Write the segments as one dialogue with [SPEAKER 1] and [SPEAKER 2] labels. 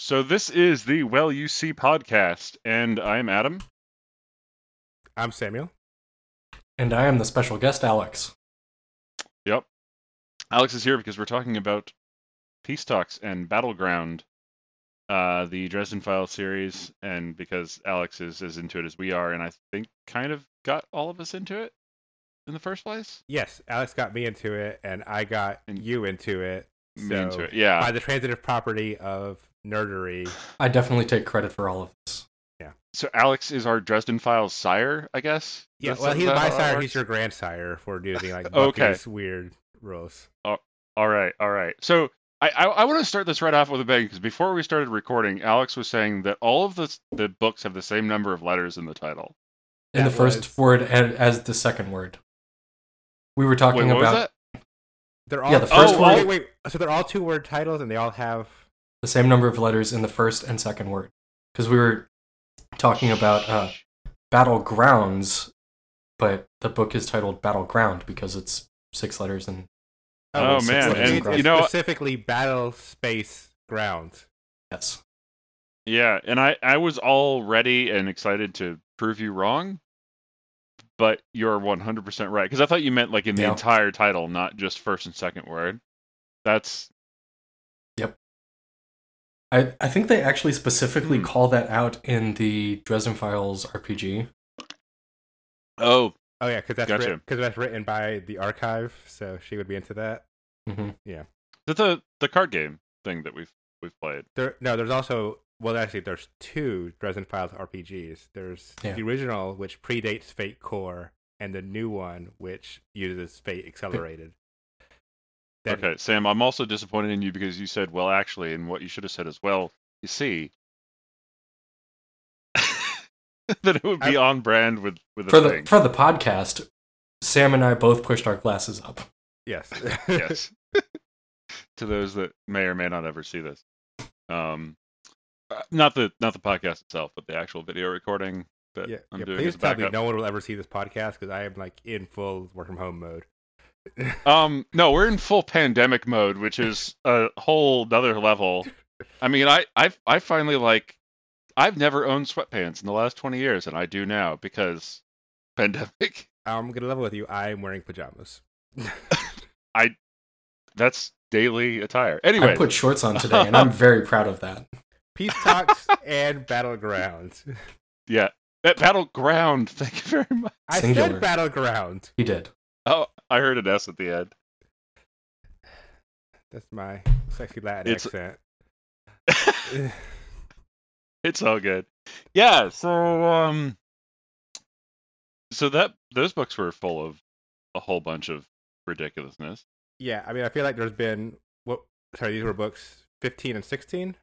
[SPEAKER 1] So this is the Well You See podcast, and I'm Adam.
[SPEAKER 2] I'm Samuel.
[SPEAKER 3] And I am the special guest, Alex.
[SPEAKER 1] Yep. Alex is here because we're talking about peace talks and battleground, uh, the Dresden File series, and because Alex is as into it as we are, and I think kind of got all of us into it in the first place.
[SPEAKER 2] Yes, Alex got me into it, and I got
[SPEAKER 1] And-
[SPEAKER 2] you into it.
[SPEAKER 1] Me
[SPEAKER 2] So,
[SPEAKER 1] into it, yeah.
[SPEAKER 2] By the transitive property of nerdery.
[SPEAKER 3] I definitely take credit for all of this.
[SPEAKER 1] so Alex is our Dresden Files sire, I guess.
[SPEAKER 2] Yeah,
[SPEAKER 1] That's
[SPEAKER 2] well, he's
[SPEAKER 1] how
[SPEAKER 2] my
[SPEAKER 1] that
[SPEAKER 2] sire.
[SPEAKER 1] works?
[SPEAKER 2] He's your grandsire for using like
[SPEAKER 1] Okay.
[SPEAKER 2] Buffy's weird rules.
[SPEAKER 1] All right, all right. So I I, I want to start this right off with a bang because before we started recording, Alex was saying that all of the s- the books have the same number of letters in the title.
[SPEAKER 3] In
[SPEAKER 2] That
[SPEAKER 3] the first
[SPEAKER 2] was-
[SPEAKER 3] word and as the second word. We were talking
[SPEAKER 1] Wait, what was
[SPEAKER 3] about
[SPEAKER 1] that?
[SPEAKER 2] They're all
[SPEAKER 3] Yeah, the first
[SPEAKER 1] Oh, word-
[SPEAKER 2] Wait, wait. So they're all two word titles, and they all have.
[SPEAKER 3] the same number of letters in the first and second word. Because we were talking about uh, battlegrounds, but the book is titled Battleground because it's six letters and uh,
[SPEAKER 1] Oh,
[SPEAKER 2] it's-
[SPEAKER 1] man,
[SPEAKER 2] it's-
[SPEAKER 3] and
[SPEAKER 2] it's
[SPEAKER 3] you
[SPEAKER 1] know-
[SPEAKER 2] specifically battle space ground.
[SPEAKER 3] yes.
[SPEAKER 1] Yeah, and I I was all ready and excited to prove you wrong, but you're 100% right because I thought you meant like in the
[SPEAKER 3] Yeah.
[SPEAKER 1] entire title, not just first and second word. That's
[SPEAKER 3] I, I think they actually specifically
[SPEAKER 1] Hmm.
[SPEAKER 3] call that out in the Dresden Files RPG.
[SPEAKER 1] oh
[SPEAKER 2] Oh yeah, because that's
[SPEAKER 1] Gotcha.
[SPEAKER 2] because that's written by the archive, so she would be into that.
[SPEAKER 3] hmm
[SPEAKER 1] the the, the card game thing that we've we've played.
[SPEAKER 2] There, no, there's also well, actually, there's two Dresden Files RPGs. There's
[SPEAKER 3] Yeah.
[SPEAKER 2] the original, which predates Fate Core, and the new one, which uses Fate Accelerated. That-
[SPEAKER 1] Okay, Sam, I'm also disappointed in you because you said well actually, and what you should have said is well you see that it would be on brand with with the
[SPEAKER 3] For the
[SPEAKER 1] thing.
[SPEAKER 3] for the podcast, Sam and I both pushed our glasses up.
[SPEAKER 2] Yes.
[SPEAKER 1] yes. to those that may or may not ever see this. Um, uh, not the not the podcast itself, but the actual video recording that
[SPEAKER 2] yeah,
[SPEAKER 1] I'm
[SPEAKER 2] yeah,
[SPEAKER 1] doing
[SPEAKER 2] please
[SPEAKER 1] as
[SPEAKER 2] tell me
[SPEAKER 1] backup.
[SPEAKER 2] no one will ever see this podcast because I am like in full work from home mode.
[SPEAKER 1] Um, no, we're in full pandemic mode, which is a whole other level. I mean, I I I finally like I've never owned sweatpants in the last 20 years, and I do now because pandemic.
[SPEAKER 2] I'm gonna level with you. I'm wearing pajamas.
[SPEAKER 1] That's daily attire.
[SPEAKER 3] I
[SPEAKER 1] Anyway,
[SPEAKER 3] put shorts on today, and I'm very proud of that.
[SPEAKER 2] Peace talks and battlegrounds.
[SPEAKER 1] yeah, at battleground. Thank you very much.
[SPEAKER 2] I
[SPEAKER 3] Singular.
[SPEAKER 2] said battleground.
[SPEAKER 3] He did.
[SPEAKER 1] Oh, I heard an S at the end.
[SPEAKER 2] That's my sexy Latin
[SPEAKER 1] It's-
[SPEAKER 2] accent.
[SPEAKER 1] it's all good. Yeah, so um so that those books were full of a whole bunch of ridiculousness.
[SPEAKER 2] Yeah, I mean, I feel like there's been what? Sorry, these were books 15 and 16,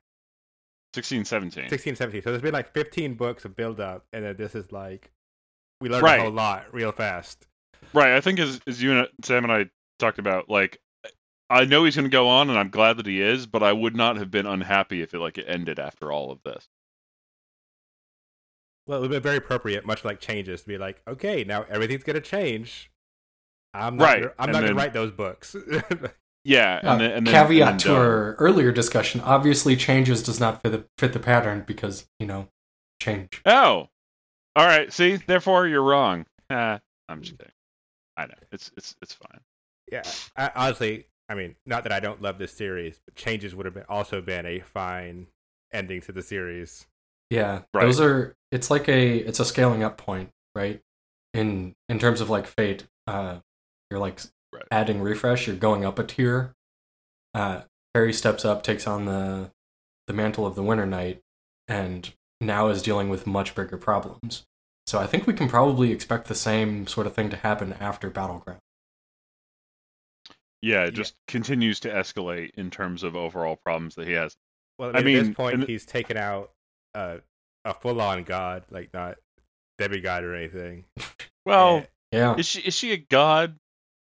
[SPEAKER 1] 16 17.
[SPEAKER 2] 16, 17. So there's been like 15 books of build up, and then this is like we learned
[SPEAKER 1] Right.
[SPEAKER 2] a whole lot real fast.
[SPEAKER 1] Right, I think as as you and Sam and I talked about like I know he's going to go on and I'm glad that he is, but I would not have been unhappy if it like it ended after all of this.
[SPEAKER 2] Well, it would be very appropriate, much like changes, to be like, okay, now everything's gonna change. I'm not.
[SPEAKER 1] Right,
[SPEAKER 2] Gonna, I'm
[SPEAKER 1] and
[SPEAKER 2] not
[SPEAKER 1] then-
[SPEAKER 2] gonna write those books.
[SPEAKER 1] Yeah,
[SPEAKER 3] Uh,
[SPEAKER 1] and then, and then and
[SPEAKER 3] Caveat
[SPEAKER 1] then
[SPEAKER 3] to
[SPEAKER 1] done.
[SPEAKER 3] our earlier discussion: obviously, changes does not fit the fit the pattern because you know, change.
[SPEAKER 1] Oh. All right, see? Therefore you're wrong. Ah, I'm just kidding. I know. It's it's it's fine.
[SPEAKER 2] yeah, I, honestly, I mean, not that I don't love this series, but changes would have been, also been a fine ending to the series.
[SPEAKER 3] Yeah,
[SPEAKER 1] Right.
[SPEAKER 3] those are. It's like a it's a scaling up point, right? In in terms of like fate, uh, you're like
[SPEAKER 1] Right.
[SPEAKER 3] adding refresh. You're going up a tier. Uh, Harry steps up, takes on the the mantle of the Winter Knight, and now is dealing with much bigger problems. So I think we can probably expect the same sort of thing to happen after Battleground.
[SPEAKER 1] Yeah, it
[SPEAKER 2] Yeah.
[SPEAKER 1] just continues to escalate in terms of overall problems that he has.
[SPEAKER 2] Well,
[SPEAKER 1] I
[SPEAKER 2] I mean, at
[SPEAKER 1] mean,
[SPEAKER 2] this point,
[SPEAKER 1] and-
[SPEAKER 2] he's taken out uh, a full-on god, like not demigod or anything.
[SPEAKER 1] Well,
[SPEAKER 2] And-
[SPEAKER 3] Yeah. Uh.
[SPEAKER 1] is she is she a god?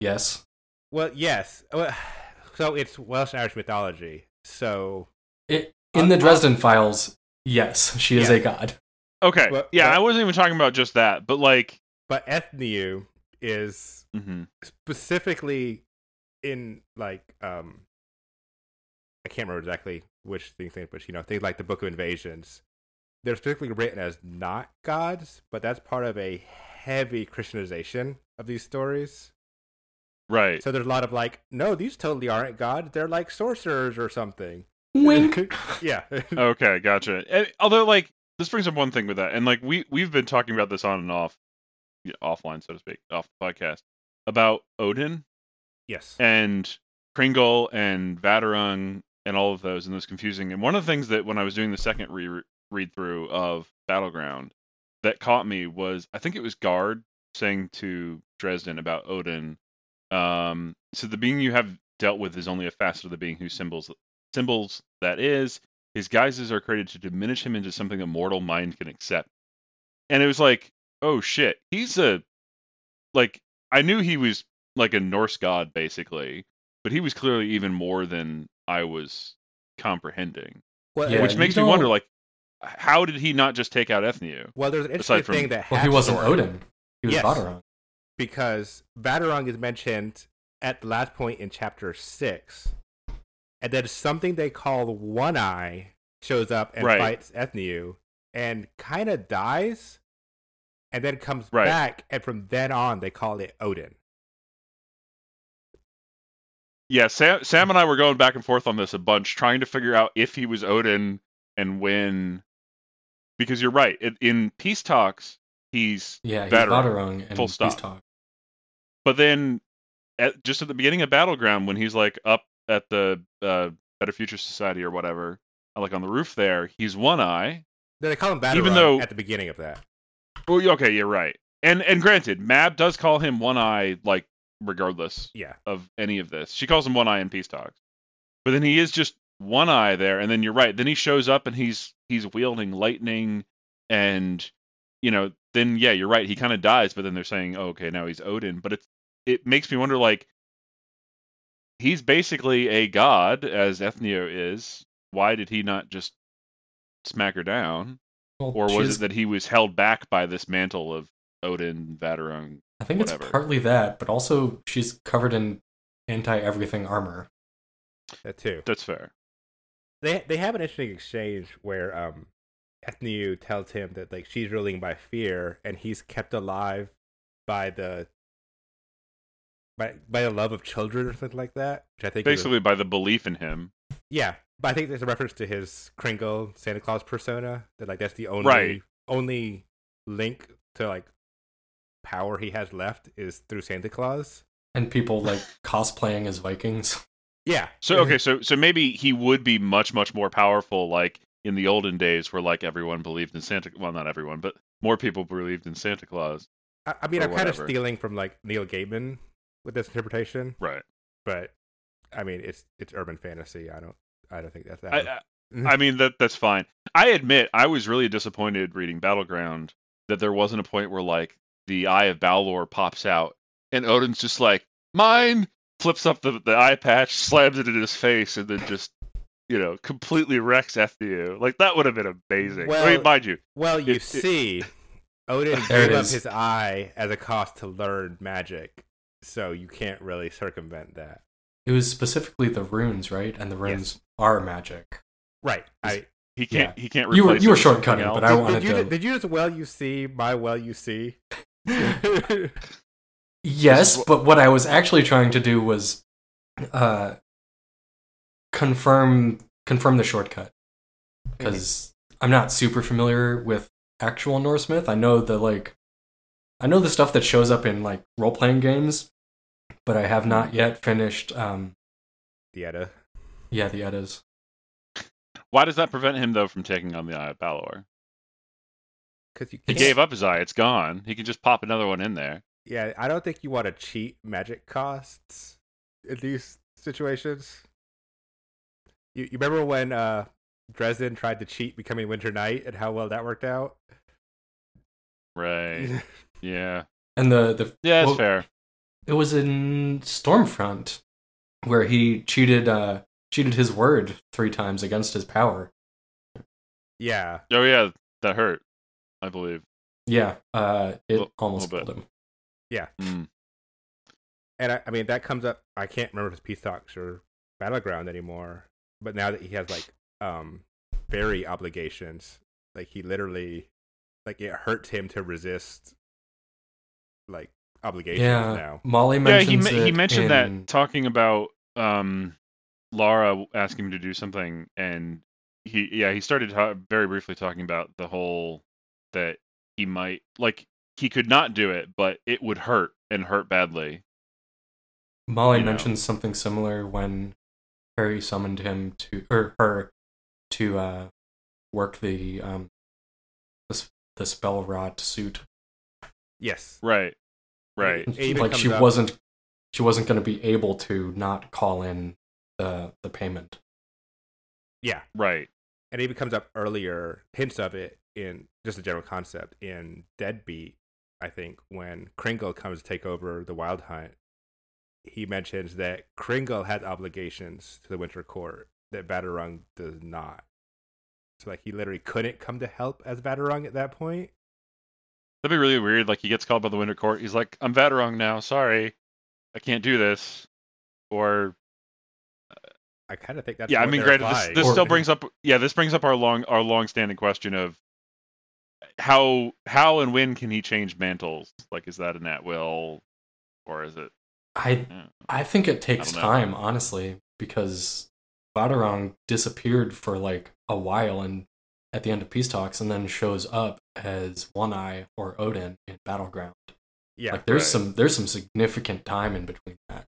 [SPEAKER 3] Yes.
[SPEAKER 2] well, yes. Well, So it's Welsh and Irish mythology. So
[SPEAKER 3] It,
[SPEAKER 2] Uh,
[SPEAKER 3] in the
[SPEAKER 2] uh,
[SPEAKER 3] Dresden Files, yes, she is
[SPEAKER 2] Yeah.
[SPEAKER 3] a god.
[SPEAKER 1] Okay,
[SPEAKER 2] But-
[SPEAKER 1] yeah,
[SPEAKER 3] uh,
[SPEAKER 2] but-
[SPEAKER 1] I wasn't even talking about just that, but like,
[SPEAKER 2] but Ethniu is
[SPEAKER 1] mhm.
[SPEAKER 2] specifically in like um I can't remember exactly which things they push. You know, things like the Book of Invasions. They're specifically written as not gods, but that's part of a heavy Christianization of these stories.
[SPEAKER 1] Right.
[SPEAKER 2] So there's a lot of like, no, these totally aren't gods. They're like sorcerers or something.
[SPEAKER 3] Wink.
[SPEAKER 2] Yeah.
[SPEAKER 1] okay, gotcha. And, although, like, this brings up one thing with that, and like we we've been talking about this on and off, you know, offline, so to speak, off the podcast about Odin
[SPEAKER 2] yes.
[SPEAKER 1] and Kringle and Vaterung and all of those, and those confusing. And one of the things that when I was doing the second re- read through of Battleground that caught me was I think it was Guard saying to Dresden about Odin. Um, so the being you have dealt with is only a facet of the being whose symbols symbols that is. His guises are created to diminish him into something a mortal mind can accept. And it was like, oh shit, he's a like I knew he was like a Norse god basically, but he was clearly even more than I was comprehending.
[SPEAKER 2] Well,
[SPEAKER 3] Yeah,
[SPEAKER 1] Which
[SPEAKER 3] you
[SPEAKER 1] makes me wonder,
[SPEAKER 3] don't-
[SPEAKER 1] like, how did he not just take out Ethnew?
[SPEAKER 2] well, there's an interesting
[SPEAKER 1] aside from-
[SPEAKER 2] thing that
[SPEAKER 3] Well, he wasn't
[SPEAKER 2] Hathor-
[SPEAKER 3] Odin. He was
[SPEAKER 2] Yes.
[SPEAKER 3] Vaterung.
[SPEAKER 2] because Batarang is mentioned at the last point in chapter six, and then something they call One Eye shows up and
[SPEAKER 1] Right.
[SPEAKER 2] fights Ethniu and kind of dies, and then comes
[SPEAKER 1] Right.
[SPEAKER 2] back, and from then on they call it Odin.
[SPEAKER 1] Yeah, Sam, Sam and I were going back and forth on this a bunch, trying to figure out if he was Odin and when. Because you're right. It, in peace talks, he's.
[SPEAKER 3] Yeah, he's
[SPEAKER 1] Vaterung.
[SPEAKER 3] Vaterung and
[SPEAKER 1] Full
[SPEAKER 3] he's
[SPEAKER 1] stop.
[SPEAKER 3] talk.
[SPEAKER 1] But then, at, just at the beginning of Battleground, when he's like up at the uh, Better Future Society or whatever, like on the roof there, he's one eye.
[SPEAKER 2] Then they call him Batarang
[SPEAKER 1] Even though-
[SPEAKER 2] at the beginning of that.
[SPEAKER 1] Oh, yeah, okay, you're right. And and granted, Mab does call him one eye, like regardless
[SPEAKER 2] Yeah,
[SPEAKER 1] of any of this. She calls him One Eye in Peace Talks, but then he is just One Eye there. And then you're right. Then he shows up and he's he's wielding lightning, and you know, then yeah, you're right. He kind of dies, but then they're saying, oh, okay, now he's Odin. But it's it makes me wonder, like he's basically a god as Ethnio is. Why did he not just smack her down?
[SPEAKER 3] Well,
[SPEAKER 1] Or was
[SPEAKER 3] she's-
[SPEAKER 1] it that he was held back by this mantle of Odin, Vaterung?
[SPEAKER 3] I think it's
[SPEAKER 1] whatever.
[SPEAKER 3] partly that, but also she's covered in anti everything armor.
[SPEAKER 2] that too.
[SPEAKER 1] That's fair.
[SPEAKER 2] They they have an interesting exchange where um, Ethniu tells him that like she's ruling by fear, and he's kept alive by the by by the love of children or something like that. Which I think is a-
[SPEAKER 1] Basically, by the belief in him.
[SPEAKER 2] Yeah, but I think there's a reference to his Kringle Santa Claus persona. That like that's the only
[SPEAKER 1] Right.
[SPEAKER 2] only link to like power he has left is through Santa Claus.
[SPEAKER 3] And people like cosplaying as Vikings.
[SPEAKER 2] Yeah.
[SPEAKER 1] So okay, so so maybe he would be much much more powerful, like in the olden days, where like everyone believed in Santa. Well, not everyone, but more people believed in Santa Claus.
[SPEAKER 2] I, I mean,
[SPEAKER 1] or
[SPEAKER 2] I'm kind of
[SPEAKER 1] whatever.
[SPEAKER 2] stealing from like Neil Gaiman with this interpretation,
[SPEAKER 1] Right.
[SPEAKER 2] but I mean, it's it's urban fantasy. I don't I don't think that's that.
[SPEAKER 1] I, I, I mean that that's fine. I admit I was really disappointed reading Battleground that there wasn't a point where like the Eye of Balor pops out and Odin's just like mine, flips up the the eye patch, slams it in his face, and then just you know completely wrecks Ethiu. Like that would have been amazing. I
[SPEAKER 2] Well,
[SPEAKER 1] mean, mind you,
[SPEAKER 2] well, you
[SPEAKER 1] it- it-
[SPEAKER 2] see, Odin
[SPEAKER 3] There it
[SPEAKER 2] gave up
[SPEAKER 3] is.
[SPEAKER 2] his eye as a cost to learn magic, so you can't really circumvent that.
[SPEAKER 3] It was specifically the runes, right? And the runes are magic.
[SPEAKER 2] Right. I,
[SPEAKER 1] he can't he can't. Replace
[SPEAKER 3] You were- you
[SPEAKER 1] it
[SPEAKER 3] were
[SPEAKER 1] with something
[SPEAKER 3] shortcutting,
[SPEAKER 1] else.
[SPEAKER 3] but I
[SPEAKER 2] did,
[SPEAKER 3] wanted
[SPEAKER 2] did you,
[SPEAKER 3] to-
[SPEAKER 2] Did you just well you see my well you see?
[SPEAKER 3] Yes,
[SPEAKER 1] wha-
[SPEAKER 3] but what I was actually trying to do was uh, confirm confirm the shortcut because I'm not super familiar with actual Norse myth. I know the like, I know the stuff that shows up in like role playing games, but I have not yet finished. Um,
[SPEAKER 2] The Edda.
[SPEAKER 3] yeah, the Eddas.
[SPEAKER 1] Why does that prevent him though from taking on the Eye of Balor?
[SPEAKER 2] Because you
[SPEAKER 1] He
[SPEAKER 2] can't,
[SPEAKER 1] gave up his eye; it's gone. He can just pop another one in there.
[SPEAKER 2] Yeah, I don't think you want to cheat magic costs in these situations. You, you remember when uh, Dresden tried to cheat becoming Winter Knight and how well that worked out?
[SPEAKER 1] Right? yeah.
[SPEAKER 3] And the the
[SPEAKER 1] Yeah, that's
[SPEAKER 3] Well-
[SPEAKER 1] fair.
[SPEAKER 3] it was in Stormfront where he cheated uh, cheated his word three times against his power.
[SPEAKER 2] yeah.
[SPEAKER 1] Oh yeah, that hurt. I believe.
[SPEAKER 3] Yeah, uh, it
[SPEAKER 1] Little-
[SPEAKER 3] almost
[SPEAKER 1] little
[SPEAKER 3] killed him.
[SPEAKER 1] Mm.
[SPEAKER 2] And I, I mean, that comes up. I can't remember if it's Peace Talks or Battleground anymore. But now that he has like um very obligations. Like he literally like it hurts him to resist like obligations
[SPEAKER 3] yeah.
[SPEAKER 2] now.
[SPEAKER 3] Molly
[SPEAKER 1] Yeah, he
[SPEAKER 3] mentions
[SPEAKER 1] me- he
[SPEAKER 3] it
[SPEAKER 1] mentioned
[SPEAKER 3] in-
[SPEAKER 1] that talking about um, Laura asking him to do something, and he yeah he started ta- very briefly talking about the whole that he might like he could not do it, but it would hurt and hurt badly.
[SPEAKER 3] Molly
[SPEAKER 1] you know.
[SPEAKER 3] mentions something similar when Harry summoned him to or her to uh, work the um the, s- the spell rot suit.
[SPEAKER 2] Yes.
[SPEAKER 1] Right, right.
[SPEAKER 2] It even
[SPEAKER 3] like she
[SPEAKER 2] comes up-
[SPEAKER 3] wasn't she wasn't going to be able to not call in the the payment.
[SPEAKER 2] Yeah.
[SPEAKER 1] Right.
[SPEAKER 2] And it even comes up earlier hints of it in just the general concept in Deadbeat, I think, when Kringle comes to take over the Wild Hunt, he mentions that Kringle has obligations to the Winter Court that Batarung does not. So like he literally couldn't come to help as Batarung at that point.
[SPEAKER 1] That'd be really weird. Like he gets called by the Winter Court. He's like, "I'm Vatarong now. Sorry, I can't do this." Or
[SPEAKER 2] I kind of think that's
[SPEAKER 1] yeah, I
[SPEAKER 2] what
[SPEAKER 1] mean,
[SPEAKER 2] they're
[SPEAKER 1] granted, this,
[SPEAKER 2] implying.
[SPEAKER 1] this
[SPEAKER 3] Or-
[SPEAKER 1] still brings up yeah, this brings up our long our long standing question of how how and when can he change mantles? Like, is that an at will, or is it?
[SPEAKER 3] I
[SPEAKER 1] yeah.
[SPEAKER 3] I think it takes
[SPEAKER 1] know.
[SPEAKER 3] time, honestly, because Batarang disappeared for like a while and at the end of peace talks and then shows up as One Eye or Odin in Battleground.
[SPEAKER 2] yeah,
[SPEAKER 3] like there's
[SPEAKER 1] right.
[SPEAKER 3] some there's some significant time in between that.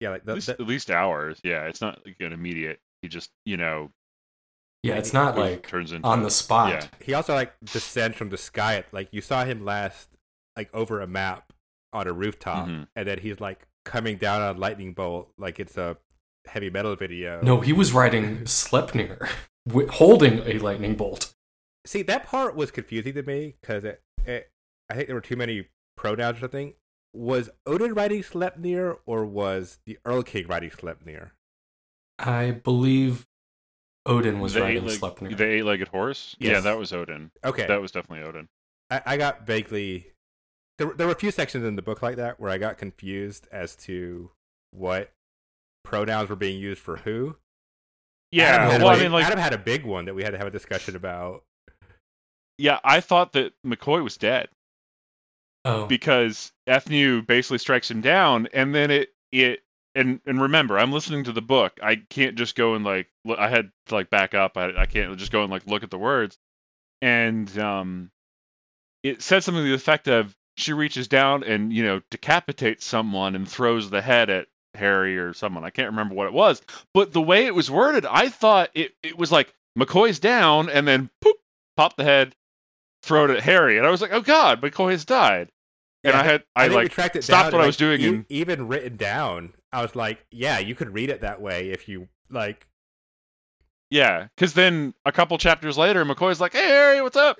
[SPEAKER 2] yeah, like the,
[SPEAKER 1] At least,
[SPEAKER 2] the,
[SPEAKER 1] at least hours? Yeah, it's not like an immediate. He just you know
[SPEAKER 3] Yeah,
[SPEAKER 2] Maybe.
[SPEAKER 3] it's not
[SPEAKER 1] goes-
[SPEAKER 3] like
[SPEAKER 1] turns into
[SPEAKER 3] on the spot.
[SPEAKER 1] yeah.
[SPEAKER 2] he also like descends from the sky. Like you saw him last, like over a map on a rooftop,
[SPEAKER 1] Mhm.
[SPEAKER 2] and then he's like coming down on a lightning bolt, like it's a heavy metal video.
[SPEAKER 3] No, he was riding Slepnir, wi- holding a lightning bolt.
[SPEAKER 2] see that part was confusing to me because it, it, I think there were too many pronouns or something. Was Odin riding Sleipnir or was the Earl King riding Sleipnir?
[SPEAKER 3] I believe Odin was
[SPEAKER 1] the
[SPEAKER 3] riding
[SPEAKER 1] eight-leg-
[SPEAKER 3] Sleipnir.
[SPEAKER 1] the eight-legged horse. Yeah,
[SPEAKER 2] Yes.
[SPEAKER 1] that was Odin.
[SPEAKER 2] Okay,
[SPEAKER 1] That was definitely Odin.
[SPEAKER 2] I, I got vaguely there, were- there were a few sections in the book like that where I got confused as to what pronouns were being used for who.
[SPEAKER 1] Yeah,
[SPEAKER 2] Adam had,
[SPEAKER 1] well,
[SPEAKER 2] a,
[SPEAKER 1] I mean, like
[SPEAKER 2] Adam had a big one that we had to have a discussion about.
[SPEAKER 1] yeah, I thought that McCoy was dead.
[SPEAKER 3] oh,
[SPEAKER 1] because Ethnew basically strikes him down, and then it it and and remember, I'm listening to the book. I can't just go and like look, I had to like back up. I I can't just go and like look at the words, and um, it said something to the effect of she reaches down and you know decapitates someone and throws the head at Harry or someone. I can't remember what it was, but the way it was worded, I thought it it was like McCoy's down, and then poof, pop the head. Throw it at Harry, and I was like, "Oh God, McCoy has died." and
[SPEAKER 2] Yeah,
[SPEAKER 1] I had I,
[SPEAKER 2] think we
[SPEAKER 1] like
[SPEAKER 2] tracked it
[SPEAKER 1] stopped
[SPEAKER 2] down,
[SPEAKER 1] what
[SPEAKER 2] like,
[SPEAKER 1] I was doing
[SPEAKER 2] e-
[SPEAKER 1] and
[SPEAKER 2] even written down. I was like, yeah, you could read it that way if you like.
[SPEAKER 1] yeah, because then a couple chapters later, McCoy's like, "Hey Harry, what's up?"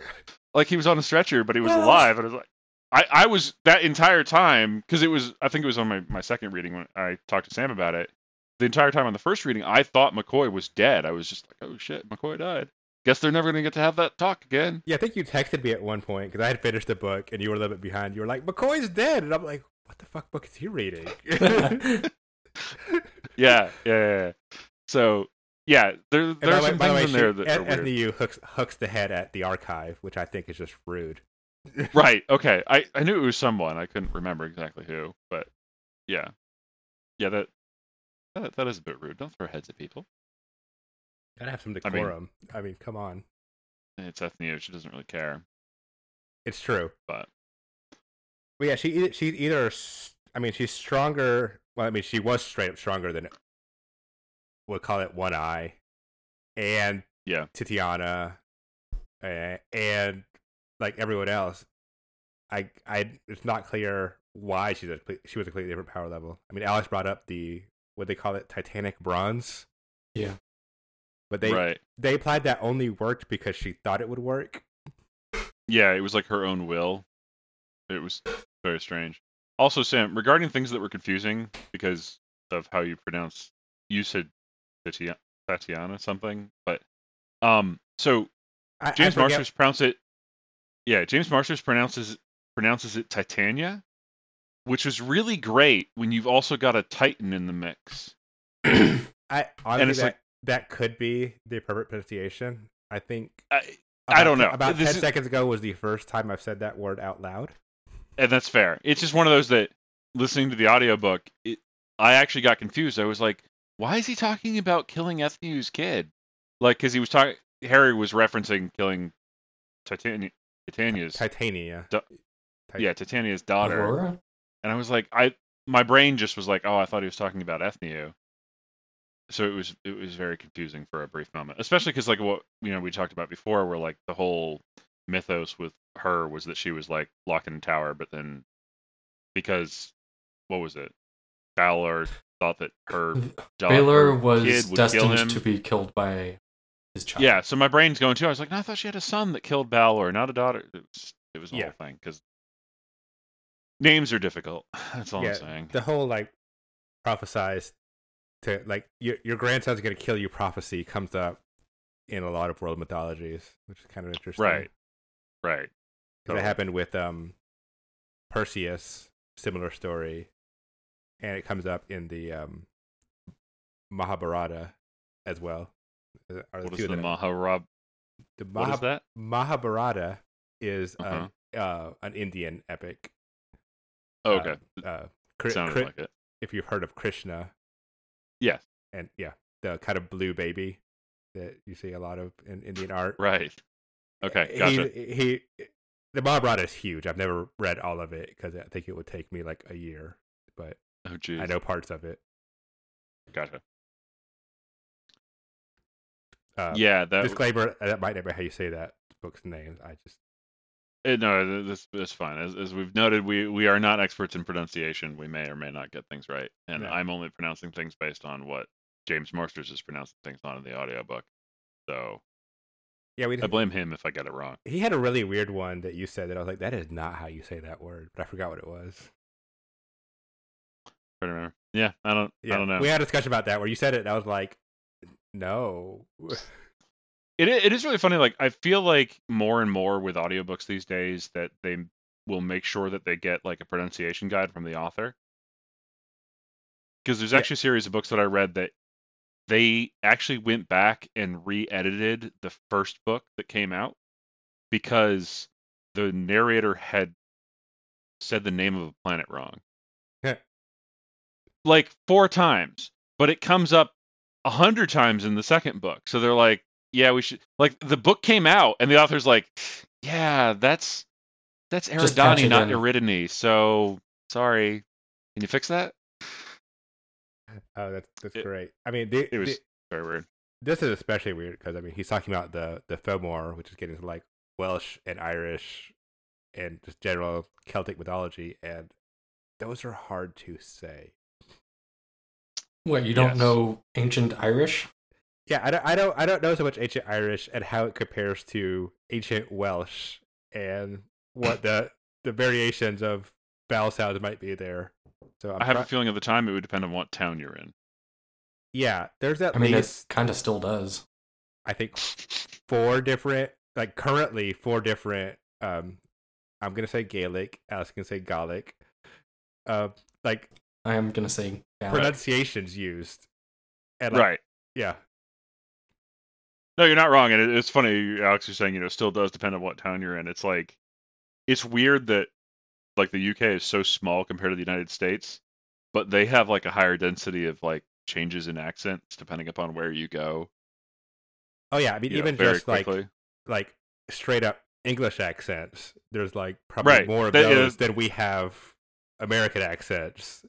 [SPEAKER 1] Like he was on a stretcher, but he was
[SPEAKER 3] Well-
[SPEAKER 1] alive, and I was like, I I was that entire time because it was I think it was on my my second reading when I talked to Sam about it. The entire time on the first reading, I thought McCoy was dead. I was just like, "Oh shit, McCoy died." Guess they're never gonna get to have that talk again.
[SPEAKER 2] Yeah, I think you texted me at one point because I had finished the book and you were a little bit behind. You were like, McCoy's dead, and I'm like, what the fuck book is he reading?
[SPEAKER 1] Yeah, yeah, yeah. yeah. So yeah, there
[SPEAKER 2] And
[SPEAKER 1] there are
[SPEAKER 2] by
[SPEAKER 1] some
[SPEAKER 2] the way- by
[SPEAKER 1] things
[SPEAKER 2] the way,
[SPEAKER 1] in
[SPEAKER 2] she-
[SPEAKER 1] there that are
[SPEAKER 2] Eth-
[SPEAKER 1] weird.
[SPEAKER 2] SNU hooks hooks the head at the archive, which I think is just rude.
[SPEAKER 1] Right. Okay. I, I knew it was someone. I couldn't remember exactly who, but yeah, yeah. That that, that is a bit rude. Don't throw heads at people.
[SPEAKER 2] Gotta have some
[SPEAKER 1] I mean-
[SPEAKER 2] decorum. I mean, come on,
[SPEAKER 1] It's Ethnia. She doesn't really care.
[SPEAKER 2] it's true.
[SPEAKER 1] But
[SPEAKER 2] But yeah, she e- she's either. s- I mean, she's stronger. Well, I mean, she was straight up stronger than we'll call it One Eye, and
[SPEAKER 1] Yeah.
[SPEAKER 2] Titiana, a- and like everyone else. I I it's not clear why she's a cle- she was a completely different power level. I mean, Alex brought up the what they call it Titanic bronze.
[SPEAKER 3] Yeah.
[SPEAKER 2] but they
[SPEAKER 1] right.
[SPEAKER 2] they implied that only worked because she thought it would work.
[SPEAKER 1] Yeah. It was like her own will. It was very strange. Also, Sam, regarding things that were confusing because of how you pronounce, you said Tatia- Tatiana something, but um, so
[SPEAKER 2] I, I
[SPEAKER 1] James
[SPEAKER 2] forget-
[SPEAKER 1] Marsters pronounce it. Yeah, James Marsters pronounces pronounces it Titania, which is really great when you've also got a Titan in the mix.
[SPEAKER 2] I honestly
[SPEAKER 1] it's
[SPEAKER 2] that,
[SPEAKER 1] like-
[SPEAKER 2] that could be the appropriate pronunciation. I think
[SPEAKER 1] I, I don't
[SPEAKER 2] about-
[SPEAKER 1] know.
[SPEAKER 2] About
[SPEAKER 1] This
[SPEAKER 2] ten
[SPEAKER 1] is-
[SPEAKER 2] seconds ago was the first time I've said that word out loud.
[SPEAKER 1] and that's fair. It's just one of those that listening to the audiobook, it, I actually got confused. I was like, why is he talking about killing Ethnew's kid? Like, because he was talking, Harry was referencing killing Titania, Titania's,
[SPEAKER 2] Titania.
[SPEAKER 1] Du- yeah, Titania's daughter.
[SPEAKER 3] Aurora?
[SPEAKER 1] And I was like, I, my brain just was like, oh, I thought he was talking about Ethnew. So it was, it was very confusing for a brief moment, especially because like what you know we talked about before, where like the whole mythos with her was that she was like locked in a tower, but then because what was it, Balor thought that her dog,
[SPEAKER 3] Baylor
[SPEAKER 1] her
[SPEAKER 3] was
[SPEAKER 1] kid would kill him.
[SPEAKER 3] destined to be killed by his child.
[SPEAKER 1] Yeah, so my brain's going too. I was like, no, I thought she had a son that killed Balor, not a daughter. It was, it was the
[SPEAKER 2] Yeah.
[SPEAKER 1] whole thing because names are difficult. That's all
[SPEAKER 2] yeah,
[SPEAKER 1] I'm saying.
[SPEAKER 2] the whole like prophesized to like your your grandson's gonna kill you prophecy comes up in a lot of world mythologies, which is kind of interesting.
[SPEAKER 1] Right. Right.
[SPEAKER 2] because
[SPEAKER 1] Totally.
[SPEAKER 2] it happened with um Perseus, similar story, and it comes up in the um Mahabharata as well. Uh, are
[SPEAKER 1] What
[SPEAKER 2] two
[SPEAKER 1] is
[SPEAKER 2] of
[SPEAKER 1] the
[SPEAKER 2] them.
[SPEAKER 1] Maharab?
[SPEAKER 2] The
[SPEAKER 1] What is
[SPEAKER 2] Maha-
[SPEAKER 1] that?
[SPEAKER 2] Mahabharata is
[SPEAKER 1] Uh-huh.
[SPEAKER 2] um, uh, an Indian epic.
[SPEAKER 1] Oh, okay.
[SPEAKER 2] Uh, uh, Kri-
[SPEAKER 1] Sounded
[SPEAKER 2] Kri-
[SPEAKER 1] like it.
[SPEAKER 2] If you've heard of Krishna,
[SPEAKER 1] Yes.
[SPEAKER 2] and yeah, the kind of blue baby that you see a lot of in Indian art.
[SPEAKER 1] Right. Okay.
[SPEAKER 2] He-
[SPEAKER 1] Gotcha.
[SPEAKER 2] He, the Mahabharata is huge. I've never read all of it because I think it would take me like a year, but
[SPEAKER 1] oh, geez.
[SPEAKER 2] I know parts of it.
[SPEAKER 1] Gotcha.
[SPEAKER 2] Uh,
[SPEAKER 1] yeah. That.
[SPEAKER 2] Disclaimer: uh, that might not be how you say that book's name. I just
[SPEAKER 1] eh, no. th- This. That's fine. As, as we've noted, we we are not experts in pronunciation. We may or may not get things right, and
[SPEAKER 2] No.
[SPEAKER 1] I'm only pronouncing things based on what James Marsters is pronouncing things on in the audiobook. So
[SPEAKER 2] yeah we.
[SPEAKER 1] I
[SPEAKER 2] Didn't,
[SPEAKER 1] blame him if I get it wrong.
[SPEAKER 2] he had a really weird one that you said that I was like, that is not how you say that word, but I forgot what it was.
[SPEAKER 1] Trying to remember. uh, Yeah. I don't. I don't know.
[SPEAKER 2] We had a discussion about that where you said it, and I was like, no.
[SPEAKER 1] it i- it is really funny like i feel like more and more with audiobooks these days that they m- will make sure that they get like a pronunciation guide from the author because there's
[SPEAKER 2] Yeah.
[SPEAKER 1] actually a series of books that i read that they actually went back and re-edited the first book that came out because the narrator had said the name of a planet wrong
[SPEAKER 2] Yeah.
[SPEAKER 1] like four times but it comes up a hundred times in the second book so they're like yeah, we should. Like the book came out, and the author's like, yeah, that's that's
[SPEAKER 3] Just patch
[SPEAKER 1] Eridani,
[SPEAKER 3] it
[SPEAKER 1] not
[SPEAKER 3] in."
[SPEAKER 1] Iridani. So sorry, can you fix that?
[SPEAKER 2] Oh, that's that's
[SPEAKER 1] It-
[SPEAKER 2] great. I mean, the,
[SPEAKER 1] It was
[SPEAKER 2] the-
[SPEAKER 1] very weird.
[SPEAKER 2] this is especially weird because I mean he's talking about the the Fomor, which is getting to like Welsh and Irish and just general Celtic mythology, and those are hard to say.
[SPEAKER 3] What, you don't
[SPEAKER 1] Yes.
[SPEAKER 3] know ancient Irish?
[SPEAKER 2] Yeah, I don't, I don't, I don't know so much ancient Irish and how it compares to ancient Welsh and what the the variations of vowel sounds might be there. So I'm
[SPEAKER 1] i have
[SPEAKER 2] try-
[SPEAKER 1] a feeling at the time it would depend on what town you're in.
[SPEAKER 2] yeah, there's at
[SPEAKER 3] I mean,
[SPEAKER 2] least
[SPEAKER 3] it kind of still does.
[SPEAKER 2] I think four different like currently four different um I'm gonna say Gaelic, Alex can say Gaelic. Uh like
[SPEAKER 3] I am going to say Gaelic.
[SPEAKER 2] pronunciations used. And like,
[SPEAKER 1] Right.
[SPEAKER 2] yeah.
[SPEAKER 1] No, you're not wrong, and it, it's funny, Alex. You're saying you know it still does depend on what town you're in. It's like it's weird that like the UK is so small compared to the United States, but they have like a higher density of like changes in accents depending upon where you go.
[SPEAKER 2] Oh yeah, I mean
[SPEAKER 1] you know,
[SPEAKER 2] even
[SPEAKER 1] very
[SPEAKER 2] just
[SPEAKER 1] quickly.
[SPEAKER 2] like like straight up English accents, there's like probably
[SPEAKER 1] Right.
[SPEAKER 2] more of
[SPEAKER 1] That
[SPEAKER 2] those
[SPEAKER 1] is-
[SPEAKER 2] than we have American accents.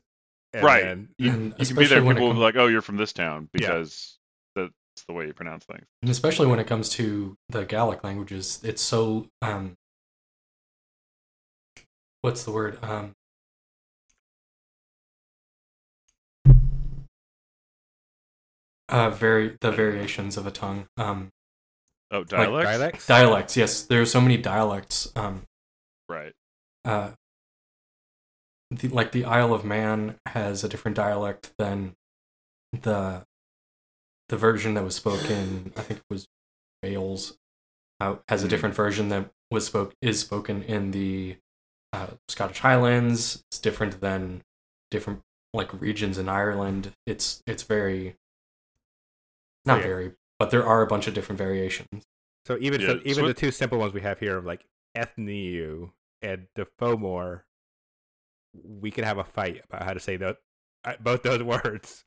[SPEAKER 2] And
[SPEAKER 1] Right.
[SPEAKER 2] then-
[SPEAKER 1] you-
[SPEAKER 3] and
[SPEAKER 1] you can be there.
[SPEAKER 3] especially when it
[SPEAKER 1] People will be
[SPEAKER 3] com-
[SPEAKER 1] like, "Oh, you're from this town,"
[SPEAKER 2] Yeah.
[SPEAKER 1] because that's the way you pronounce things.
[SPEAKER 3] And especially when it comes to the Gaelic languages, it's so um what's the word? Um uh very the variations of a tongue. Um
[SPEAKER 1] Oh, dialect.
[SPEAKER 2] dialects?
[SPEAKER 3] dialects, yes. There are so many dialects. Um
[SPEAKER 1] Right.
[SPEAKER 3] uh the, like the Isle of Man has a different dialect than the the version that was spoken. I think it was Wales uh, has a
[SPEAKER 1] Mhm.
[SPEAKER 3] different version that was spoke is spoken in the uh, Scottish Highlands. It's different than different like regions in Ireland. It's it's very Not
[SPEAKER 2] yeah.
[SPEAKER 3] very, but there are a bunch of different variations.
[SPEAKER 2] So even
[SPEAKER 1] Yeah,
[SPEAKER 2] some, even
[SPEAKER 1] so-
[SPEAKER 2] the two simple ones we have here of like Ethniu and Defomor, we could have a fight about how to say tho- uh both those words.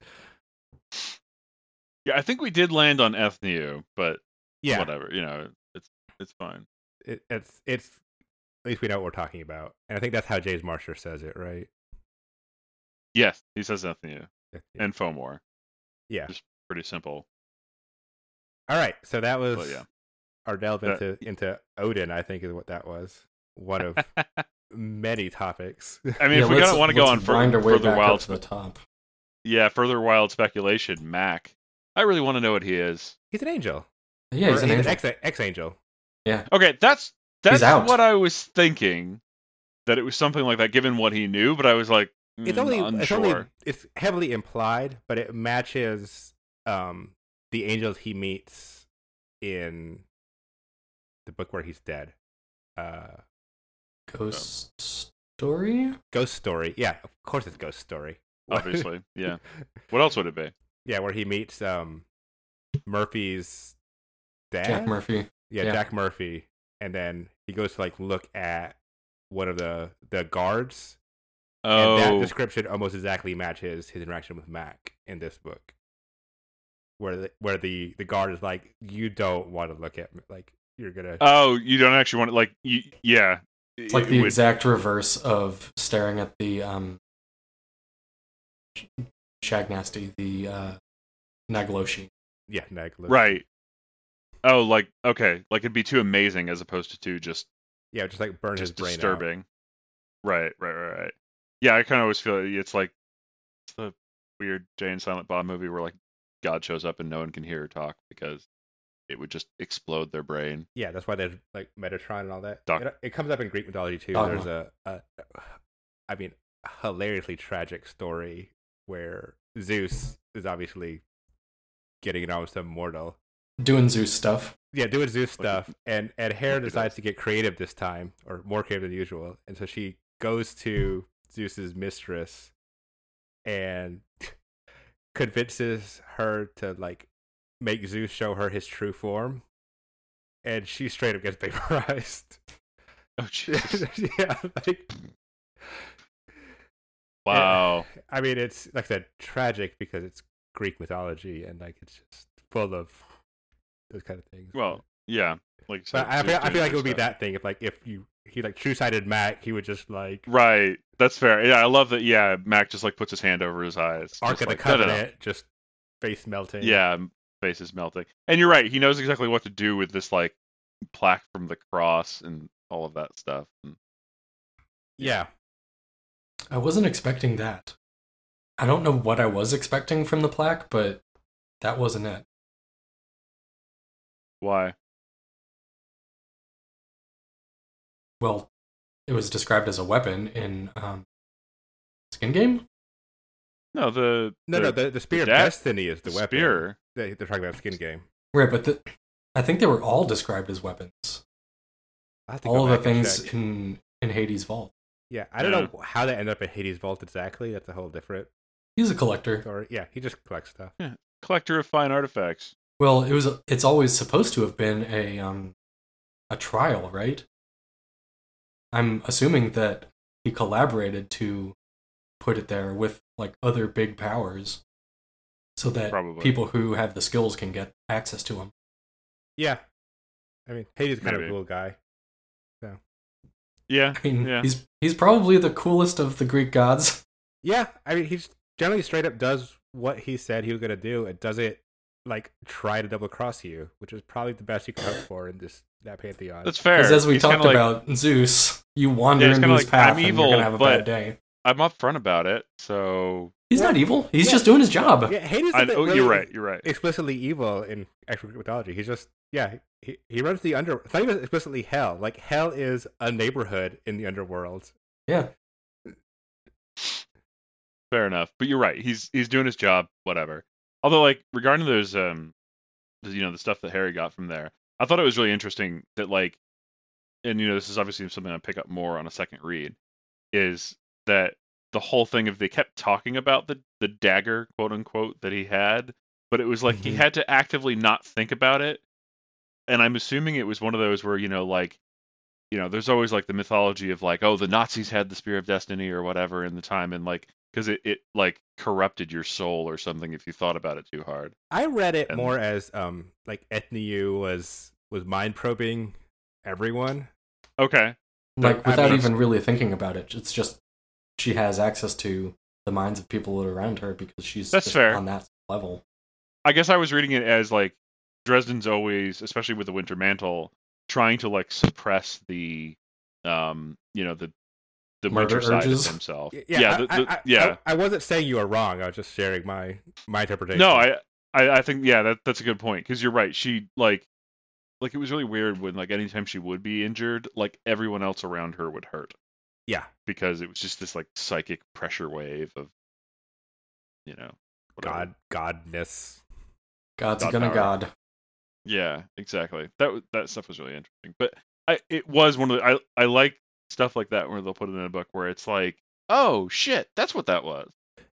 [SPEAKER 1] Yeah, I think we did land on Ethneu, but
[SPEAKER 2] Yeah,
[SPEAKER 1] whatever, you know, it's it's fine.
[SPEAKER 2] it, it's it's at least we know what we're talking about, and I think that's how James Marsher says it, right?
[SPEAKER 1] Yes, he says Ethneu
[SPEAKER 2] Ethniu.
[SPEAKER 1] and Fomor.
[SPEAKER 2] yeah.
[SPEAKER 1] just Pretty simple.
[SPEAKER 2] All right, so that was
[SPEAKER 1] But yeah.
[SPEAKER 2] our delve
[SPEAKER 1] That-
[SPEAKER 2] into into Odin. I think is what that was. One of many topics.
[SPEAKER 1] I mean,
[SPEAKER 3] Yeah,
[SPEAKER 1] if we
[SPEAKER 3] let's-
[SPEAKER 1] don't want to go on
[SPEAKER 3] let's wind
[SPEAKER 1] fur-
[SPEAKER 3] our way
[SPEAKER 1] further
[SPEAKER 3] back up
[SPEAKER 1] wild,
[SPEAKER 3] to the top.
[SPEAKER 1] yeah, further wild speculation, Mac. I really want to know what he is.
[SPEAKER 2] he's an angel.
[SPEAKER 3] Yeah,
[SPEAKER 2] Or
[SPEAKER 3] he's an angel.
[SPEAKER 2] ex ex angel.
[SPEAKER 1] Okay, that's
[SPEAKER 3] He's
[SPEAKER 1] that's
[SPEAKER 3] out.
[SPEAKER 1] what I was thinking. That it was something like that, given what he knew. But I was like,
[SPEAKER 2] it's
[SPEAKER 1] mm,
[SPEAKER 2] only
[SPEAKER 1] unsure.
[SPEAKER 2] it's only it's heavily implied, but it matches um the angels he meets in the book where he's dead. Uh
[SPEAKER 3] Ghost
[SPEAKER 2] Um,
[SPEAKER 3] story?
[SPEAKER 2] Ghost Story. Yeah, of course it's Ghost Story.
[SPEAKER 1] obviously, yeah. What else would it be?
[SPEAKER 2] yeah, where he meets um Murphy's dad.
[SPEAKER 3] Jack Murphy.
[SPEAKER 2] yeah,
[SPEAKER 3] yeah.
[SPEAKER 2] Jack Murphy. And then he goes to like look at one of the the guards. And that
[SPEAKER 1] Oh,
[SPEAKER 2] description almost exactly matches his interaction with Mac in this book, where the, where the the guard is like, "You don't want to look at me. Like you're gonna."
[SPEAKER 1] oh, you don't actually want to like, you, yeah.
[SPEAKER 3] It's like
[SPEAKER 1] it
[SPEAKER 3] the
[SPEAKER 1] would-
[SPEAKER 3] exact reverse of staring at the um Sh- Shag Nasty, the uh Nagloshi.
[SPEAKER 2] yeah, Nag. looks-
[SPEAKER 1] right. Oh, like okay, like it'd be too amazing as opposed to too just
[SPEAKER 2] Yeah, just like burn his
[SPEAKER 1] just
[SPEAKER 2] brain out.
[SPEAKER 1] disturbing. Right, right, right, right. Yeah, I kind of always feel it's like it's the weird Jay and Silent Bob movie where like God shows up and no one can hear her talk because it would just explode their brain.
[SPEAKER 2] Yeah, that's why there's like Metatron and all that.
[SPEAKER 1] Doc-
[SPEAKER 2] It, it comes up in Greek mythology too.
[SPEAKER 3] Dogma.
[SPEAKER 2] There's a, a, I mean, hilariously tragic story where Zeus is obviously getting it on with some mortal,
[SPEAKER 3] Doing Zeus stuff.
[SPEAKER 2] yeah, doing Zeus
[SPEAKER 1] Like a-
[SPEAKER 2] stuff, and and Hera
[SPEAKER 1] like a
[SPEAKER 2] decides to get creative this time, or more creative than usual, and so she goes to Zeus's mistress, and convinces her to like make Zeus show her his true form, and she straight up gets vaporized.
[SPEAKER 1] Oh, jeez.
[SPEAKER 2] yeah, like
[SPEAKER 1] wow.
[SPEAKER 2] I mean, it's like I said, tragic because it's Greek mythology, and like it's just full of those kind of things.
[SPEAKER 1] Well, yeah. Like, so
[SPEAKER 2] But I,
[SPEAKER 1] Zeus
[SPEAKER 2] feel, I
[SPEAKER 1] doing
[SPEAKER 2] feel like it
[SPEAKER 1] Zeus
[SPEAKER 2] would be
[SPEAKER 1] stuff.
[SPEAKER 2] that thing if like if you he like true sided Mac, he would just like
[SPEAKER 1] Right. That's fair. Yeah, I love that. Yeah, Mac just like puts his hand over his eyes.
[SPEAKER 2] Ark
[SPEAKER 1] just
[SPEAKER 2] of the
[SPEAKER 1] like, "No, no, no."
[SPEAKER 2] Covenant, just face melting.
[SPEAKER 1] Yeah, m- face is melting. And you're right. He knows exactly what to do with this like plaque from the cross and all of that stuff. And-
[SPEAKER 2] yeah,
[SPEAKER 3] I wasn't expecting that. I don't know what I was expecting from the plaque, but that wasn't it.
[SPEAKER 1] Why?
[SPEAKER 3] Well, it was described as a weapon in um Skin Game?
[SPEAKER 1] No, the
[SPEAKER 2] No,
[SPEAKER 1] the,
[SPEAKER 2] no, the, the spear of
[SPEAKER 1] da-
[SPEAKER 2] destiny is the,
[SPEAKER 1] the
[SPEAKER 2] weapon.
[SPEAKER 1] spear.
[SPEAKER 2] They, they're talking about skin game.
[SPEAKER 3] Right, but the, I think they were all described as weapons.
[SPEAKER 2] I have to go
[SPEAKER 3] All the
[SPEAKER 2] back and
[SPEAKER 3] things
[SPEAKER 2] check.
[SPEAKER 3] in in Hades' vault.
[SPEAKER 2] Yeah, I don't know how that ended up in Hades' vault exactly. That's a whole different
[SPEAKER 3] He's a collector.
[SPEAKER 2] story. Yeah, he just collects stuff.
[SPEAKER 1] collector of fine artifacts.
[SPEAKER 3] Well, it was. It's always supposed to have been a um, a trial, right? I'm assuming that he collaborated to put it there with like other big powers, so that
[SPEAKER 1] Probably.
[SPEAKER 3] people who have the skills can get access to him.
[SPEAKER 2] Yeah, I mean Hades is kind of
[SPEAKER 1] Maybe.
[SPEAKER 2] a cool guy.
[SPEAKER 1] Yeah.
[SPEAKER 3] I mean,
[SPEAKER 1] Yeah.
[SPEAKER 3] he's he's probably the coolest of the Greek gods.
[SPEAKER 2] Yeah, I mean he's generally straight up does what he said he was gonna do. It doesn't like try to double cross you, which is probably the best you can hope for in this that pantheon.
[SPEAKER 1] That's fair.
[SPEAKER 3] Because as we
[SPEAKER 1] He's kinda
[SPEAKER 3] talked
[SPEAKER 1] like,
[SPEAKER 3] about Zeus, you wander
[SPEAKER 1] Yeah, he's
[SPEAKER 3] into
[SPEAKER 1] kinda
[SPEAKER 3] his
[SPEAKER 1] like,
[SPEAKER 3] path,
[SPEAKER 1] "I'm
[SPEAKER 3] and
[SPEAKER 1] evil,
[SPEAKER 3] you're gonna have a
[SPEAKER 1] but-
[SPEAKER 3] bad day.
[SPEAKER 1] I'm upfront about it, so
[SPEAKER 3] He's
[SPEAKER 2] Yeah.
[SPEAKER 3] not evil. He's
[SPEAKER 2] Yeah.
[SPEAKER 3] just doing his job.
[SPEAKER 2] Yeah, Hades.
[SPEAKER 1] I,
[SPEAKER 2] isn't
[SPEAKER 1] oh,
[SPEAKER 2] really
[SPEAKER 1] you're right. You're right.
[SPEAKER 2] Explicitly evil in actual Greek mythology. He's just yeah. He he runs the under. It's not even explicitly hell. Like hell is a neighborhood in the underworld.
[SPEAKER 3] Yeah.
[SPEAKER 1] Fair enough. But you're right. He's he's doing his job. Whatever. Although, like regarding those um, the- you know, the stuff that Harry got from there, I thought it was really interesting that like, and you know, this is obviously something I pick up more on a second read, is that the whole thing of they kept talking about the the dagger, quote unquote, that he had, but it was like he
[SPEAKER 3] Mhm.
[SPEAKER 1] had to actively not think about it. And I'm assuming it was one of those where, you know, like, you know, there's always like the mythology of like, oh, the Nazis had the Spear of Destiny or whatever in the time. And like, because it, it like corrupted your soul or something if you thought about it too hard.
[SPEAKER 2] I read it
[SPEAKER 1] And-
[SPEAKER 2] more as um like Etniu was was mind probing everyone.
[SPEAKER 1] Okay.
[SPEAKER 3] like
[SPEAKER 2] Like, I
[SPEAKER 3] without
[SPEAKER 1] mean-
[SPEAKER 3] even really thinking about it. It's just she has access to the minds of people that are around her because she's
[SPEAKER 1] That's
[SPEAKER 3] just
[SPEAKER 1] fair.
[SPEAKER 3] on that level.
[SPEAKER 1] I guess I was reading it as like Dresden's always, especially with the Winter Mantle, trying to like suppress the, um, you know, the the
[SPEAKER 3] Murder
[SPEAKER 1] winter side
[SPEAKER 3] urges?
[SPEAKER 1] of himself.
[SPEAKER 2] Y-
[SPEAKER 1] yeah,
[SPEAKER 2] I-
[SPEAKER 1] the,
[SPEAKER 2] I,
[SPEAKER 1] the-
[SPEAKER 2] I- I-
[SPEAKER 1] yeah.
[SPEAKER 2] I, wasn't saying you were wrong. I was just sharing my my interpretation.
[SPEAKER 1] no, I, I, I think yeah, that that's a good point because you're right. She like, like it was really weird when like anytime she would be injured, like everyone else around her would hurt
[SPEAKER 2] yeah,
[SPEAKER 1] because it was just this like psychic pressure wave of, you know, whatever.
[SPEAKER 2] God, godness.
[SPEAKER 3] God's
[SPEAKER 1] God
[SPEAKER 3] gonna
[SPEAKER 1] power.
[SPEAKER 3] god.
[SPEAKER 1] Yeah, exactly. That w- that stuff was really interesting. But I it was one of the I I like stuff like that where they'll put it in a book where it's like, "Oh shit, that's what that was."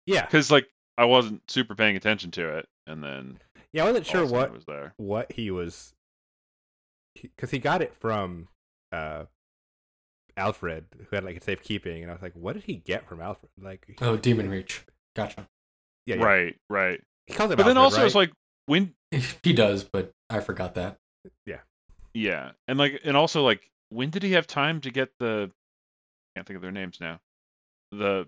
[SPEAKER 2] Yeah,
[SPEAKER 1] Cuz like I wasn't super paying attention to it and then
[SPEAKER 2] yeah. I wasn't
[SPEAKER 1] all
[SPEAKER 2] sure
[SPEAKER 1] of a sudden it
[SPEAKER 2] what
[SPEAKER 1] was there.
[SPEAKER 2] what he was because he, got it from uh Alfred, who had like a safekeeping, and I was like, what did he get from Alfred? Like, he-
[SPEAKER 3] Oh, demon reach. Gotcha.
[SPEAKER 2] yeah, yeah.
[SPEAKER 1] Uh, Right, right.
[SPEAKER 2] He calls him
[SPEAKER 1] But then
[SPEAKER 2] Alfred,
[SPEAKER 1] also
[SPEAKER 2] right?
[SPEAKER 1] it's like when
[SPEAKER 3] He does, but I forgot that.
[SPEAKER 1] yeah, and like and also like when did he have time to get the I can't think of their names now. The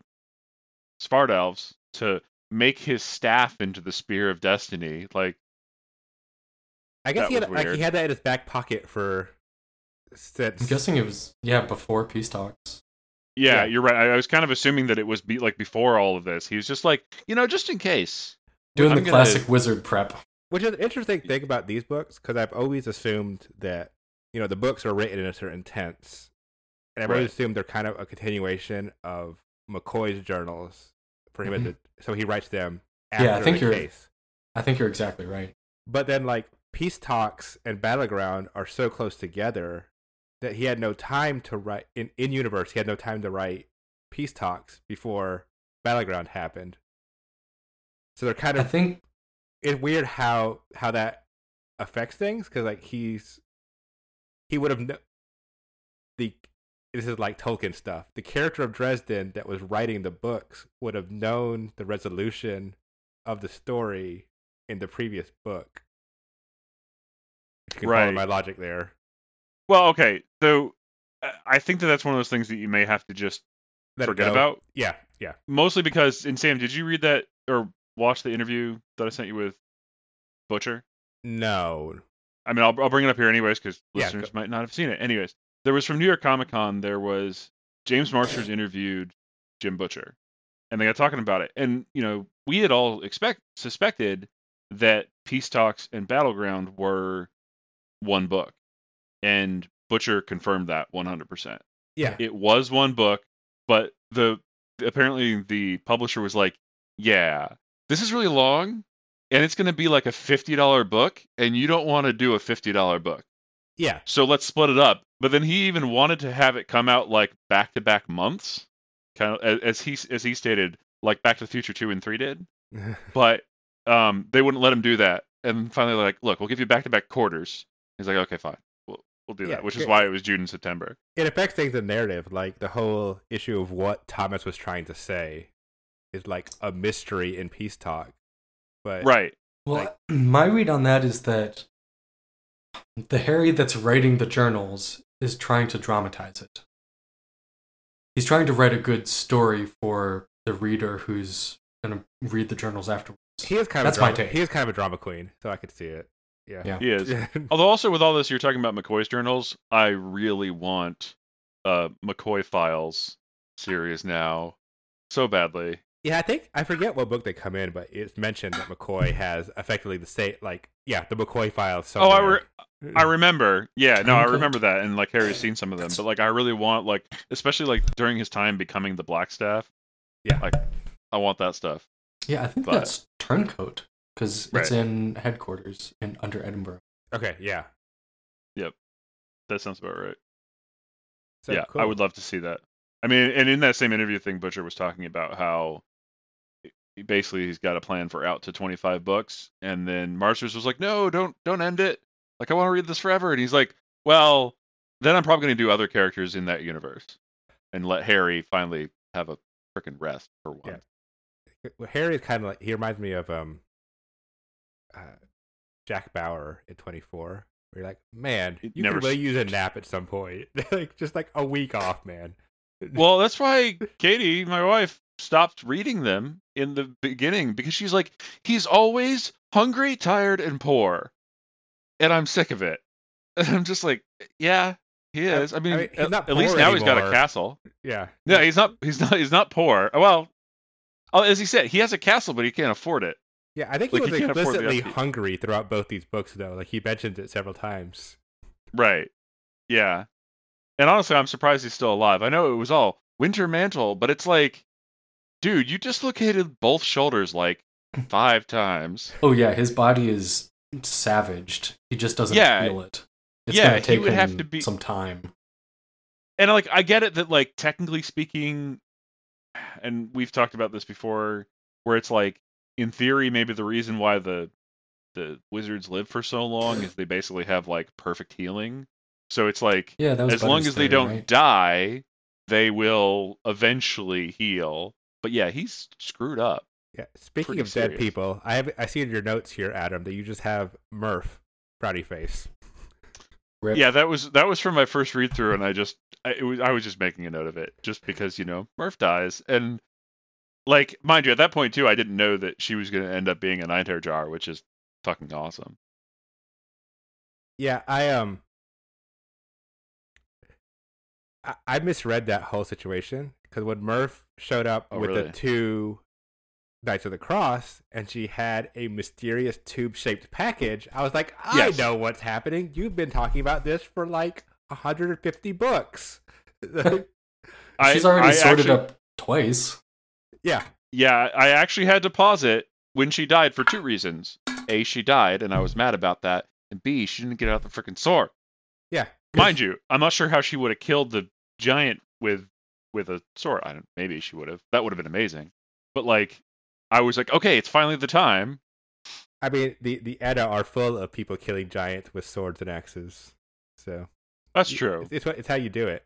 [SPEAKER 1] Spard elves to make his staff into the spear of destiny like
[SPEAKER 2] I guess
[SPEAKER 1] that
[SPEAKER 2] he had
[SPEAKER 1] was
[SPEAKER 2] like he
[SPEAKER 1] weird.
[SPEAKER 2] had that in his back pocket for since.
[SPEAKER 3] I'm guessing it was yeah before peace talks.
[SPEAKER 1] Yeah,
[SPEAKER 2] Yeah.
[SPEAKER 1] you're right. I, I was kind of assuming that it was be, like before all of this. He was just like, you know, just in case.
[SPEAKER 3] Doing
[SPEAKER 1] I'm
[SPEAKER 3] the
[SPEAKER 1] gonna-
[SPEAKER 3] classic wizard prep.
[SPEAKER 2] Which is an interesting thing about these books because I've always assumed that you know the books are written in a certain tense, and I've
[SPEAKER 1] Right.
[SPEAKER 2] always assumed they're kind of a continuation of McCoy's journals for him. at
[SPEAKER 3] Mhm.
[SPEAKER 2] the- so he writes them after
[SPEAKER 3] Yeah, I think
[SPEAKER 2] the
[SPEAKER 3] you're-
[SPEAKER 2] case.
[SPEAKER 3] I think you're exactly right.
[SPEAKER 2] But then like peace talks and battleground are so close together that he had no time to write in in universe. He had no time to write peace talks before battleground happened. So they're kind
[SPEAKER 3] I
[SPEAKER 2] of
[SPEAKER 3] think
[SPEAKER 2] it's weird how how that affects things because like he's he would have kn- the this is like Tolkien stuff. The character of Dresden that was writing the books would have known the resolution of the story in the previous book. If you can follow
[SPEAKER 1] Right.
[SPEAKER 2] my logic there.
[SPEAKER 1] Well, okay. So I- I think that that's one of those things that you may have to just
[SPEAKER 2] Let it
[SPEAKER 1] forget
[SPEAKER 2] go.
[SPEAKER 1] about.
[SPEAKER 2] Yeah, yeah.
[SPEAKER 1] Mostly because, and Sam, did you read that or watch the interview that I sent you with Butcher?
[SPEAKER 2] No.
[SPEAKER 1] I mean, I'll, I'll bring it up here anyways because
[SPEAKER 2] Yeah,
[SPEAKER 1] listeners might not have seen it. Anyways, there was from New York Comic Con. There was James Marsters interviewed Jim Butcher, and they got talking about it. And you know, we had all expect suspected that Peace Talks and Battleground were one book, and Butcher confirmed that 100. percent
[SPEAKER 2] Yeah.
[SPEAKER 1] It was one book, but the apparently the publisher was like, "Yeah, this is really long." And it's going to be like a $50 book, and you don't want to do a $50 book
[SPEAKER 2] Yeah.
[SPEAKER 1] so let's split it up. But then he even wanted to have it come out like back to back months, kind of as he as he stated, like Back to the Future two and three did. But um, they wouldn't let him do that. And finally, they're like, look, we'll give you back to back quarters. He's like, okay, fine, we'll we'll do
[SPEAKER 2] Yeah,
[SPEAKER 1] that, which is
[SPEAKER 2] good.
[SPEAKER 1] why it was June and September.
[SPEAKER 2] it affects things in narrative, like the whole issue of what Thomas was trying to say is like a mystery in peace talk. But
[SPEAKER 1] Right.
[SPEAKER 3] Well,
[SPEAKER 2] Like-
[SPEAKER 3] my read on that is that the Harry that's writing the journals is trying to dramatize it. He's trying to write a good story for the reader who's going to read the journals afterwards.
[SPEAKER 2] he is kind of
[SPEAKER 3] That's
[SPEAKER 2] a
[SPEAKER 3] my
[SPEAKER 2] drama,
[SPEAKER 3] take.
[SPEAKER 2] he is kind of a drama queen, so I could see it. Yeah.
[SPEAKER 3] Yeah.
[SPEAKER 1] He is. Oh. Although also with all this, you're talking about McCoy's journals. I really want uh McCoy Files series now, so badly.
[SPEAKER 2] yeah, I think I forget what book they come in, but it's mentioned that McCoy has effectively the state like yeah, the McCoy files
[SPEAKER 1] Oh, I
[SPEAKER 2] somewhere.
[SPEAKER 1] re- I remember. Yeah, no, I
[SPEAKER 3] Okay.
[SPEAKER 1] remember that, and like Harry's seen some of them, but like I really want like, especially like during his time becoming the Black Staff.
[SPEAKER 2] Yeah.
[SPEAKER 1] like I want that stuff.
[SPEAKER 3] Yeah, I think
[SPEAKER 1] But-
[SPEAKER 3] that's Turncoat because
[SPEAKER 1] Right.
[SPEAKER 3] it's in headquarters and under Edinburgh.
[SPEAKER 2] Okay, yeah.
[SPEAKER 1] That sounds about right.
[SPEAKER 2] So,
[SPEAKER 1] yeah,
[SPEAKER 2] cool.
[SPEAKER 1] I would love to see that. I mean, and in that same interview thing, Butcher was talking about how he- basically he's got a plan for out to 25 books and then Marcers was like no don't don't end it like I want to read this forever and he's like well then I'm probably going to do other characters in that universe and let Harry finally have a freaking rest for once.
[SPEAKER 2] Yeah. Well, Harry is kind of like he reminds me of um, uh, Jack Bauer in Twenty Four. Where you're like, man,
[SPEAKER 1] It
[SPEAKER 2] you
[SPEAKER 1] never
[SPEAKER 2] can really
[SPEAKER 1] s-
[SPEAKER 2] use a nap at some point, like just like a week off, man.
[SPEAKER 1] Well, that's why Katie, my wife, stopped reading them in the beginning because she's like, he's always hungry, tired, and poor, and I'm sick of it. And I'm just like, yeah, he
[SPEAKER 2] I-
[SPEAKER 1] is. I mean,
[SPEAKER 2] mean, he's
[SPEAKER 1] at,
[SPEAKER 2] not
[SPEAKER 1] at least
[SPEAKER 2] poor
[SPEAKER 1] now he's got a
[SPEAKER 2] anymore.
[SPEAKER 1] castle.
[SPEAKER 2] Yeah,
[SPEAKER 1] No, he's not. He's not. He's not poor. Well, oh, as he said, he has a castle, but he can't afford it.
[SPEAKER 2] yeah. I think
[SPEAKER 1] Like,
[SPEAKER 2] he
[SPEAKER 1] you
[SPEAKER 2] was
[SPEAKER 1] can't afford the
[SPEAKER 2] explicitly
[SPEAKER 1] upkeep.
[SPEAKER 2] hungry throughout both these books, though. Like he mentioned it several times.
[SPEAKER 1] Right. Yeah. And honestly, I'm surprised he's still alive. I know it was all Winter Mantle, but it's like, dude, you dislocated both shoulders like five times.
[SPEAKER 3] Oh yeah, his body is savaged. He just doesn't
[SPEAKER 1] Yeah.
[SPEAKER 3] feel it. It's
[SPEAKER 1] Yeah,
[SPEAKER 3] gonna
[SPEAKER 1] he
[SPEAKER 3] take
[SPEAKER 1] would
[SPEAKER 3] him
[SPEAKER 1] have to be-
[SPEAKER 3] some time.
[SPEAKER 1] And like, I get it that like technically speaking, and we've talked about this before, where it's like, in theory, maybe the reason why the the wizards live for so long is they basically have like perfect healing. So it's like
[SPEAKER 3] Yeah, that was
[SPEAKER 1] as long
[SPEAKER 3] Buddy's
[SPEAKER 1] as they
[SPEAKER 3] theory,
[SPEAKER 1] don't
[SPEAKER 3] right?
[SPEAKER 1] die, they will eventually heal. But yeah, he's screwed up.
[SPEAKER 2] Yeah. Speaking
[SPEAKER 1] Pretty
[SPEAKER 2] of dead
[SPEAKER 1] serious.
[SPEAKER 2] people, I have I see in your notes here, Adam, that you just have Murph, Brownie Face.
[SPEAKER 3] Rip.
[SPEAKER 1] Yeah, that was that was from my first read through, and I just I, it was I was just making a note of it just because you know Murph dies, and like mind you, at that point too, I didn't know that she was going to end up being a nine hair jar, which is fucking awesome.
[SPEAKER 2] Yeah, I um, I, I misread that whole situation because when Murph showed up
[SPEAKER 1] Oh,
[SPEAKER 2] with
[SPEAKER 1] really?
[SPEAKER 2] the two Knights of the Cross and she had a mysterious tube-shaped package, I was like, I
[SPEAKER 1] Yes.
[SPEAKER 2] know what's happening. You've been talking about this for like 150 books. yeah,
[SPEAKER 3] She's
[SPEAKER 1] I,
[SPEAKER 3] already
[SPEAKER 1] I
[SPEAKER 3] sorted
[SPEAKER 1] actually-
[SPEAKER 3] up twice.
[SPEAKER 1] Yeah, I actually had to pause it when she died for two reasons: a, she died, and I was mad about that, and b, she didn't get out the freaking sword.
[SPEAKER 2] yeah. 'cause-
[SPEAKER 1] Mind you, I'm not sure how she would have killed the giant with with a sword. I don't, maybe she would have. That would have been amazing. But like, I was like, okay, it's finally the time.
[SPEAKER 2] I mean, the the Edda are full of people killing giants with swords and axes. So
[SPEAKER 1] That's
[SPEAKER 2] y-
[SPEAKER 1] true.
[SPEAKER 2] It's, it's what- it's how you do it,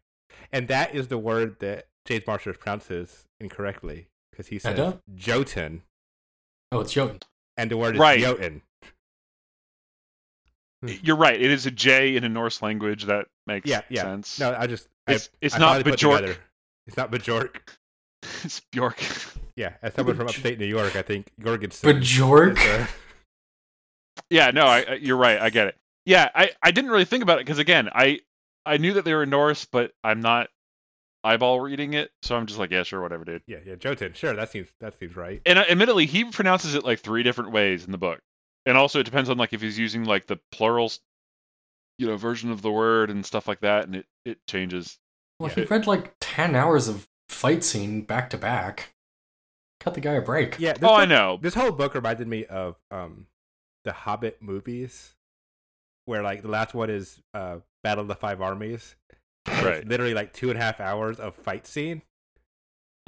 [SPEAKER 2] and that is the word that James Marsters pronounces incorrectly because he says
[SPEAKER 3] Edda?
[SPEAKER 2] Jotun,
[SPEAKER 3] Oh, it's Jotun.
[SPEAKER 2] and the word is
[SPEAKER 1] Right.
[SPEAKER 2] Jotun.
[SPEAKER 1] You're right. It is a J in a Norse language. That makes
[SPEAKER 2] Yeah, yeah.
[SPEAKER 1] sense.
[SPEAKER 2] No, I just I-
[SPEAKER 1] it's it's
[SPEAKER 2] I
[SPEAKER 1] not
[SPEAKER 2] finally put
[SPEAKER 1] Bjork.
[SPEAKER 2] together. It's not Bajork.
[SPEAKER 1] It's Bjork.
[SPEAKER 2] Yeah, as someone from upstate New York, I think Jorgensen.
[SPEAKER 3] Bjork.
[SPEAKER 2] is, uh,
[SPEAKER 1] yeah. No, I, I- you're right. I get it. Yeah, I, I didn't really think about it because again, I I knew that they were Norse, but I'm not eyeball reading it, so I'm just like, yeah, sure, whatever, dude.
[SPEAKER 2] yeah, yeah, Jotun. Sure, that seems that seems right.
[SPEAKER 1] and uh, admittedly he pronounces it like three different ways in the book and also it depends on like if he's using like the plural s- you know version of the word and stuff like that and it it changes
[SPEAKER 3] Well,
[SPEAKER 1] Yeah.
[SPEAKER 3] he read like ten hours of fight scene back to back. Cut the guy a break.
[SPEAKER 2] Yeah. this
[SPEAKER 1] oh i
[SPEAKER 2] book-
[SPEAKER 1] know
[SPEAKER 2] This whole book reminded me of um, the Hobbit movies, where like the last one is uh, Battle of the Five Armies. It's
[SPEAKER 1] right
[SPEAKER 2] literally like two and a half hours of fight scene.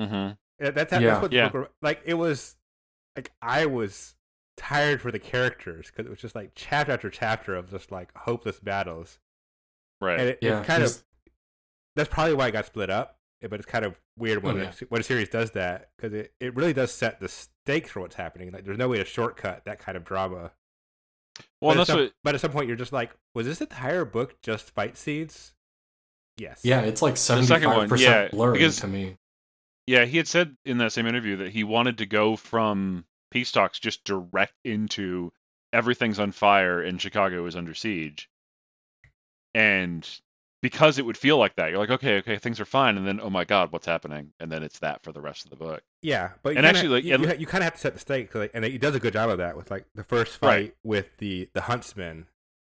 [SPEAKER 1] mm-hmm.
[SPEAKER 2] Yeah, That's, how,
[SPEAKER 3] Yeah.
[SPEAKER 2] that's what the
[SPEAKER 1] Yeah.
[SPEAKER 2] book rem- like it was like I was tired for the characters because it was just like chapter after chapter of just like hopeless battles,
[SPEAKER 1] right
[SPEAKER 2] and it,
[SPEAKER 3] Yeah,
[SPEAKER 2] it's kind of
[SPEAKER 3] he's-
[SPEAKER 2] that's probably why it got split up. eh, But it's kind of weird when
[SPEAKER 3] Oh,
[SPEAKER 2] a, when a series does that because it, it really does set the stakes for what's happening. Like there's no way to shortcut that kind of drama.
[SPEAKER 1] well
[SPEAKER 2] but, at
[SPEAKER 1] that's
[SPEAKER 2] some,
[SPEAKER 1] what
[SPEAKER 2] but at some point, you're just like, was this entire book just fight scenes? Yes.
[SPEAKER 3] Yeah, it's like seventy-five
[SPEAKER 1] second one,
[SPEAKER 3] percent
[SPEAKER 1] yeah,
[SPEAKER 3] blurry
[SPEAKER 1] because-
[SPEAKER 3] to me.
[SPEAKER 1] yeah he had said in that same interview that he wanted to go from peace talks just direct into everything's on fire and chicago is under siege and because it would feel like that you're like okay okay things are fine and then oh my god what's happening and then it's that for the rest of the book
[SPEAKER 2] Yeah, but you
[SPEAKER 1] And
[SPEAKER 2] kinda,
[SPEAKER 1] actually, like,
[SPEAKER 2] you,
[SPEAKER 1] yeah,
[SPEAKER 2] you,
[SPEAKER 1] l-
[SPEAKER 2] ha- you kind of have to set the stakes, like, and he does a good job of that with like the first fight
[SPEAKER 1] Right.
[SPEAKER 2] with the the huntsman,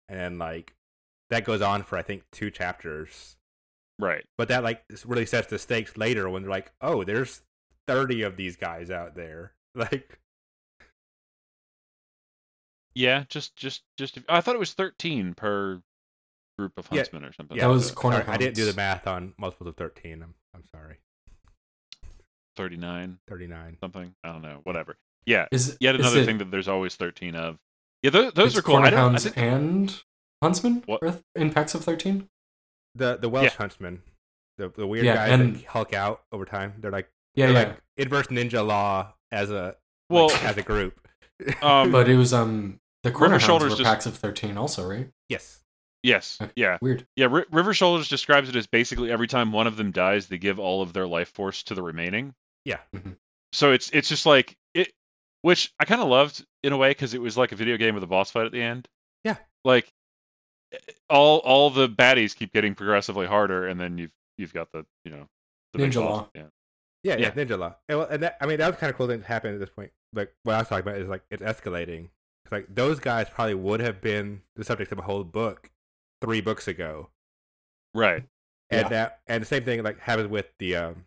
[SPEAKER 2] and then, like that goes on for I think two chapters,
[SPEAKER 1] right
[SPEAKER 2] but that like s- really sets the stakes later when they're like, oh, there's thirty of these guys out there, like
[SPEAKER 1] Yeah, just just just. I thought it was thirteen per group of
[SPEAKER 2] Yeah,
[SPEAKER 1] huntsmen or something.
[SPEAKER 2] yeah,
[SPEAKER 3] That was
[SPEAKER 1] so-
[SPEAKER 3] corner
[SPEAKER 2] sorry, I didn't do
[SPEAKER 3] hunts.
[SPEAKER 2] the math on multiples of thirteen. I'm I'm sorry.
[SPEAKER 1] 39
[SPEAKER 2] 39.
[SPEAKER 1] something. I don't know. Whatever. Yeah.
[SPEAKER 3] Is
[SPEAKER 1] Yet
[SPEAKER 3] is
[SPEAKER 1] another
[SPEAKER 3] it-
[SPEAKER 1] thing that there's always 13 of. Yeah, those, those
[SPEAKER 3] it's
[SPEAKER 1] are cool. I
[SPEAKER 3] Corner
[SPEAKER 1] don't, I
[SPEAKER 3] hounds
[SPEAKER 1] think,
[SPEAKER 3] and huntsman
[SPEAKER 1] What?
[SPEAKER 3] are in packs of thirteen.
[SPEAKER 2] The the Welsh
[SPEAKER 1] Yeah.
[SPEAKER 2] huntsman. The, the weird
[SPEAKER 3] Yeah,
[SPEAKER 2] guys
[SPEAKER 3] and-
[SPEAKER 2] that hulk out over time. They're like
[SPEAKER 3] Yeah,
[SPEAKER 2] they're
[SPEAKER 3] yeah.
[SPEAKER 2] like inverse ninja law as a
[SPEAKER 1] well,
[SPEAKER 2] like, as a group.
[SPEAKER 1] um,
[SPEAKER 3] but it was um the corner hounds
[SPEAKER 1] Shoulders
[SPEAKER 3] were
[SPEAKER 1] just-
[SPEAKER 3] packs of thirteen also, right?
[SPEAKER 2] Yes.
[SPEAKER 1] yes,
[SPEAKER 3] Okay.
[SPEAKER 1] yeah,
[SPEAKER 3] Weird.
[SPEAKER 1] yeah. Ri River Shoulders describes it as basically every time one of them dies, they give all of their life force to the remaining.
[SPEAKER 2] Yeah.
[SPEAKER 3] Mhm.
[SPEAKER 1] So it's it's just like it, which I kind of loved in a way because it was like a video game with a boss fight at the end.
[SPEAKER 2] Yeah.
[SPEAKER 1] Like eh, all all the baddies keep getting progressively harder, and then you've you've got the you know the big
[SPEAKER 3] Ninja
[SPEAKER 1] boss.
[SPEAKER 3] Law.
[SPEAKER 1] Yeah.
[SPEAKER 2] Yeah, yeah,
[SPEAKER 1] Yeah.
[SPEAKER 2] ninja law. And, well, and that, I mean, that was kind of cool thing to happen at this point. Like what I was talking about is like it's escalating. 'Cause, like those guys probably would have been the subject of a whole book three books ago,
[SPEAKER 1] Right.
[SPEAKER 2] and
[SPEAKER 3] Yeah.
[SPEAKER 2] that and the same thing like happens with the um,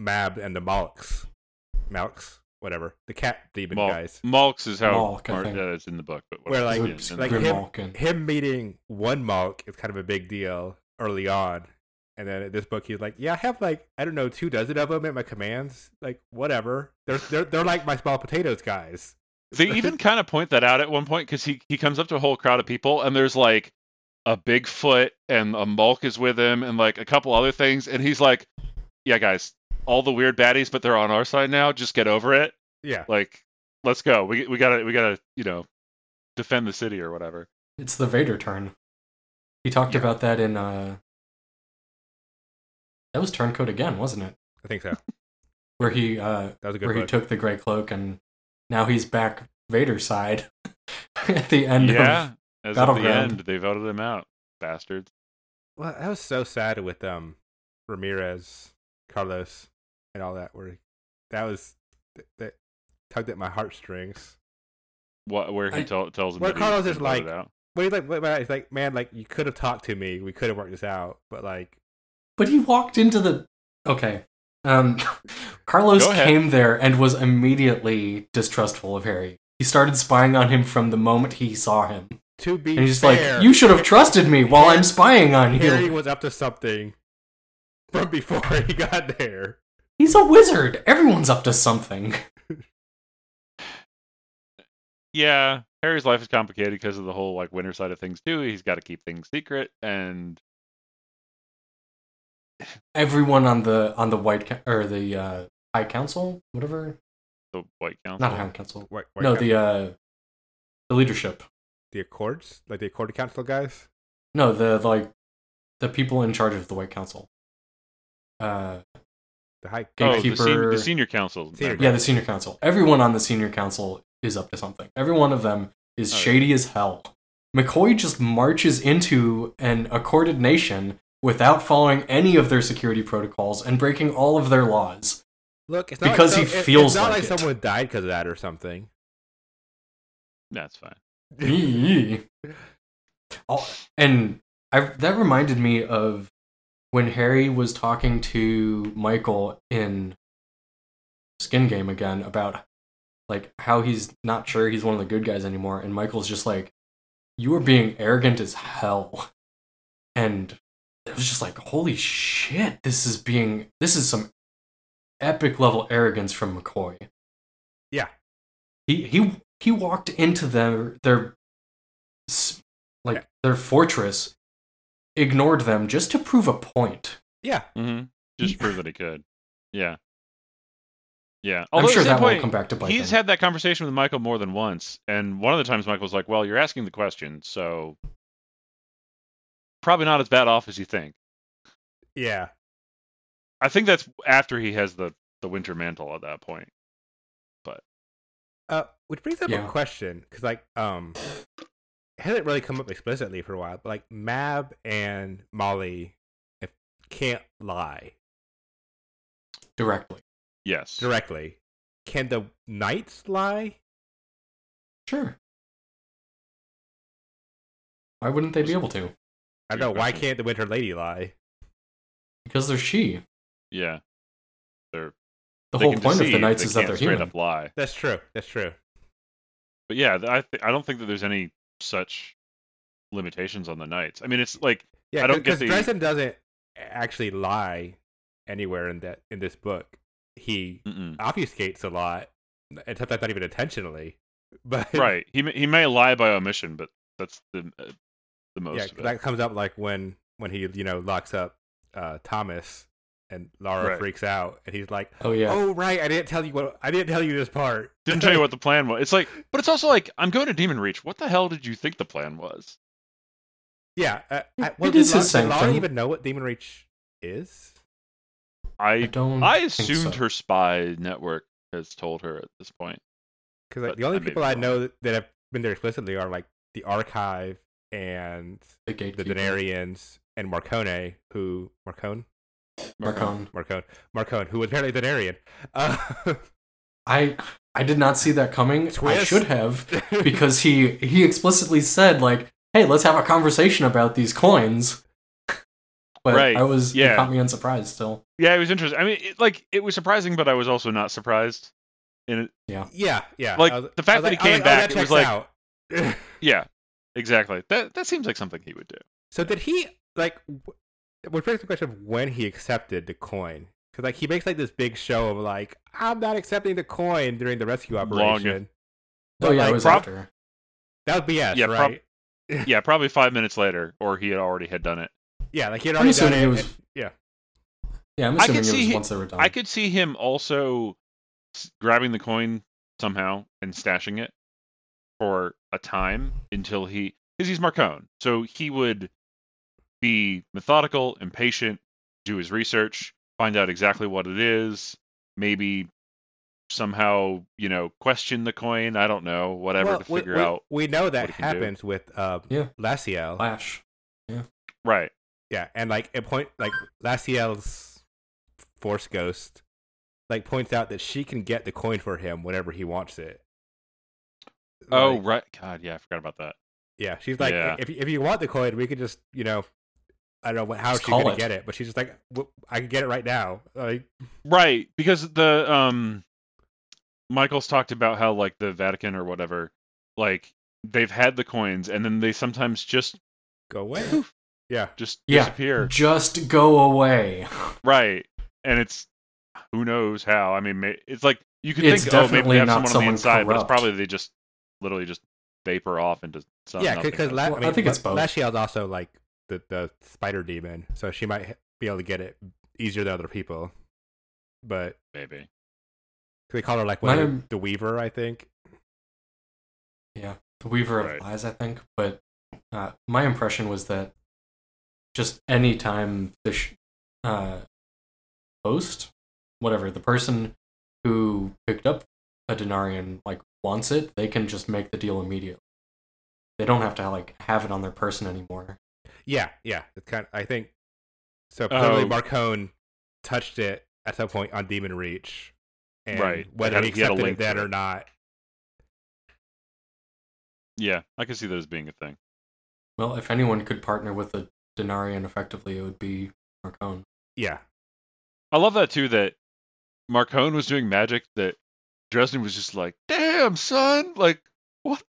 [SPEAKER 2] Mab and the Malks, Malks, whatever the cat demon
[SPEAKER 1] Mal-
[SPEAKER 2] guys.
[SPEAKER 1] Malks is how
[SPEAKER 3] Malk, I
[SPEAKER 1] Mar-
[SPEAKER 3] think.
[SPEAKER 1] that is in the book, but
[SPEAKER 2] Where,
[SPEAKER 1] whatever.
[SPEAKER 2] like-
[SPEAKER 1] Yeah,
[SPEAKER 3] It
[SPEAKER 1] it's
[SPEAKER 3] was
[SPEAKER 1] in the
[SPEAKER 2] like
[SPEAKER 1] book.
[SPEAKER 2] him-
[SPEAKER 3] Grimmalk and-
[SPEAKER 2] Him meeting one Malk is kind of a big deal early on. And then in this book, he's like, "Yeah, I have like I don't know two dozen of them at my commands. Like whatever, they're they're, they're like my small potatoes guys."
[SPEAKER 1] they even kind of point that out at one point because he, he comes up to a whole crowd of people and there's like a bigfoot and a mulk is with him and like a couple other things and he's like yeah guys all the weird baddies but they're on our side now just get over it
[SPEAKER 2] Yeah,
[SPEAKER 1] like let's go we, we gotta we gotta you know defend the city or whatever
[SPEAKER 3] It's the Vader turn. He talked
[SPEAKER 1] Yeah.
[SPEAKER 3] about that in uh That was Turncoat again, wasn't it?
[SPEAKER 2] I think so.
[SPEAKER 3] Where he uh
[SPEAKER 2] That was a good
[SPEAKER 3] where he
[SPEAKER 2] book.
[SPEAKER 3] took the gray cloak and now he's back Vader's side at the end
[SPEAKER 1] yeah
[SPEAKER 3] of
[SPEAKER 1] as of the
[SPEAKER 3] Battleground.
[SPEAKER 1] end they voted him out bastards
[SPEAKER 2] well, that was so sad with um Ramirez, Carlos, and all that. Where that was that, that tugged at my heartstrings.
[SPEAKER 1] what where he
[SPEAKER 3] I-
[SPEAKER 1] tell, tells him
[SPEAKER 2] Well,
[SPEAKER 1] that he
[SPEAKER 2] Carlos
[SPEAKER 1] been
[SPEAKER 2] is
[SPEAKER 1] voted
[SPEAKER 2] like-
[SPEAKER 1] out.
[SPEAKER 2] But he's like, but- but it's like, man, like you could have talked to me. We could have worked this out. But like,
[SPEAKER 3] But he walked into the Okay. Um Carlos
[SPEAKER 1] Go ahead.
[SPEAKER 3] came there and was immediately distrustful of Harry. He started spying on him from the moment he saw him.
[SPEAKER 2] to be
[SPEAKER 3] And he's
[SPEAKER 2] fair,
[SPEAKER 3] like, You should have trusted me while I'm spying on you.
[SPEAKER 2] Harry was up to something from before he got there.
[SPEAKER 3] He's a wizard. Everyone's up to something.
[SPEAKER 1] yeah, Harry's life is complicated because of the whole like winter side of things too. He's got to keep things secret, and
[SPEAKER 3] Everyone on the on the white Coun- or the uh, high council, whatever,
[SPEAKER 1] the White Council.
[SPEAKER 3] not high council.
[SPEAKER 2] What,
[SPEAKER 3] no, the uh, the leadership.
[SPEAKER 2] the Accords, like the Accord Council guys.
[SPEAKER 3] No, the like the people in charge of the white council. Uh,
[SPEAKER 2] The high
[SPEAKER 1] oh, the,
[SPEAKER 3] gatekeeper-
[SPEAKER 1] sen- the senior council.
[SPEAKER 2] Senior
[SPEAKER 1] member.
[SPEAKER 3] yeah, the senior council. Everyone on the senior council is up to something. Every one of them is
[SPEAKER 1] Oh, yeah.
[SPEAKER 3] shady as hell. McCoy just marches into an accorded nation without following any of their security protocols and breaking all of their laws.
[SPEAKER 2] look. It's not
[SPEAKER 3] Because
[SPEAKER 2] like
[SPEAKER 3] he
[SPEAKER 2] some- it-
[SPEAKER 3] feels
[SPEAKER 2] it's not
[SPEAKER 3] like
[SPEAKER 2] like,
[SPEAKER 3] it.
[SPEAKER 2] someone died because of that or something.
[SPEAKER 1] That's fine.
[SPEAKER 3] Eee. oh, and I, that reminded me of when Harry was talking to Michael in Skin Game again about like how he's not sure he's one of the good guys anymore, and Michael's just like, "You are being arrogant as hell," and it was just like, "Holy shit, this is being this is some epic level arrogance from McCoy."
[SPEAKER 2] Yeah.
[SPEAKER 3] he he he walked into their their s-
[SPEAKER 2] Yeah.
[SPEAKER 3] like their fortress ignored them just to prove a point
[SPEAKER 2] Yeah,
[SPEAKER 1] hmm Just to prove that he could. Yeah. Yeah. Although
[SPEAKER 3] i'm sure
[SPEAKER 1] at the same
[SPEAKER 3] that
[SPEAKER 1] point,
[SPEAKER 3] will come back to bite
[SPEAKER 1] he's
[SPEAKER 3] them.
[SPEAKER 1] had that conversation with Michael more than once, and one of the times Michael's like, "Well, you're asking the question, so probably not as bad off as you think."
[SPEAKER 2] yeah.
[SPEAKER 1] I think that's after he has the the winter mantle at that point.
[SPEAKER 2] Uh, which brings up
[SPEAKER 3] Yeah.
[SPEAKER 2] a question because, like, um, it hasn't really come up explicitly for a while. But like, Mab and Molly if- can't lie
[SPEAKER 3] directly
[SPEAKER 1] Yes.
[SPEAKER 2] directly. Can the knights lie?
[SPEAKER 3] sure why wouldn't they be able to
[SPEAKER 2] I
[SPEAKER 1] Good
[SPEAKER 2] don't know. Why
[SPEAKER 1] question.
[SPEAKER 2] can't the Winter Lady lie?
[SPEAKER 3] because they're she
[SPEAKER 1] Yeah.
[SPEAKER 3] the
[SPEAKER 1] They
[SPEAKER 3] whole
[SPEAKER 1] can
[SPEAKER 3] point of the
[SPEAKER 1] deceive,
[SPEAKER 3] knights
[SPEAKER 1] they
[SPEAKER 3] is that
[SPEAKER 1] can't
[SPEAKER 3] they're
[SPEAKER 1] straight
[SPEAKER 3] human
[SPEAKER 1] up lie.
[SPEAKER 2] That's true. That's true.
[SPEAKER 1] But yeah, th- I th- I don't think that there's any such limitations on the knights. I mean, it's like
[SPEAKER 2] Yeah,
[SPEAKER 1] I don't get
[SPEAKER 2] because
[SPEAKER 1] the-
[SPEAKER 2] Dresden doesn't actually lie anywhere in that in this book. he
[SPEAKER 1] Mm-mm.
[SPEAKER 2] obfuscates a lot, and sometimes not even intentionally. But
[SPEAKER 1] Right. He may- he may lie by omission, but that's the uh, the most.
[SPEAKER 2] yeah,
[SPEAKER 1] of
[SPEAKER 2] 'cause
[SPEAKER 1] it.
[SPEAKER 2] that comes up like when when he you know locks up uh, Thomas and Laura
[SPEAKER 1] Right.
[SPEAKER 2] freaks out, and he's like,
[SPEAKER 3] Oh yeah.
[SPEAKER 2] "Oh right, I didn't tell you what I didn't tell you this part."
[SPEAKER 1] Didn't tell you what the plan was. It's like, but it's also like, I'm going to Demon Reach. What the hell did you think the plan was?
[SPEAKER 2] Yeah, uh, I, well,
[SPEAKER 3] it
[SPEAKER 2] did
[SPEAKER 3] is
[SPEAKER 2] Laura,
[SPEAKER 3] his
[SPEAKER 2] did Laura
[SPEAKER 3] sanctum.
[SPEAKER 2] even know what Demon Reach is?
[SPEAKER 3] I
[SPEAKER 1] I
[SPEAKER 3] don't.
[SPEAKER 1] I
[SPEAKER 3] think
[SPEAKER 1] assumed
[SPEAKER 3] so.
[SPEAKER 1] her spy network has told her at this point.
[SPEAKER 2] Because like
[SPEAKER 1] But
[SPEAKER 2] the only
[SPEAKER 1] I may be
[SPEAKER 2] people I
[SPEAKER 1] wrong.
[SPEAKER 2] know that- that have been there explicitly are like the Archive and the
[SPEAKER 3] the gatekeeper.
[SPEAKER 2] Denarians and Marcone, who Marcone,
[SPEAKER 3] Marcone.
[SPEAKER 2] Marcone, Marcone, who was apparently a Denarian. Uh,
[SPEAKER 3] I I did not see that coming. I
[SPEAKER 2] Twist.
[SPEAKER 3] should have because he he explicitly said like, "Hey, let's have a conversation about these coins." But
[SPEAKER 1] Right,
[SPEAKER 3] I was it
[SPEAKER 1] yeah.
[SPEAKER 3] caught me unsurprised still.
[SPEAKER 1] Yeah, it was interesting. I mean, it, like it was surprising, but I was also not surprised. In it,
[SPEAKER 2] yeah, yeah.
[SPEAKER 1] Like,
[SPEAKER 2] I was-
[SPEAKER 1] the fact
[SPEAKER 2] I
[SPEAKER 1] that he
[SPEAKER 2] I
[SPEAKER 1] came
[SPEAKER 2] "Oh,
[SPEAKER 1] back,
[SPEAKER 2] that
[SPEAKER 1] it was
[SPEAKER 2] checks
[SPEAKER 1] like-
[SPEAKER 2] out."
[SPEAKER 1] yeah, exactly. That that seems like something he would do.
[SPEAKER 2] So did he like? w- Which begs the question of when he accepted the coin, because like he makes like this big show of like I'm not accepting the coin during the rescue
[SPEAKER 1] Long-
[SPEAKER 2] operation.
[SPEAKER 3] Oh yeah,
[SPEAKER 2] like,
[SPEAKER 3] it was
[SPEAKER 1] prob-
[SPEAKER 3] after.
[SPEAKER 2] That was BS,
[SPEAKER 1] Yeah, prob-
[SPEAKER 2] right?
[SPEAKER 1] Yeah, probably five minutes later, or he had already had done it.
[SPEAKER 2] yeah, like he had
[SPEAKER 3] I'm
[SPEAKER 2] already done
[SPEAKER 3] assuming
[SPEAKER 2] it.
[SPEAKER 3] it was.
[SPEAKER 2] and- yeah.
[SPEAKER 3] Yeah, I'm
[SPEAKER 1] I could
[SPEAKER 3] assuming it
[SPEAKER 1] see
[SPEAKER 3] was
[SPEAKER 1] he-
[SPEAKER 3] once they were
[SPEAKER 2] Oh.
[SPEAKER 3] done.
[SPEAKER 1] I could see him also s- grabbing the coin somehow and stashing it for a time until he, because he's Marcone, so he would be methodical, impatient, do his research, find out exactly what it is, maybe somehow you know question the coin. I don't know, whatever
[SPEAKER 2] Well,
[SPEAKER 1] to
[SPEAKER 2] we-
[SPEAKER 1] figure
[SPEAKER 2] we,
[SPEAKER 1] out.
[SPEAKER 2] We know that
[SPEAKER 1] what he can do.
[SPEAKER 2] happens with um,
[SPEAKER 3] Yeah.
[SPEAKER 2] Lassiel.
[SPEAKER 3] Flash.
[SPEAKER 1] Right.
[SPEAKER 2] Yeah, and like it point like Lassiel's force ghost like points out that she can get the coin for him whenever he wants it.
[SPEAKER 1] oh,
[SPEAKER 2] Like,
[SPEAKER 1] right. God, yeah, I forgot about that.
[SPEAKER 2] yeah. She's like,
[SPEAKER 1] Yeah.
[SPEAKER 2] if if you want the coin, we could just you know, I don't know what, how
[SPEAKER 3] Just
[SPEAKER 2] she's
[SPEAKER 3] call
[SPEAKER 2] gonna
[SPEAKER 3] it.
[SPEAKER 2] get it, but she's just like, "W- I can get it right now. Like,
[SPEAKER 1] Right, because the um Michael's talked about how like the Vatican or whatever, like they've had the coins and then they sometimes just
[SPEAKER 2] go away.
[SPEAKER 1] poof,
[SPEAKER 2] yeah,
[SPEAKER 1] just
[SPEAKER 3] Yeah.
[SPEAKER 1] disappear.
[SPEAKER 3] Just go away.
[SPEAKER 1] Right. And it's who knows how. I mean, ma- it's like you could
[SPEAKER 3] It's
[SPEAKER 1] think oh maybe
[SPEAKER 3] definitely
[SPEAKER 1] they have
[SPEAKER 3] not
[SPEAKER 1] someone, on
[SPEAKER 3] someone
[SPEAKER 1] the inside, but it's
[SPEAKER 3] corrupt.
[SPEAKER 1] probably they just literally just vapor off into some
[SPEAKER 2] yeah.
[SPEAKER 1] nothing
[SPEAKER 2] Because
[SPEAKER 1] else.
[SPEAKER 2] La-
[SPEAKER 3] Well,
[SPEAKER 2] I, mean,
[SPEAKER 3] I think it's
[SPEAKER 2] La-
[SPEAKER 3] both.
[SPEAKER 2] Lassiel's also like the the spider demon, so she might be able to get it easier than other people. But
[SPEAKER 1] maybe.
[SPEAKER 2] they call her like what,
[SPEAKER 3] My name-
[SPEAKER 2] the Weaver, I think.
[SPEAKER 3] Yeah, the Weaver of
[SPEAKER 1] Right.
[SPEAKER 3] Lies, I think. But uh, my impression was that just any time the sh- uh, host, whatever the person who picked up a denarian like wants it, they can just make the deal immediately. They don't have to like have it on their person anymore.
[SPEAKER 2] Yeah, yeah. It's kind of, I think so. Clearly,
[SPEAKER 1] Oh.
[SPEAKER 2] Marcone touched it at some point on Demon Reach, and
[SPEAKER 1] Right.
[SPEAKER 2] Whether
[SPEAKER 1] Had-
[SPEAKER 2] he
[SPEAKER 1] he had a
[SPEAKER 2] accepted
[SPEAKER 1] link
[SPEAKER 2] it then
[SPEAKER 1] to
[SPEAKER 2] or
[SPEAKER 1] it.
[SPEAKER 2] not,
[SPEAKER 1] Yeah, I could see that as being a thing.
[SPEAKER 3] Well, if anyone could partner with the denarian effectively, it would be Marcone.
[SPEAKER 2] yeah,
[SPEAKER 1] I love that too. That Marcone was doing magic. That Dresden was just like, "Damn, son! Like, what?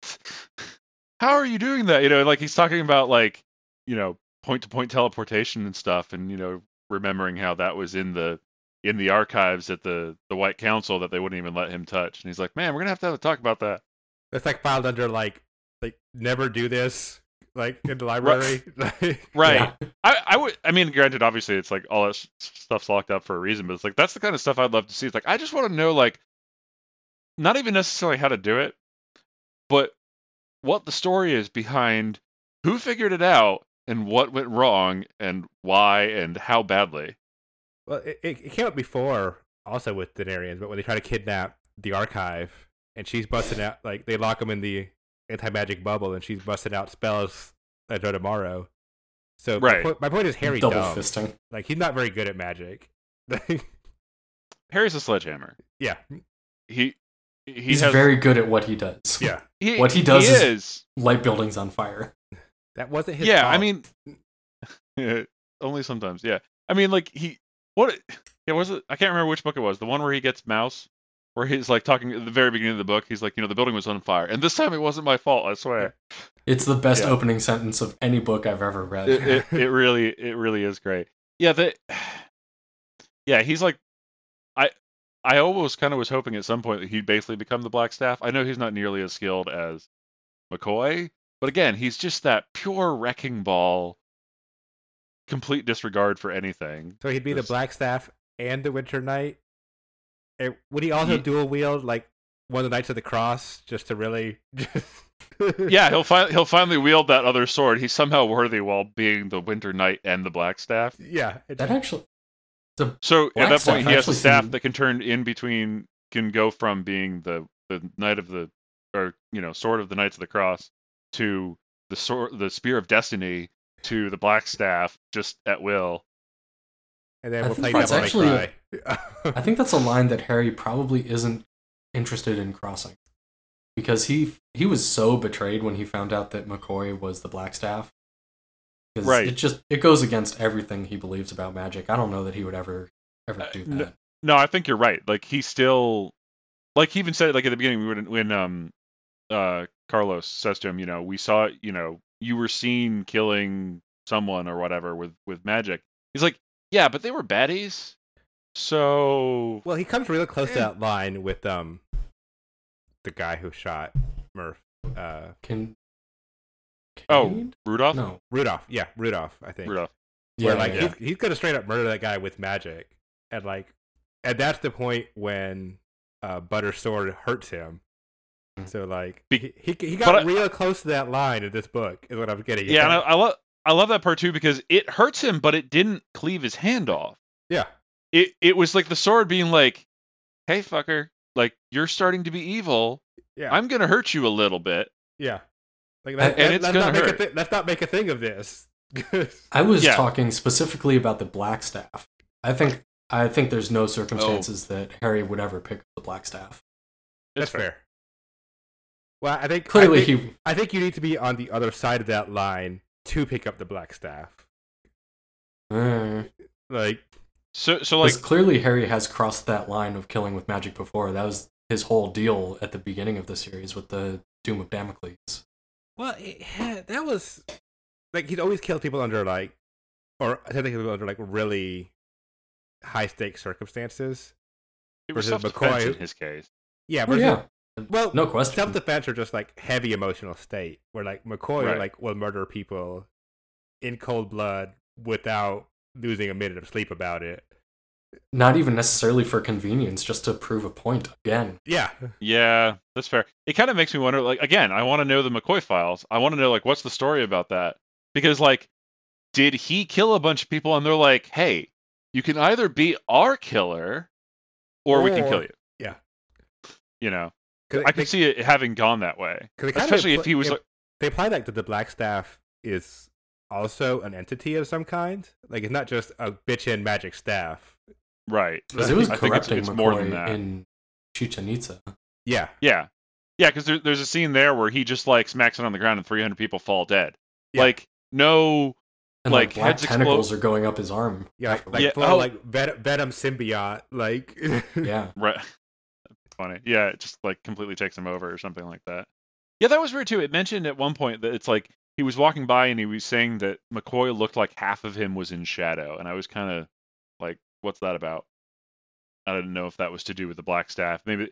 [SPEAKER 1] How are you doing that?" You know, like he's talking about like, you know, point to point teleportation and stuff, and you know, remembering how that was in the in the archives at the the White Council that they wouldn't even let him touch. And he's like, "Man, we're gonna have to have a talk about that."
[SPEAKER 2] it's like filed under like like never do this like in the library. Like,
[SPEAKER 1] Right.
[SPEAKER 3] Yeah.
[SPEAKER 1] I, I would. I mean, granted, obviously, it's like all that s- stuff's locked up for a reason, but it's like that's the kind of stuff I'd love to see. It's like I just want to know, like, not even necessarily how to do it, but what the story is behind, who figured it out, and what went wrong, and why, and how badly.
[SPEAKER 2] Well, it, it it came up before also with Denarians, but when they try to kidnap the archive, and she's busting out like they lock him in the anti magic bubble, and she's busting out spells that are tomorrow. So
[SPEAKER 1] Right.
[SPEAKER 2] my, point, my point is Harry
[SPEAKER 3] Double
[SPEAKER 2] dumb.
[SPEAKER 3] fisting.
[SPEAKER 2] Like he's not very good at magic.
[SPEAKER 1] Harry's a sledgehammer.
[SPEAKER 2] yeah,
[SPEAKER 1] He he
[SPEAKER 3] He's
[SPEAKER 1] has
[SPEAKER 3] very good at what he does.
[SPEAKER 2] yeah.
[SPEAKER 1] he,
[SPEAKER 3] what he does is-
[SPEAKER 1] is
[SPEAKER 3] Light buildings on fire.
[SPEAKER 2] That wasn't his.
[SPEAKER 1] yeah, I
[SPEAKER 2] fault.
[SPEAKER 1] mean, only sometimes. Yeah, I mean, like he, what? Yeah, was it? I can't remember which book it was. The one where he gets mouse, where he's like talking at the very beginning of the book. He's like, you know, the building was on fire, and this time it wasn't my fault. I swear.
[SPEAKER 3] It's the best
[SPEAKER 1] Yeah.
[SPEAKER 3] opening sentence of any book I've ever read.
[SPEAKER 1] It, it, it really, it really is great. Yeah, the, yeah, he's like, I, I almost kind of was hoping at some point that he'd basically become the Black Staff. I know he's not nearly as skilled as McCoy, but again, he's just that pure wrecking ball, complete disregard for anything.
[SPEAKER 2] So he'd be the
[SPEAKER 1] There's-
[SPEAKER 2] Black Staff and the Winter Knight. And would he also
[SPEAKER 1] Ye-
[SPEAKER 2] dual wield like one of the Knights of the Cross just to really just
[SPEAKER 1] Yeah, he'll fi- he'll finally wield that other sword. He's somehow worthy while being the Winter Knight and the Black Staff.
[SPEAKER 2] yeah it-
[SPEAKER 3] That actually,
[SPEAKER 1] So
[SPEAKER 3] Black
[SPEAKER 1] at that
[SPEAKER 3] Staff
[SPEAKER 1] point, he has a
[SPEAKER 3] actually
[SPEAKER 1] staff
[SPEAKER 3] seemed-
[SPEAKER 1] that can turn in between, can go from being the the knight of the, or you know, sword of the knights of the cross, to the sword, the spear of destiny, to the black staff, just at will.
[SPEAKER 2] and then
[SPEAKER 3] I
[SPEAKER 2] we'll
[SPEAKER 3] think
[SPEAKER 2] play
[SPEAKER 3] that's
[SPEAKER 2] Devil May Cry.
[SPEAKER 3] I think that's a line that Harry probably isn't interested in crossing, because he he was so betrayed when he found out that McCoy was the Blackstaff. 'Cause
[SPEAKER 1] Right.
[SPEAKER 3] It just it goes against everything he believes about magic. I don't know that he would ever ever
[SPEAKER 1] Uh,
[SPEAKER 3] do
[SPEAKER 1] no-
[SPEAKER 3] that.
[SPEAKER 1] No, I think you're right. Like he still, like he even said it like at the beginning when when um, uh, Carlos says to him, you know, we saw, you know, you were seen killing someone or whatever with with magic. He's like, yeah, but they were baddies, so
[SPEAKER 2] well he comes really close to that line with um the guy who shot Murph uh
[SPEAKER 3] Can.
[SPEAKER 1] Oh,
[SPEAKER 3] Cade?
[SPEAKER 1] Rudolph.
[SPEAKER 3] no.
[SPEAKER 2] Rudolph yeah Rudolph I think
[SPEAKER 1] Rudolph.
[SPEAKER 2] where
[SPEAKER 3] Yeah,
[SPEAKER 2] like
[SPEAKER 3] yeah.
[SPEAKER 2] he's, he's gonna straight up murder that guy with magic and like and that's the point when uh butter sword hurts him
[SPEAKER 3] Mhm.
[SPEAKER 2] so like
[SPEAKER 1] Be-
[SPEAKER 2] he, he, he
[SPEAKER 1] but
[SPEAKER 2] got
[SPEAKER 1] I-
[SPEAKER 2] real close to that line in this book is what i'm getting
[SPEAKER 1] Yeah, and I,
[SPEAKER 2] at.
[SPEAKER 1] I love I love that part too because it hurts him, but it didn't cleave his hand off.
[SPEAKER 2] yeah
[SPEAKER 1] It it was like the sword being like, "Hey fucker, like you're starting to be evil.
[SPEAKER 2] yeah
[SPEAKER 1] I'm gonna hurt you a little bit."
[SPEAKER 2] yeah like
[SPEAKER 3] And-
[SPEAKER 1] and it's
[SPEAKER 2] let's
[SPEAKER 1] gonna
[SPEAKER 2] not make a
[SPEAKER 1] hurt.
[SPEAKER 2] thi- let's not make a thing of this
[SPEAKER 3] I was
[SPEAKER 1] Yeah.
[SPEAKER 3] talking specifically about the black staff. I think I think there's
[SPEAKER 1] Oh.
[SPEAKER 3] no circumstances that Harry would ever pick up the black staff.
[SPEAKER 2] that's fair well i think
[SPEAKER 3] Clearly,
[SPEAKER 2] I think,
[SPEAKER 3] he
[SPEAKER 2] I think you need to be on the other side of that line to pick up the black staff
[SPEAKER 3] Mm.
[SPEAKER 2] like
[SPEAKER 1] So so like
[SPEAKER 3] 'Cause clearly Harry has crossed that line of killing with magic before. That was his whole deal at the beginning of the series with the Doom of Damocles.
[SPEAKER 2] Well, it, had- that was like he'd always killed people under like, or technically people under like really high stakes circumstances.
[SPEAKER 1] it was
[SPEAKER 2] versus
[SPEAKER 1] self-defense
[SPEAKER 2] McCoy.
[SPEAKER 1] in his case.
[SPEAKER 2] Yeah,
[SPEAKER 3] Oh,
[SPEAKER 2] versus,
[SPEAKER 3] yeah,
[SPEAKER 2] Well,
[SPEAKER 3] no question.
[SPEAKER 2] self defense are just like heavy emotional state where like McCoy
[SPEAKER 1] Right.
[SPEAKER 2] like will murder people in cold blood without losing a minute of sleep about it.
[SPEAKER 3] Not even necessarily for convenience, just to prove a point again.
[SPEAKER 2] Yeah,
[SPEAKER 1] Yeah, that's fair. It kind of makes me wonder. Like again, I want to know the McCoy files. I want to know like what's the story about that because like, did he kill a bunch of people and they're like, "Hey, you can either be our killer, or we can
[SPEAKER 2] Or-
[SPEAKER 1] kill you."
[SPEAKER 2] yeah.
[SPEAKER 1] You know.
[SPEAKER 2] because
[SPEAKER 1] I could see it having gone that way, especially if he was like,
[SPEAKER 2] they apply that to the black staff is also an entity of some kind. Like it's not just a bitchin' magic staff.
[SPEAKER 1] right.
[SPEAKER 3] Because it was
[SPEAKER 1] I think it's-
[SPEAKER 3] corrupting
[SPEAKER 1] it's
[SPEAKER 3] McCoy
[SPEAKER 1] more than that.
[SPEAKER 3] in Chichen Itza.
[SPEAKER 2] Yeah,
[SPEAKER 1] Yeah, yeah, because there, there's a scene there where he just like smacks it on the ground and 300 people fall dead.
[SPEAKER 2] Yeah.
[SPEAKER 1] Like no, Like,
[SPEAKER 3] And like, black
[SPEAKER 1] heads explode-
[SPEAKER 3] tentacles are going up his arm.
[SPEAKER 2] Yeah, like, like
[SPEAKER 1] Yeah,
[SPEAKER 2] full,
[SPEAKER 1] oh.
[SPEAKER 2] like ven- Venom symbiote, like
[SPEAKER 3] Yeah.
[SPEAKER 1] right. Funny, yeah, it just like completely takes him over or something like that. Yeah, that was weird too. It mentioned at one point that it's like he was walking by and he was saying that McCoy looked like half of him was in shadow, and I was kind of like, what's that about? I didn't know if that was to do with the black staff. Maybe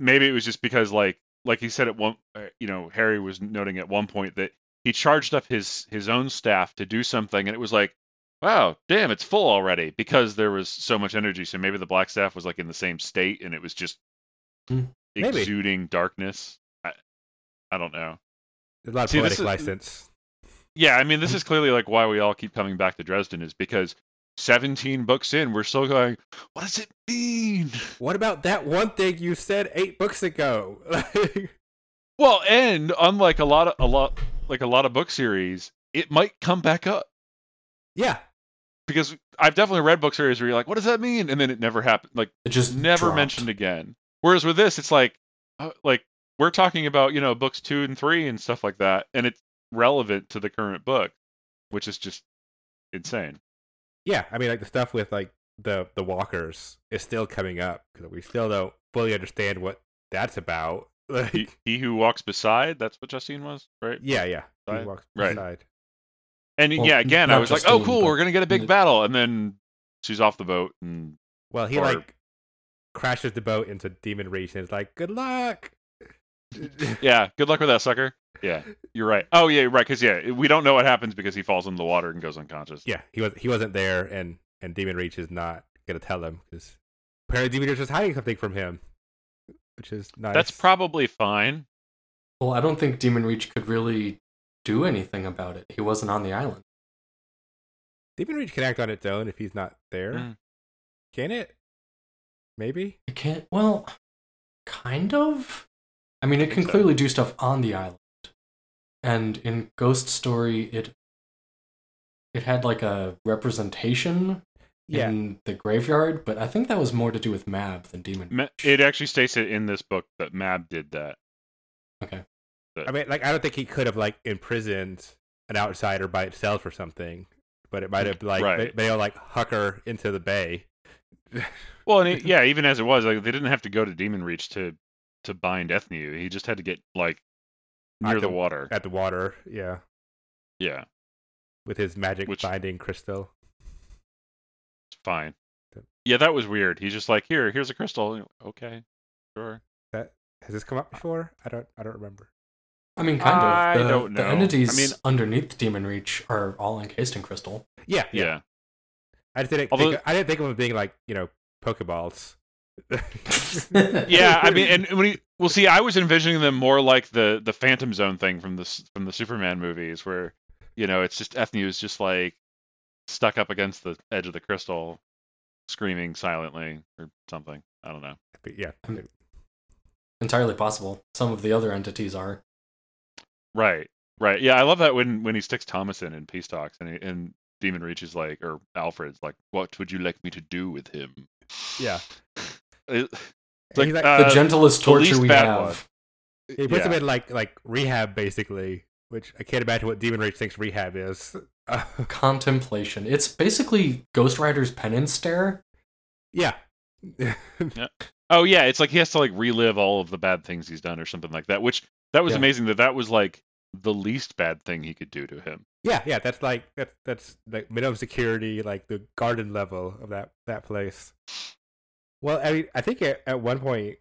[SPEAKER 1] maybe it was just because like like he said at one uh, you know Harry was noting at one point that he charged up his his own staff to do something and it was like wow damn it's full already because there was so much energy so maybe the black staff was like in the same state and it was just
[SPEAKER 3] Hmm.
[SPEAKER 2] Maybe.
[SPEAKER 1] exuding darkness I, I don't know
[SPEAKER 2] There's a lot of
[SPEAKER 1] See,
[SPEAKER 2] poetic
[SPEAKER 1] this is-
[SPEAKER 2] license.
[SPEAKER 1] yeah, I mean, this is clearly like why we all keep coming back to Dresden is because 17 books in, we're still going, what does it mean?
[SPEAKER 2] What about that one thing you said eight books ago? Like,
[SPEAKER 1] Well, and unlike a lot of a lot like a lot of book series, it might come back up
[SPEAKER 2] yeah,
[SPEAKER 1] because I've definitely read book series where you're like, what does that mean? And then it never happened. Like
[SPEAKER 3] It just
[SPEAKER 1] never
[SPEAKER 3] dropped.
[SPEAKER 1] mentioned again. Whereas with this, it's like, uh, like we're talking about you know books two and three and stuff like that, and it's relevant to the current book, which is just insane.
[SPEAKER 2] yeah. I mean, like the stuff with like the the walkers is still coming up because we still don't fully understand what that's about. Like,
[SPEAKER 1] He, he who walks beside, that's what Justine was, right?
[SPEAKER 2] yeah, yeah. He
[SPEAKER 1] Side?
[SPEAKER 2] walks
[SPEAKER 1] Right.
[SPEAKER 2] beside.
[SPEAKER 1] And
[SPEAKER 3] Well,
[SPEAKER 1] yeah, again, I
[SPEAKER 3] not
[SPEAKER 1] was
[SPEAKER 3] just
[SPEAKER 1] like, oh,
[SPEAKER 3] Dean,
[SPEAKER 1] cool,
[SPEAKER 3] but
[SPEAKER 1] we're gonna get a big
[SPEAKER 3] the-
[SPEAKER 1] battle, and then she's off the boat, and
[SPEAKER 2] Well, he
[SPEAKER 1] Or-
[SPEAKER 2] like crashes the boat into Demon Reach and is like, "Good luck."
[SPEAKER 1] Yeah, good luck with that, sucker. Yeah, you're right. Oh, yeah, you're right. Because, yeah, we don't know what happens because he falls into the water and goes unconscious.
[SPEAKER 2] yeah, he was he wasn't there, and and Demon Reach is not gonna tell him because apparently Demon Reach was hiding something from him, which is nice.
[SPEAKER 1] That's probably fine.
[SPEAKER 3] Well, I don't think Demon Reach could really do anything about it. He wasn't on the island.
[SPEAKER 2] Demon Reach can act on its own if he's not there,
[SPEAKER 1] Mm.
[SPEAKER 2] can it? Maybe.
[SPEAKER 3] It can't. Well, kind of. I mean, it
[SPEAKER 1] think
[SPEAKER 3] can
[SPEAKER 1] so.
[SPEAKER 3] clearly do stuff on the island. And in Ghost Story, it it had like a representation in the graveyard, but I think that was more to do with Mab than Demon.
[SPEAKER 1] Ma- It actually states it in this book that Mab did that.
[SPEAKER 3] Okay.
[SPEAKER 2] I mean, like I don't think he could have like imprisoned an outsider by itself or something, but it might have like
[SPEAKER 1] Right.
[SPEAKER 2] they, they'll like hucker into the bay.
[SPEAKER 1] Well, and it, yeah, even as it was, like they didn't have to go to Demon Reach to to bind Ethnew. He just had to get like
[SPEAKER 2] At
[SPEAKER 1] near
[SPEAKER 2] the-
[SPEAKER 1] the water.
[SPEAKER 2] at the water, yeah,
[SPEAKER 1] Yeah,
[SPEAKER 2] with his magic
[SPEAKER 1] Which-
[SPEAKER 2] binding crystal.
[SPEAKER 1] it's fine.
[SPEAKER 2] Yep.
[SPEAKER 1] Yeah, that was weird. He's just like, here, here's a crystal. Okay, sure.
[SPEAKER 2] That has this come up before? I don't, I don't remember.
[SPEAKER 3] I mean, kind
[SPEAKER 1] I
[SPEAKER 3] of. The,
[SPEAKER 1] don't
[SPEAKER 3] the
[SPEAKER 1] know. I
[SPEAKER 3] entities
[SPEAKER 1] mean-
[SPEAKER 3] underneath Demon Reach are all encased in crystal.
[SPEAKER 2] Yeah, yeah.
[SPEAKER 1] Yeah.
[SPEAKER 2] I just didn't,
[SPEAKER 1] Although-
[SPEAKER 2] think, I didn't think of them being like you know Pokeballs.
[SPEAKER 1] Yeah, I mean, and when he well, see, I was envisioning them more like the the Phantom Zone thing from the s- from the Superman movies, where you know it's just Ethnew is just like stuck up against the edge of the crystal, screaming silently or something. I don't know.
[SPEAKER 2] But yeah,
[SPEAKER 3] I'm- Entirely possible. Some of the other entities are.
[SPEAKER 1] Right, right. Yeah, I love that when when he sticks Thomas in in Peace Talks and he, and Demon Reach is like, or Alfred's like, what would you like me to do with him?
[SPEAKER 2] yeah.
[SPEAKER 1] It-
[SPEAKER 2] And he's
[SPEAKER 1] like,
[SPEAKER 2] like,
[SPEAKER 1] uh,
[SPEAKER 3] The gentlest
[SPEAKER 1] the
[SPEAKER 3] torture
[SPEAKER 1] least
[SPEAKER 3] we
[SPEAKER 1] bad
[SPEAKER 3] have.
[SPEAKER 1] one.
[SPEAKER 2] he puts
[SPEAKER 1] yeah.
[SPEAKER 2] them in like like rehab basically, which I can't imagine what Demon Rage thinks rehab is.
[SPEAKER 3] Contemplation. It's basically Ghost Rider's penance stare.
[SPEAKER 2] yeah,
[SPEAKER 1] Oh yeah, it's like he has to like relive all of the bad things he's done or something like that. Which that was
[SPEAKER 3] Yeah.
[SPEAKER 1] amazing that that was like the least bad thing he could do to him.
[SPEAKER 2] Yeah, yeah, that's like that's that's like minimum security, like the garden level of that that place. Well, I mean, I think at, at one point,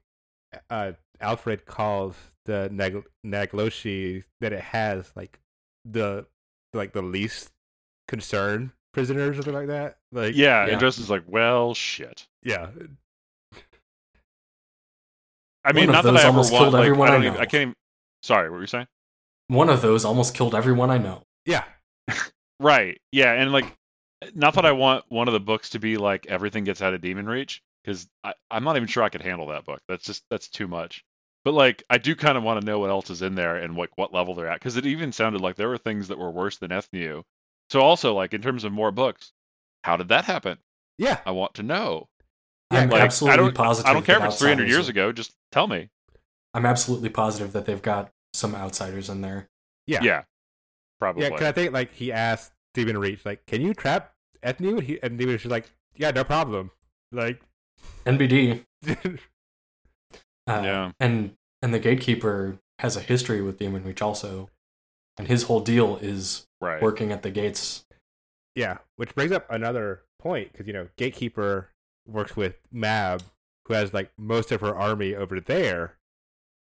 [SPEAKER 2] uh, Alfred calls the Nag- Nagloshi that it has like the like the least concern prisoners or something like that. Like,
[SPEAKER 1] yeah,
[SPEAKER 3] yeah.
[SPEAKER 1] and Dresden's like, well, shit.
[SPEAKER 2] yeah,
[SPEAKER 1] I mean,
[SPEAKER 3] One
[SPEAKER 1] not
[SPEAKER 3] of
[SPEAKER 1] that
[SPEAKER 3] those
[SPEAKER 1] I ever
[SPEAKER 3] almost
[SPEAKER 1] want.
[SPEAKER 3] killed
[SPEAKER 1] Like,
[SPEAKER 3] everyone
[SPEAKER 1] I
[SPEAKER 3] I
[SPEAKER 1] don't even.
[SPEAKER 3] know.
[SPEAKER 1] I can't even. Sorry, what were you saying?
[SPEAKER 3] One of those almost killed everyone I know.
[SPEAKER 2] yeah,
[SPEAKER 1] Right. Yeah, and like, not that I want one of the books to be like everything gets out of Demon Reach because I'm not even sure I could handle that book. That's just that's too much. But like, I do kind of want to know what else is in there and like what level they're at because it even sounded like there were things that were worse than Ethnew. So also like in terms of more books, how did that happen?
[SPEAKER 2] yeah.
[SPEAKER 1] I want to know.
[SPEAKER 2] Yeah,
[SPEAKER 3] I'm
[SPEAKER 1] Like,
[SPEAKER 3] absolutely
[SPEAKER 1] I don't,
[SPEAKER 3] positive.
[SPEAKER 1] I don't care
[SPEAKER 3] that
[SPEAKER 1] if it's 300
[SPEAKER 3] outsiders
[SPEAKER 1] years
[SPEAKER 3] are-
[SPEAKER 1] ago. Just tell me.
[SPEAKER 3] I'm absolutely positive that they've got some outsiders in there.
[SPEAKER 2] Yeah.
[SPEAKER 1] probably.
[SPEAKER 2] Yeah, 'cause I think like he asked Demon Reach, like, "Can you trap Ethne?" And, he, and Demon Reach was like, "Yeah, no problem." Like,
[SPEAKER 3] NBD. Uh,
[SPEAKER 1] Yeah.
[SPEAKER 3] And and the gatekeeper has a history with Demon Reach also, and his whole deal is
[SPEAKER 1] right.
[SPEAKER 3] working at the gates.
[SPEAKER 2] Yeah, which brings up another point because you know Gatekeeper works with Mab, who has like most of her army over there,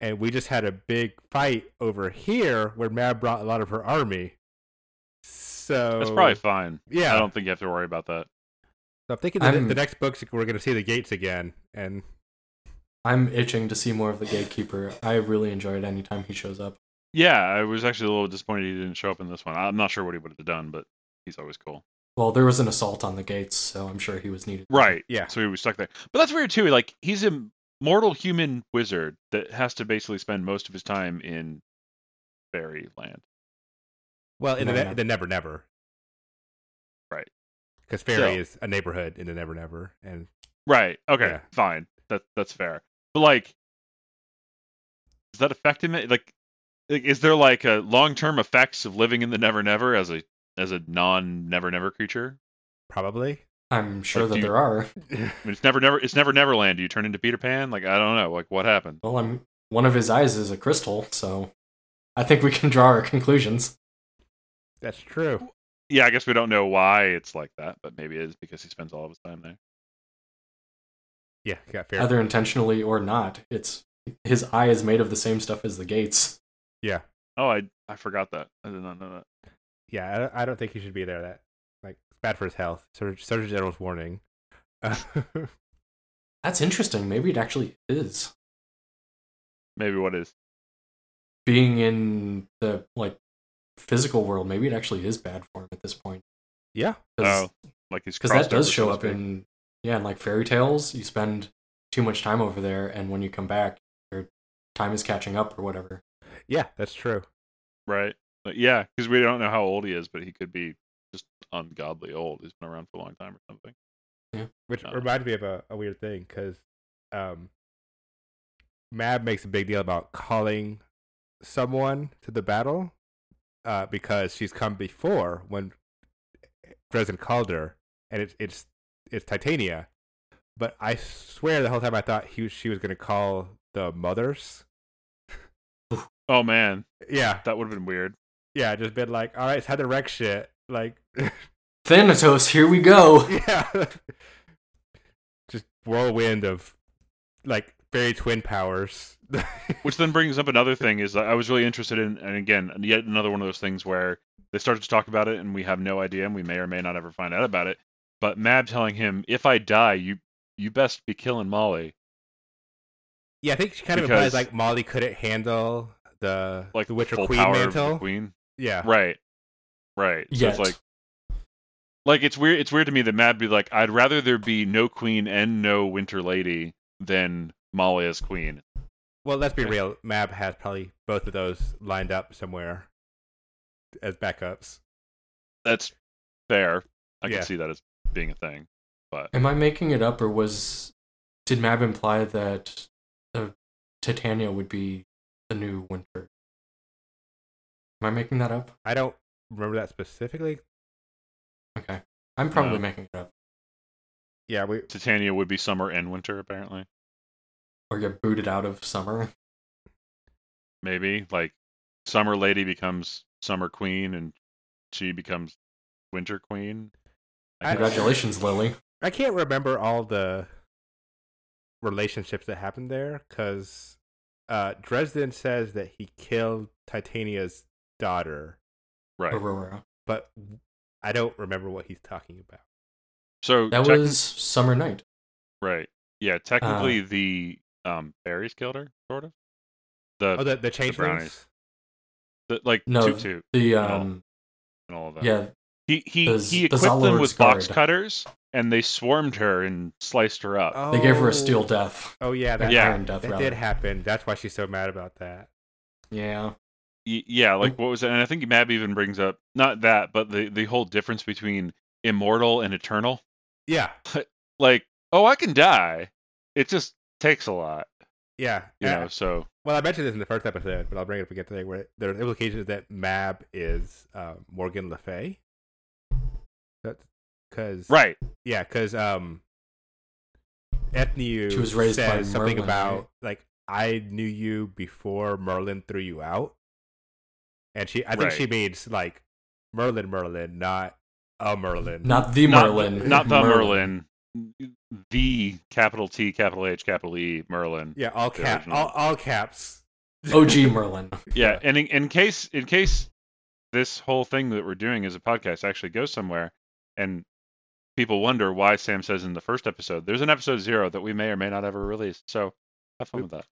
[SPEAKER 2] and we just had a big fight over here where Mab brought a lot of her army. So
[SPEAKER 1] That's probably fine.
[SPEAKER 2] yeah.
[SPEAKER 1] I don't think you have to worry about that.
[SPEAKER 2] so I'm thinking that
[SPEAKER 3] I'm-
[SPEAKER 2] the next books we're going to see the gates again, and
[SPEAKER 3] I'm itching to see more of the gatekeeper. I really enjoy it anytime he shows up.
[SPEAKER 1] Yeah, I was actually a little disappointed he didn't show up in this one. I'm not sure what he would have done, but he's always cool.
[SPEAKER 3] Well, there was an assault on the gates, so I'm sure he was needed.
[SPEAKER 1] Right.
[SPEAKER 2] yeah,
[SPEAKER 1] So he was stuck there. But that's weird too. Like he's a mortal human wizard that has to basically spend most of his time in fairy land.
[SPEAKER 2] well, in
[SPEAKER 3] Never
[SPEAKER 2] the, ne-
[SPEAKER 3] Never.
[SPEAKER 2] the Never Never,
[SPEAKER 1] Right.
[SPEAKER 2] Because Fairy
[SPEAKER 1] So-
[SPEAKER 2] is a neighborhood in the Never Never, and
[SPEAKER 1] Right. Okay.
[SPEAKER 2] Yeah.
[SPEAKER 1] Fine. That that's fair. But like, does that affect him? Like, like is there like a long term effects of living in the Never Never as a as a non Never Never creature?
[SPEAKER 2] probably
[SPEAKER 3] I'm sure
[SPEAKER 1] Like,
[SPEAKER 3] that
[SPEAKER 1] do you-
[SPEAKER 3] there are.
[SPEAKER 1] I mean, it's never never it's Never Neverland. Do you turn into Peter Pan? Like, I don't know. Like, what happened?
[SPEAKER 3] Well, I'm one of his eyes is a crystal, so I think we can draw our conclusions.
[SPEAKER 2] that's true.
[SPEAKER 1] Yeah, I guess we don't know why it's like that, but maybe it is because he spends all of his time there.
[SPEAKER 2] Yeah, got fair.
[SPEAKER 3] either intentionally or not. It's his eye is made of the same stuff as the gates.
[SPEAKER 2] yeah,
[SPEAKER 1] Oh, I I forgot that. I did not know that.
[SPEAKER 2] yeah. I don't, I don't think he should be there. That like it's bad for his health. Sur- Surgeon General's warning.
[SPEAKER 3] That's interesting. Maybe it actually is
[SPEAKER 1] Maybe what is?
[SPEAKER 3] being in the like physical world. Maybe it actually is bad for him at this point
[SPEAKER 2] yeah,
[SPEAKER 3] because
[SPEAKER 1] Oh, like he's
[SPEAKER 3] that
[SPEAKER 1] crossed
[SPEAKER 3] does
[SPEAKER 1] over,
[SPEAKER 3] show
[SPEAKER 1] so to
[SPEAKER 3] up
[SPEAKER 1] speak.
[SPEAKER 3] in yeah, in like fairy tales. You spend too much time over there, and when you come back, your time is catching up or whatever.
[SPEAKER 2] yeah, that's true.
[SPEAKER 1] right. Like, yeah, because we don't know how old he is, but he could be just ungodly old. He's been around for a long time or something.
[SPEAKER 2] Which
[SPEAKER 1] Uh.
[SPEAKER 2] reminds me of a, a weird thing because um, Mab makes a big deal about calling someone to the battle uh, because she's come before when Dresden called her, and it's it's it's Titania. But I swear the whole time I thought he was- she was going to call the mothers.
[SPEAKER 1] Oh man,
[SPEAKER 2] Yeah,
[SPEAKER 1] that would have been weird.
[SPEAKER 2] yeah, just been like, all right, it's time to wreck shit. Like,
[SPEAKER 3] Thanatos, here we go.
[SPEAKER 2] yeah, just whirlwind of like fairy twin powers.
[SPEAKER 1] Which then brings up another thing is that I was really interested in, and again, yet another one of those things where they started to talk about it, and we have no idea, and we may or may not ever find out about it. But Mab telling him, "If I die, you you best be killing Molly."
[SPEAKER 2] Yeah, I think she kind of
[SPEAKER 1] Because-
[SPEAKER 2] implies like Molly couldn't handle the
[SPEAKER 1] Like
[SPEAKER 2] the Witcher
[SPEAKER 1] full
[SPEAKER 2] Queen
[SPEAKER 1] power of the
[SPEAKER 2] mantle.
[SPEAKER 1] queen.
[SPEAKER 2] Yeah,
[SPEAKER 1] Right, right. So
[SPEAKER 3] Yet.
[SPEAKER 1] it's like, like it's weird. It's weird to me that Mab be like, "I'd rather there be no queen and no Winter Lady than Molly as queen."
[SPEAKER 2] Well, let's be
[SPEAKER 1] Okay.
[SPEAKER 2] real. Mab has probably both of those lined up somewhere as backups.
[SPEAKER 1] That's fair. I
[SPEAKER 2] Yeah.
[SPEAKER 1] can see that as being a thing.
[SPEAKER 3] Am I making it up, or was did Mab imply that uh, Titania would be the new Winter? Am I making that up?
[SPEAKER 2] I don't remember that specifically.
[SPEAKER 3] Okay, I'm probably
[SPEAKER 1] No.
[SPEAKER 3] making it up.
[SPEAKER 2] Yeah, we
[SPEAKER 1] Titania would be summer and winter, apparently.
[SPEAKER 3] Or get booted out of summer.
[SPEAKER 1] maybe like summer lady becomes summer queen and she becomes winter queen
[SPEAKER 2] I-
[SPEAKER 3] Congratulations, Lily.
[SPEAKER 2] I can't remember all the relationships that happened there because uh, Dresden says that he killed Titania's daughter,
[SPEAKER 1] right
[SPEAKER 3] Aurora.
[SPEAKER 2] but I don't remember what he's talking about.
[SPEAKER 1] so
[SPEAKER 3] That
[SPEAKER 1] tec-
[SPEAKER 3] was summer night.
[SPEAKER 1] right
[SPEAKER 3] Uh
[SPEAKER 1] yeah technically the um fairies killed her sort of the,
[SPEAKER 2] Oh, the the changelings.
[SPEAKER 1] brownies. the- like
[SPEAKER 3] No,
[SPEAKER 1] toot toot
[SPEAKER 3] The
[SPEAKER 1] all.
[SPEAKER 3] um,
[SPEAKER 1] and all of that
[SPEAKER 3] yeah,
[SPEAKER 1] he he
[SPEAKER 3] the Z-
[SPEAKER 1] he
[SPEAKER 3] the
[SPEAKER 1] equipped them
[SPEAKER 3] Zalor's
[SPEAKER 1] with box
[SPEAKER 3] guard.
[SPEAKER 1] cutters and they swarmed her and sliced her up
[SPEAKER 3] they gave her a steel death.
[SPEAKER 2] Oh yeah, that,
[SPEAKER 3] An
[SPEAKER 1] Yeah.
[SPEAKER 3] iron death.
[SPEAKER 2] that
[SPEAKER 3] rather.
[SPEAKER 2] did happen. That's why she's so mad about that.
[SPEAKER 3] Yeah,
[SPEAKER 1] Y-
[SPEAKER 3] Oh.
[SPEAKER 1] yeah like what was it and i think mab even brings up not that but the the whole difference between immortal and eternal
[SPEAKER 2] Yeah,
[SPEAKER 1] like oh i can die it just takes a lot
[SPEAKER 2] yeah.
[SPEAKER 1] you
[SPEAKER 2] yeah.
[SPEAKER 1] know so
[SPEAKER 2] Well, I mentioned this in the first episode, but I'll bring it up again today. Where there are implications that Mab is uh, Morgan Le Fay. Because
[SPEAKER 1] right
[SPEAKER 2] yeah, because um, Ethnew
[SPEAKER 3] She was raised by
[SPEAKER 2] says something
[SPEAKER 3] Merlin,
[SPEAKER 2] about
[SPEAKER 3] right?
[SPEAKER 2] like I knew you before Merlin threw you out, and she I think
[SPEAKER 1] Right.
[SPEAKER 2] she means like Merlin, Merlin, not a Merlin.
[SPEAKER 3] not the
[SPEAKER 1] Not-
[SPEAKER 3] Merlin.
[SPEAKER 1] not the merlin. the capital t capital h capital e merlin
[SPEAKER 2] yeah, all
[SPEAKER 1] The
[SPEAKER 2] cap,
[SPEAKER 1] original.
[SPEAKER 2] all, all caps.
[SPEAKER 3] OG Merlin.
[SPEAKER 1] yeah and in, in case in case this whole thing that we're doing as a podcast actually goes somewhere and people wonder why sam says in the first episode there's an episode zero that we may or may not ever release so have fun with that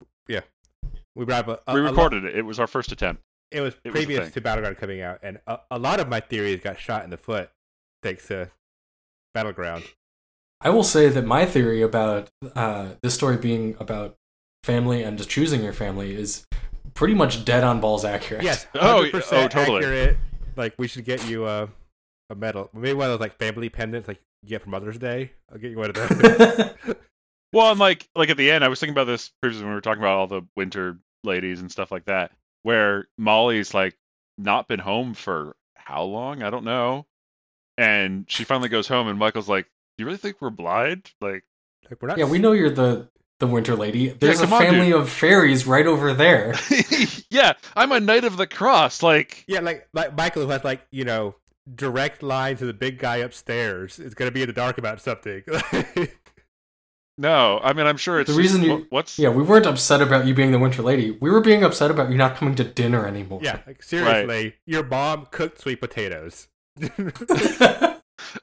[SPEAKER 2] We brought up uh, a, a,
[SPEAKER 1] we
[SPEAKER 2] a lot-
[SPEAKER 1] recorded it it was our first attempt
[SPEAKER 2] it was
[SPEAKER 1] It was a
[SPEAKER 2] previous
[SPEAKER 1] thing.
[SPEAKER 2] to Battleground coming out, and a, a lot of my theories got shot in the foot thanks to Battleground.
[SPEAKER 3] I will say that my theory about uh, this story being about family and just choosing your family is pretty much dead on balls accurate.
[SPEAKER 2] Yes,
[SPEAKER 1] Oh,
[SPEAKER 2] 100%
[SPEAKER 1] oh, totally.
[SPEAKER 2] accurate. Like we should get you a a medal, maybe one of those like family pendants like you get for Mother's Day. I'll get you one of those.
[SPEAKER 1] Well, and like like at the end, I was thinking about this previously when we were talking about all the winter ladies and stuff like that, where Molly's like not been home for how long? I don't know. And she finally goes home, and Michael's like, "You really think we're blind? Like,
[SPEAKER 2] like we're not.
[SPEAKER 3] yeah, we know you're the the winter lady. There's
[SPEAKER 1] come
[SPEAKER 3] a
[SPEAKER 1] on,
[SPEAKER 3] family of fairies right over there.
[SPEAKER 1] yeah, I'm a knight of the cross. Like,
[SPEAKER 2] Yeah, like like Michael who has like you know direct line to the big guy upstairs is gonna be in the dark about something.
[SPEAKER 1] No, I mean I'm sure it's
[SPEAKER 3] The reason you-
[SPEAKER 1] wh- what's
[SPEAKER 3] Yeah, we weren't upset about you being the Winter Lady. We were being upset about you not coming to dinner anymore.
[SPEAKER 2] Yeah, like, seriously, your mom cooked sweet potatoes.
[SPEAKER 1] and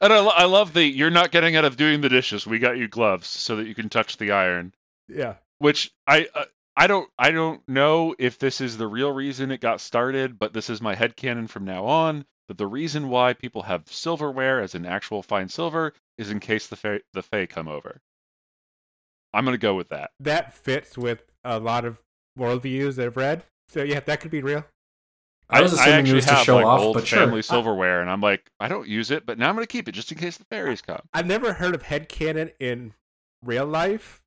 [SPEAKER 1] I, lo- I love the you're not getting out of doing the dishes. We got you gloves so that you can touch the iron.
[SPEAKER 2] yeah,
[SPEAKER 1] Which I uh, I don't I don't know if this is the real reason it got started, but this is my headcanon from now on that the reason why people have silverware as in actual fine silver is in case the fa- the fae come over. I'm gonna go with that.
[SPEAKER 2] that fits with a lot of worldviews that I've read. So yeah, that could be real.
[SPEAKER 3] I was assuming it
[SPEAKER 1] actually
[SPEAKER 3] was to
[SPEAKER 1] have
[SPEAKER 3] show
[SPEAKER 1] like
[SPEAKER 3] off,
[SPEAKER 1] old
[SPEAKER 3] but
[SPEAKER 1] family
[SPEAKER 3] sure.
[SPEAKER 1] silverware, and I'm like, I don't use it, but now I'm gonna keep it just in case the fairies come.
[SPEAKER 2] I've never heard of headcanon in real life,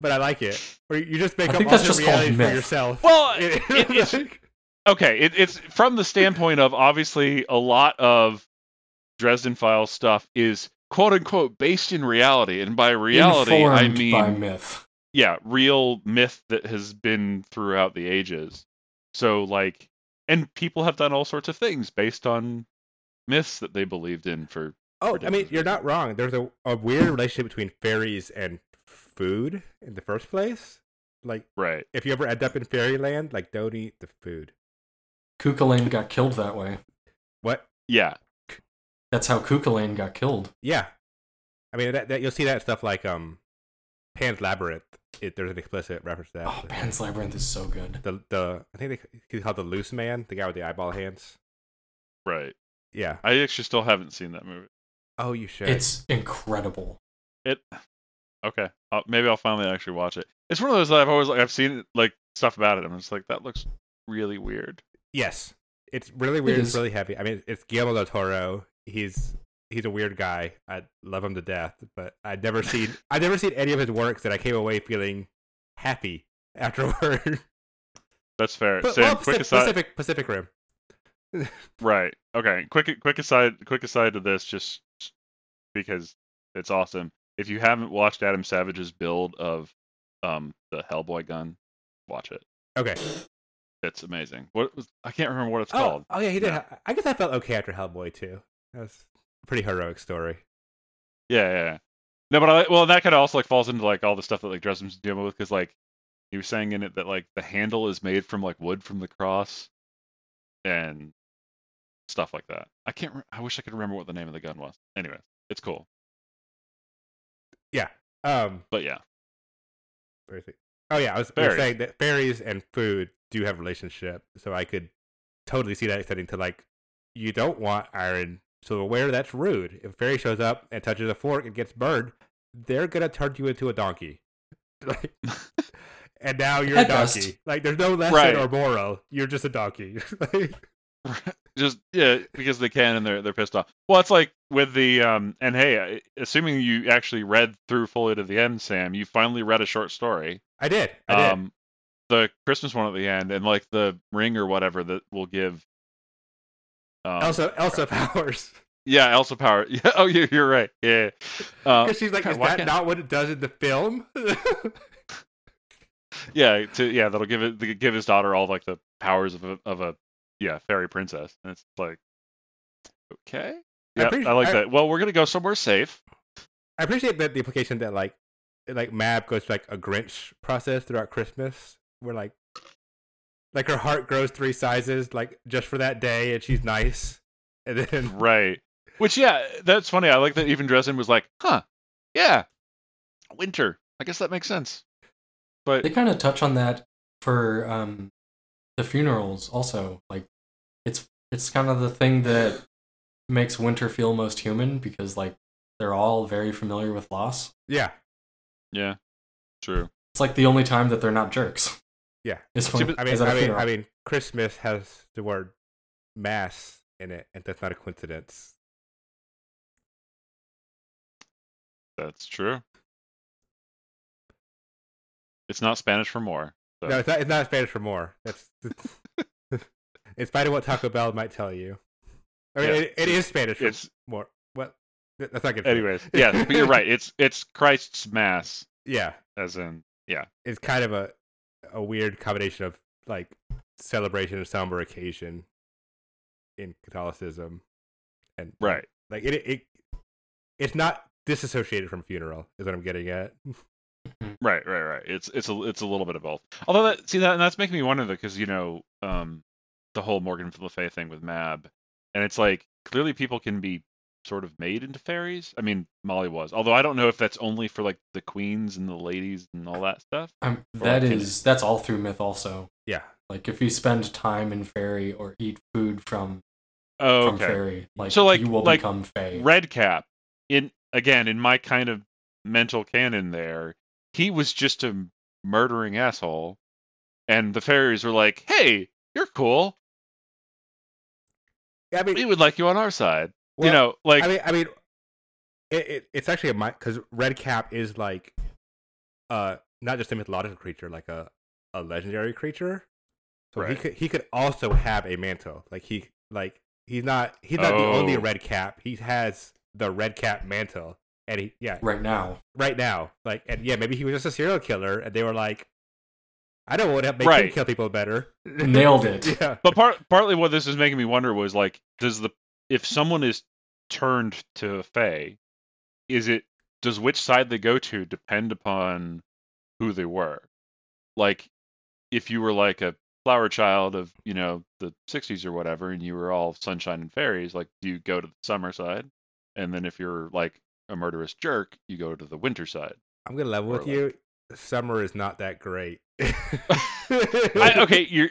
[SPEAKER 2] but I like it. Where you just make
[SPEAKER 3] I
[SPEAKER 2] up
[SPEAKER 3] think
[SPEAKER 2] all
[SPEAKER 3] that's
[SPEAKER 2] the
[SPEAKER 3] just called
[SPEAKER 2] realities for
[SPEAKER 3] myth.
[SPEAKER 2] yourself.
[SPEAKER 1] Well,
[SPEAKER 2] It-
[SPEAKER 1] it- it's- okay, it, it's from the standpoint of obviously a lot of Dresden Files stuff is quote unquote based in reality, and by reality
[SPEAKER 3] Informed
[SPEAKER 1] I mean
[SPEAKER 3] by myth.
[SPEAKER 1] yeah, real myth that has been throughout the ages. So like, and people have done all sorts of things based on myths that they believed in for
[SPEAKER 2] oh, I mean,
[SPEAKER 1] ridiculous.
[SPEAKER 2] you're not wrong. There's a, a weird relationship between fairies and food in the first place. Like,
[SPEAKER 1] right.
[SPEAKER 2] if you ever end up in fairyland, like, don't eat the food.
[SPEAKER 3] Kukulane got killed that way.
[SPEAKER 2] What?
[SPEAKER 1] Yeah.
[SPEAKER 3] That's how Kukulane got killed.
[SPEAKER 2] Yeah, I mean, that, that you'll see that stuff like um, Pan's Labyrinth. It, there's an explicit reference to that.
[SPEAKER 3] Oh, Pan's Labyrinth is so good.
[SPEAKER 2] the the I think they, he's called the loose man, the guy with the eyeball hands.
[SPEAKER 1] Right.
[SPEAKER 2] Yeah.
[SPEAKER 1] I actually still haven't seen that movie.
[SPEAKER 2] Oh, you should.
[SPEAKER 3] It's incredible.
[SPEAKER 1] It okay. I'll, maybe I'll finally actually watch it. It's one of those that I've always like I've seen like stuff about it. I'm just like that looks really weird.
[SPEAKER 2] yes, it's really weird. it's
[SPEAKER 3] is.
[SPEAKER 2] really heavy. I mean, it's Guillermo del Toro. He's he's a weird guy. I love him to death, but I've never seen I've never seen any of his works that I came away feeling happy afterward.
[SPEAKER 1] That's fair.
[SPEAKER 2] but,
[SPEAKER 1] Sam,
[SPEAKER 2] well,
[SPEAKER 1] quick
[SPEAKER 2] Pacific,
[SPEAKER 1] aside.
[SPEAKER 2] Pacific Pacific Rim.
[SPEAKER 1] Right. Okay. Quick quick aside quick aside to this just because it's awesome. If you haven't watched Adam Savage's build of um the Hellboy gun, watch it.
[SPEAKER 2] Okay.
[SPEAKER 1] It's amazing. What was, I can't remember what it's
[SPEAKER 2] Oh,
[SPEAKER 1] called.
[SPEAKER 2] oh yeah, he did.
[SPEAKER 1] Yeah.
[SPEAKER 2] ha- I guess I felt okay after Hellboy too. That was a pretty heroic story.
[SPEAKER 1] Yeah, yeah, yeah. No, but I, well, that kind of also like falls into like all the stuff that like Dresden's dealing with because like he was saying in it that like the handle is made from like wood from the cross and stuff like that. I can't. Re- I wish I could remember what the name of the gun was. Anyway, it's cool.
[SPEAKER 2] Um,
[SPEAKER 1] But yeah,
[SPEAKER 2] Where is it? Oh yeah, I was, we were
[SPEAKER 1] Fairies.
[SPEAKER 2] saying that fairies and food do have a relationship, so I could totally see that extending to like you don't want iron silverware. That's rude. If a fairy shows up and touches a fork and gets burned, they're gonna turn you into a donkey. Like, and now you're a
[SPEAKER 3] At best.
[SPEAKER 2] donkey. Like there's no lesson
[SPEAKER 1] Right.
[SPEAKER 2] or moral. You're just a donkey. Like,
[SPEAKER 1] just yeah, because they can and they're they're pissed off. Well, it's like with the um and hey, I- assuming you actually read through fully to the end, Sam, you finally read a short story.
[SPEAKER 2] I did. I did.
[SPEAKER 1] um the christmas one at the end and like the ring or whatever that will give um,
[SPEAKER 2] Elsa, Elsa powers.
[SPEAKER 1] yeah elsa power yeah oh you, you're right yeah uh,
[SPEAKER 2] Because she's like,
[SPEAKER 1] God,
[SPEAKER 2] is
[SPEAKER 1] why
[SPEAKER 2] that
[SPEAKER 1] can't-
[SPEAKER 2] not what it does in the film?
[SPEAKER 1] yeah to, yeah that'll give it give his daughter all like the powers of a, of a yeah fairy princess and it's like okay
[SPEAKER 2] I'm
[SPEAKER 1] yeah
[SPEAKER 2] pretty-
[SPEAKER 1] i like
[SPEAKER 2] I-
[SPEAKER 1] that well we're gonna go somewhere safe
[SPEAKER 2] I appreciate that the implication that like like Mab goes through, like a Grinch process throughout Christmas, where like like her heart grows three sizes like just for that day, and she's nice, and then
[SPEAKER 1] right which yeah that's funny i like that even dresden was like huh yeah winter i guess that makes sense but
[SPEAKER 3] They kind of touch on that for um, the funerals also. Like, it's it's kind of the thing that makes winter feel most human because like they're all very familiar with loss.
[SPEAKER 2] yeah,
[SPEAKER 1] yeah true
[SPEAKER 3] It's like the only time that they're not jerks.
[SPEAKER 2] Yeah.
[SPEAKER 3] It's when,
[SPEAKER 1] See, but-
[SPEAKER 2] I mean,
[SPEAKER 3] is at a
[SPEAKER 2] I mean,
[SPEAKER 3] funeral.
[SPEAKER 2] I mean, Christmas has the word mass in it, and that's not a coincidence.
[SPEAKER 1] That's true. It's not Spanish for more. So.
[SPEAKER 2] No, it's not. It's not Spanish for more. That's in spite of what Taco Bell might tell you. I mean,
[SPEAKER 1] Yeah.
[SPEAKER 2] it, it is Spanish for
[SPEAKER 1] it's
[SPEAKER 2] more. What? That's not good.
[SPEAKER 1] anyways. Yeah, but you're right. It's it's Christ's mass,
[SPEAKER 2] Yeah.
[SPEAKER 1] as in
[SPEAKER 2] it's kind of a a weird combination of like celebration and somber occasion in Catholicism, and
[SPEAKER 1] right.
[SPEAKER 2] like it it it's not disassociated from funeral is what I'm getting at.
[SPEAKER 3] mm-hmm.
[SPEAKER 1] Right, right, right. It's it's a it's a little bit of both. Although that see that and that's making me wonder though, because you know, um, the whole Morgan Le Fay thing with Mab, and it's like clearly people can be sort of made into fairies. I mean, Molly was. Although I don't know if that's only for like the queens and the ladies and all that stuff.
[SPEAKER 3] Um,
[SPEAKER 1] Or
[SPEAKER 3] that
[SPEAKER 1] can-
[SPEAKER 3] is that's all through myth also.
[SPEAKER 2] Yeah.
[SPEAKER 3] Like if you spend time in fairy or eat food from
[SPEAKER 1] Oh,
[SPEAKER 3] from
[SPEAKER 1] okay.
[SPEAKER 3] fairy, like,
[SPEAKER 1] So, like-
[SPEAKER 3] you will
[SPEAKER 1] like,
[SPEAKER 3] become fae.
[SPEAKER 1] Red Cap, in again in my kind of mental canon, there he was just a murdering asshole, and the fairies were like, "Hey, you're cool.
[SPEAKER 2] I mean,
[SPEAKER 1] We would like you on our side."
[SPEAKER 2] well,
[SPEAKER 1] you know, like
[SPEAKER 2] I mean, I mean, it, it, it's actually a because Red Cap is like, uh, not just a mythological creature, like a a legendary creature. So he
[SPEAKER 1] Right.
[SPEAKER 2] could he could also have a mantle. Like he like he's not he's not the only
[SPEAKER 1] Oh.
[SPEAKER 2] Red Cap. He has the Red Cap mantle, and he yeah
[SPEAKER 3] Right now,
[SPEAKER 2] right now like and yeah maybe he was just a serial killer, and they were like, I don't want to make him
[SPEAKER 1] Right.
[SPEAKER 2] kill people better.
[SPEAKER 3] nailed it.
[SPEAKER 2] Yeah,
[SPEAKER 1] but part partly what this is making me wonder was like, does the if someone is turned to a fae, is it does which side they go to depend upon who they were? Like, if you were like a flower child of you know the '60s or whatever, and you were all sunshine and fairies, like, do you go to the summer side? And then if you're like a murderous jerk, you go to the winter side.
[SPEAKER 2] I'm gonna level
[SPEAKER 1] Or
[SPEAKER 2] with
[SPEAKER 1] like-
[SPEAKER 2] you. Summer is not that great.
[SPEAKER 1] I, okay, you're.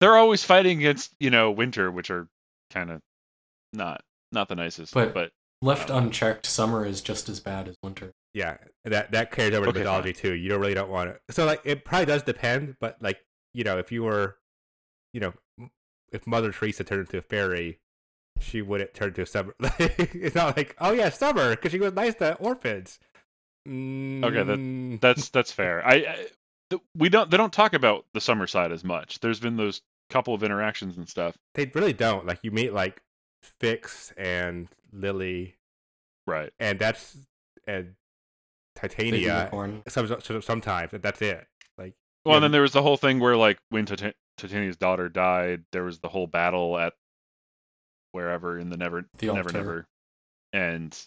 [SPEAKER 1] They're always fighting against you know winter, which are kind of not not the nicest.
[SPEAKER 3] But-
[SPEAKER 1] But,
[SPEAKER 2] Oh.
[SPEAKER 3] Left unchecked, summer is just as bad as winter.
[SPEAKER 2] Yeah, and that that carries over to
[SPEAKER 1] Okay,
[SPEAKER 2] mythology too. You don't really don't want it. So like, it probably does depend, but like, you know, if you were, you know, m- if Mother Teresa turned into a fairy, she wouldn't turn into a summer. Like, it's not like, oh yeah, summer, because she was nice to orphans. Mm,
[SPEAKER 1] that's that's fair. I, I th- we don't they don't talk about the summer side as much. There's been those couple of interactions and stuff.
[SPEAKER 2] they really don't. Like, you meet like Fix and Lily,
[SPEAKER 1] Right.
[SPEAKER 2] and that's and
[SPEAKER 3] The
[SPEAKER 2] Titania.
[SPEAKER 3] unicorn.
[SPEAKER 2] Some, some- sometimes, and that's it. Like,
[SPEAKER 1] Well, and
[SPEAKER 2] Yeah.
[SPEAKER 1] then there was the whole thing where like when Titan- Titania's daughter died, there was the whole battle at wherever in the never
[SPEAKER 3] The
[SPEAKER 1] never
[SPEAKER 3] altar.
[SPEAKER 1] never, and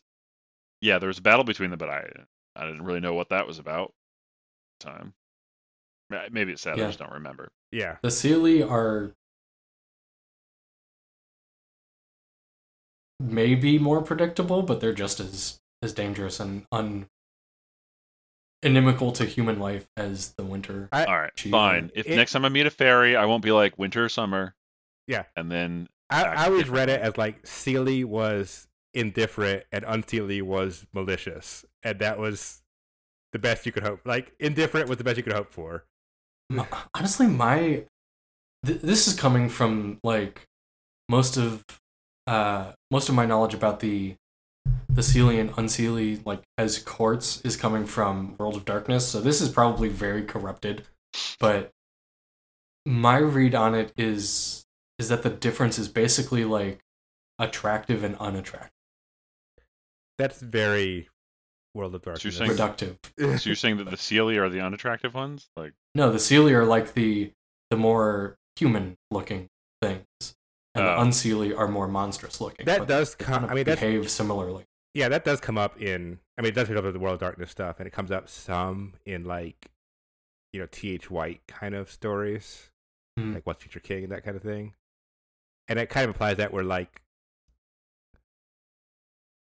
[SPEAKER 1] yeah, there was a battle between them, but I I didn't really know what that was about. at the Time. Ma- Maybe it's sad.
[SPEAKER 3] Yeah.
[SPEAKER 1] I just don't remember.
[SPEAKER 2] yeah,
[SPEAKER 3] The Sealy are maybe more predictable, but they're just as as dangerous and un inimical to human life as the winter.
[SPEAKER 2] I-
[SPEAKER 1] All right,
[SPEAKER 3] Gee,
[SPEAKER 1] fine. If
[SPEAKER 2] it-
[SPEAKER 1] next time I meet a fairy, I won't be like winter or summer.
[SPEAKER 2] Yeah.
[SPEAKER 1] And then
[SPEAKER 2] I,
[SPEAKER 1] act
[SPEAKER 2] I always read it
[SPEAKER 1] differently.
[SPEAKER 2] as like Sealy was indifferent and unsealy was malicious, and that was the best you could hope. Like indifferent was the best you could hope for.
[SPEAKER 3] M- honestly my th- this is coming from like most of uh most of my knowledge about the the Sealy and Unsealy like as courts is coming from World of Darkness so this is probably very corrupted but my read on it is is that the difference is basically like attractive and unattractive
[SPEAKER 2] That's very World of Darkness.
[SPEAKER 1] saying-
[SPEAKER 3] reductive
[SPEAKER 1] so you're saying that the Sealy are the unattractive ones? Like
[SPEAKER 3] No, the Sealy are like the the more human looking things, and the
[SPEAKER 1] Oh.
[SPEAKER 3] Unsealy are more monstrous looking.
[SPEAKER 2] that
[SPEAKER 3] but
[SPEAKER 2] does
[SPEAKER 3] they
[SPEAKER 2] come.
[SPEAKER 3] kinda
[SPEAKER 2] I mean, that's
[SPEAKER 3] behave similarly.
[SPEAKER 2] yeah, that does come up in. I mean, it does come up in the World of Darkness stuff, and it comes up some in like, you know, T. H. White kind of stories,
[SPEAKER 3] Hmm.
[SPEAKER 2] like What's Future King and that kind of thing, and it kind of implies that we're like.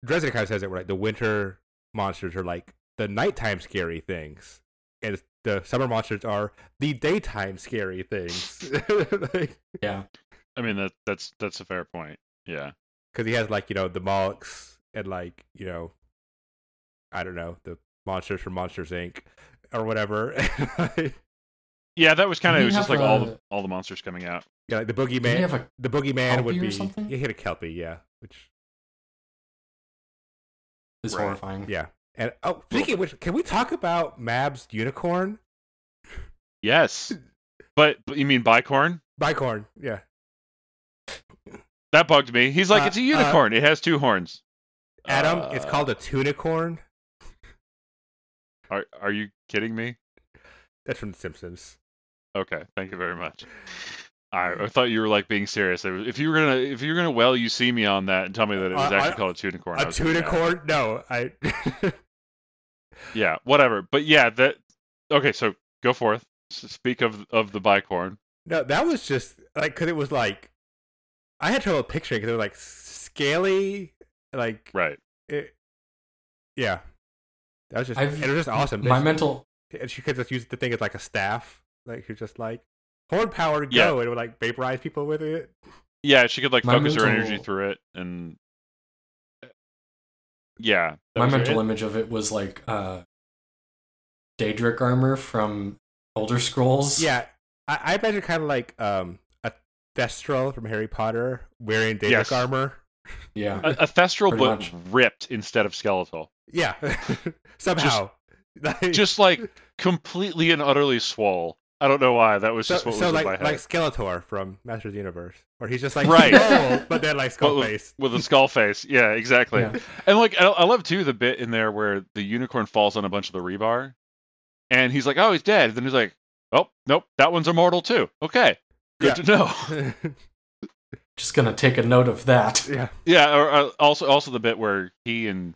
[SPEAKER 2] Dresden kind of says that we're like the winter monsters are like the nighttime scary things, and the summer monsters are the daytime scary things. like,
[SPEAKER 3] Yeah,
[SPEAKER 1] I mean that that's that's a fair point. Yeah.
[SPEAKER 2] because he has like you know the Molochs and like you know, I don't know the monsters from Monsters Inc. or whatever. yeah,
[SPEAKER 1] Yeah, that was kind
[SPEAKER 3] Didn't
[SPEAKER 1] of
[SPEAKER 3] he
[SPEAKER 1] it was just
[SPEAKER 3] have
[SPEAKER 1] like all
[SPEAKER 3] a-
[SPEAKER 1] the all the monsters coming out.
[SPEAKER 2] like the
[SPEAKER 3] Didn't he
[SPEAKER 2] boogeyman.
[SPEAKER 3] have a
[SPEAKER 2] The boogeyman would
[SPEAKER 3] Kelpie or
[SPEAKER 2] be
[SPEAKER 3] something?
[SPEAKER 2] yeah, he had a kelpie, yeah, which
[SPEAKER 3] is
[SPEAKER 1] Right.
[SPEAKER 3] horrifying.
[SPEAKER 2] yeah. And oh, speaking of which, can we talk about Mab's unicorn?
[SPEAKER 1] Yes. But, but you mean bicorn?
[SPEAKER 2] Bicorn, yeah.
[SPEAKER 1] That bugged me. He's like,
[SPEAKER 2] Uh,
[SPEAKER 1] it's a
[SPEAKER 2] uh,
[SPEAKER 1] unicorn. it has two horns.
[SPEAKER 2] Adam, it's
[SPEAKER 1] Uh,
[SPEAKER 2] called a tunicorn.
[SPEAKER 1] Are are you kidding me?
[SPEAKER 2] That's from The Simpsons.
[SPEAKER 1] Okay, thank you very much. I, I thought you were like being serious. I was- If you were gonna if you were gonna well you see me on that and tell me that it was
[SPEAKER 2] Uh, I-
[SPEAKER 1] actually called a tunicorn. I
[SPEAKER 2] A
[SPEAKER 1] was gonna be mad.
[SPEAKER 2] tunicorn? No, I.
[SPEAKER 1] yeah, whatever. But yeah, that okay. So go forth. S- Speak of of the bicorn.
[SPEAKER 2] No, that was just like because it was like I had trouble picturing because it was like scaly, like
[SPEAKER 1] Right.
[SPEAKER 2] it, yeah. That was just
[SPEAKER 3] I've-
[SPEAKER 2] it was just awesome.
[SPEAKER 3] My
[SPEAKER 2] They-
[SPEAKER 3] mental
[SPEAKER 2] and she could just use the thing as like a staff, like she's just like horn power go,
[SPEAKER 1] Yeah.
[SPEAKER 2] and it would like vaporize people with it.
[SPEAKER 1] Yeah, she could like
[SPEAKER 3] My
[SPEAKER 1] focus her energy
[SPEAKER 3] mental-
[SPEAKER 1] through it, and yeah, that
[SPEAKER 3] my
[SPEAKER 1] was
[SPEAKER 3] mental
[SPEAKER 1] it.
[SPEAKER 3] image of it was like uh Daedric armor from Elder Scrolls.
[SPEAKER 2] Yeah, I, I imagine kind of like um a Thestral from Harry Potter wearing Daedric
[SPEAKER 1] Yes.
[SPEAKER 2] armor.
[SPEAKER 3] Yeah.
[SPEAKER 1] a, a thestral,
[SPEAKER 3] Pretty
[SPEAKER 1] but
[SPEAKER 3] much.
[SPEAKER 1] ripped instead of skeletal.
[SPEAKER 2] Yeah, somehow. Like-
[SPEAKER 1] Just like completely and utterly swole. I don't know why. That was
[SPEAKER 2] so,
[SPEAKER 1] just what
[SPEAKER 2] so
[SPEAKER 1] was
[SPEAKER 2] like
[SPEAKER 1] in my head.
[SPEAKER 2] like Skeletor from Masters of the Universe, where he's just like
[SPEAKER 1] Right.
[SPEAKER 2] swole, but then like
[SPEAKER 1] But uh,
[SPEAKER 2] skull
[SPEAKER 1] with-
[SPEAKER 2] face.
[SPEAKER 1] with a skull face. Yeah, exactly.
[SPEAKER 3] Yeah.
[SPEAKER 1] And like, I, I love too the bit in there where the unicorn falls on a bunch of the rebar, and he's like, "Oh, he's dead." Then he's like, "Oh, nope, that one's immortal too." Okay, good
[SPEAKER 2] Yeah.
[SPEAKER 1] to know.
[SPEAKER 3] Just gonna take a note of that.
[SPEAKER 2] yeah,
[SPEAKER 1] yeah. Or, or also, also the bit where he and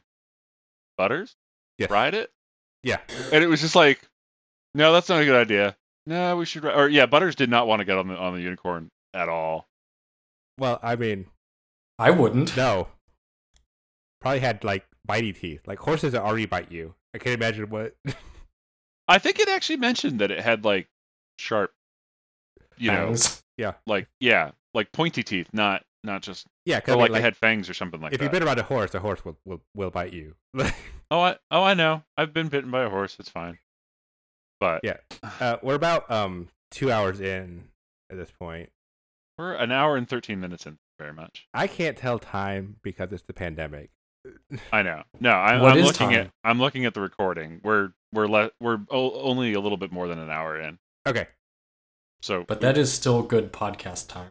[SPEAKER 1] Butters
[SPEAKER 2] Yes.
[SPEAKER 1] ride it,
[SPEAKER 2] yeah,
[SPEAKER 1] and it was just like, "No, that's not a good idea." No, we should. ri-" Or yeah, Butters did not want to get on the on the unicorn at all.
[SPEAKER 2] Well, I mean,
[SPEAKER 3] I wouldn't.
[SPEAKER 2] no. Probably had like bitey teeth. Like horses that already bite you. I can't imagine what.
[SPEAKER 1] I think it actually mentioned that it had like sharp, you know,
[SPEAKER 3] Fangs.
[SPEAKER 1] like yeah, like pointy teeth, not not just
[SPEAKER 2] Yeah, because
[SPEAKER 1] or Oh, like,
[SPEAKER 2] like,
[SPEAKER 1] they had fangs or something like
[SPEAKER 2] if
[SPEAKER 1] that.
[SPEAKER 2] you've been around a horse, a horse will will, will bite you.
[SPEAKER 1] oh, I oh I know. I've been bitten by a horse. It's fine. But
[SPEAKER 2] Yeah. uh, we're about um two hours in at this point.
[SPEAKER 1] we're an hour and thirteen minutes in. Very much.
[SPEAKER 2] I can't tell time because it's the pandemic.
[SPEAKER 1] I know. No, I'm,
[SPEAKER 3] What
[SPEAKER 1] I'm
[SPEAKER 3] is
[SPEAKER 1] looking at
[SPEAKER 3] time?
[SPEAKER 1] I'm looking at the recording. We're we're le- we're o- only a little bit more than an hour in.
[SPEAKER 2] Okay.
[SPEAKER 1] So
[SPEAKER 3] But that is still good podcast time.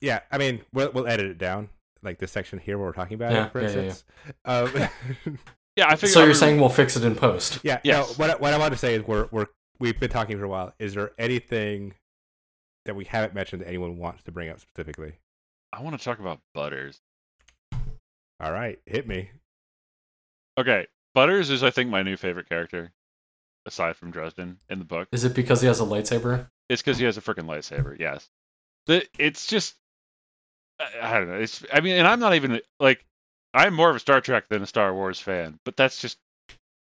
[SPEAKER 2] Yeah, I mean, we'll we'll edit it down, like this section here where we're talking about
[SPEAKER 3] Yeah,
[SPEAKER 2] it, for
[SPEAKER 3] yeah, yeah, yeah.
[SPEAKER 2] instance. Yeah, Um,
[SPEAKER 1] yeah, I figured.
[SPEAKER 3] So
[SPEAKER 1] I
[SPEAKER 3] you're
[SPEAKER 1] would-
[SPEAKER 3] saying we'll fix it in post.
[SPEAKER 2] yeah
[SPEAKER 1] Yes.
[SPEAKER 2] no, what I- what I want to say is we're we're we've been talking for a while. Is there anything that we haven't mentioned that anyone wants to bring up specifically?
[SPEAKER 1] I want to talk about Butters.
[SPEAKER 2] All right, hit me.
[SPEAKER 1] Okay, Butters is I think my new favorite character, aside from Dresden in the book.
[SPEAKER 3] Is it because he has a lightsaber?
[SPEAKER 1] It's because he has a freaking lightsaber. Yes, the it's just I, I don't know. It's I mean, and I'm not even like I'm more of a Star Trek than a Star Wars fan, but that's just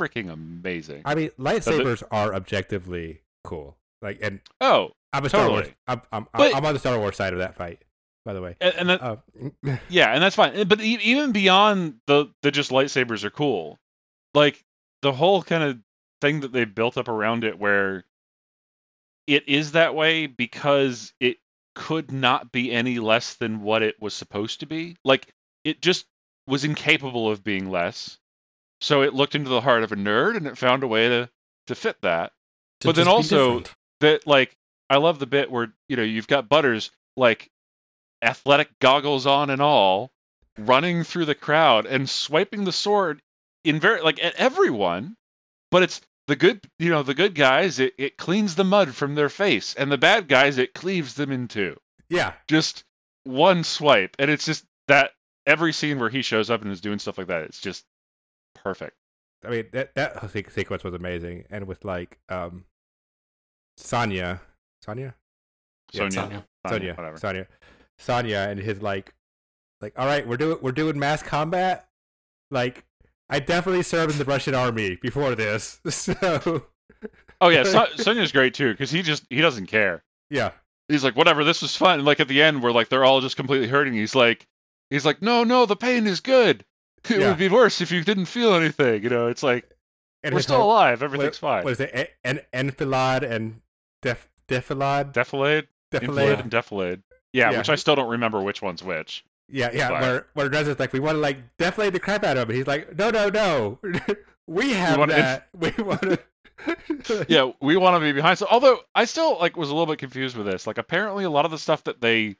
[SPEAKER 1] freaking amazing.
[SPEAKER 2] I mean, lightsabers are objectively cool. Like, and
[SPEAKER 1] oh,
[SPEAKER 2] I'm a Star Wars.
[SPEAKER 1] Totally.
[SPEAKER 2] I'm I'm,
[SPEAKER 1] But-
[SPEAKER 2] I'm on the Star Wars side of that fight, by the way.
[SPEAKER 1] and, and that,
[SPEAKER 2] Uh,
[SPEAKER 1] yeah, and that's fine. But e- even beyond the the just lightsabers are cool, like the whole kind of thing that they built up around it, where it is that way because it could not be any less than what it was supposed to be. Like it just was incapable of being less. So it looked into the heart of a nerd and it found a way to to fit that
[SPEAKER 3] To
[SPEAKER 1] But then
[SPEAKER 3] just be
[SPEAKER 1] also-
[SPEAKER 3] different.
[SPEAKER 1] that like I love the bit where you know you've got Butters like athletic goggles on and all running through the crowd and swiping the sword in very like at everyone, but it's the good you know the good guys it, it cleans the mud from their face and the bad guys it cleaves them in two
[SPEAKER 2] yeah,
[SPEAKER 1] just one swipe and it's just that every scene where he shows up and is doing stuff like that it's just perfect
[SPEAKER 2] I mean that that whole se- sequence was amazing, and with like um, Sonya, Sonya,
[SPEAKER 1] Sonya,
[SPEAKER 3] Sonya.
[SPEAKER 1] Sonya,
[SPEAKER 2] Sonya,
[SPEAKER 1] whatever
[SPEAKER 2] Sonya, Sonya, and his like, like, all right, we're doing we're doing mass combat. Like, I definitely served in the Russian army before this, so
[SPEAKER 1] oh yeah so- Sonya's great too because he just he doesn't care
[SPEAKER 2] yeah,
[SPEAKER 1] he's like, whatever, this was fun. And like at the end, where like they're all just completely hurting, he's like, he's like, no, no, the pain is good. It
[SPEAKER 2] Yeah.
[SPEAKER 1] would be worse if you didn't feel anything. You know, it's like
[SPEAKER 2] and
[SPEAKER 1] we're
[SPEAKER 2] his
[SPEAKER 1] still
[SPEAKER 2] whole-
[SPEAKER 1] alive, everything's fine.
[SPEAKER 2] What is it? En- en- Enfilade and Def Defilade,
[SPEAKER 1] Defilade, Infilade,
[SPEAKER 2] Defilade.
[SPEAKER 1] and Defilade. Yeah,
[SPEAKER 2] Yeah.
[SPEAKER 1] which I still don't remember which one's which.
[SPEAKER 2] Yeah, yeah.
[SPEAKER 1] Fire.
[SPEAKER 2] Where where Dresden's like, we want to like defilade the crap out of him. He's like, no, no, no. we have
[SPEAKER 1] wanna
[SPEAKER 2] that. we want to.
[SPEAKER 1] Yeah, we want to be behind. So although I still like was a little bit confused with this. Like apparently a lot of the stuff that they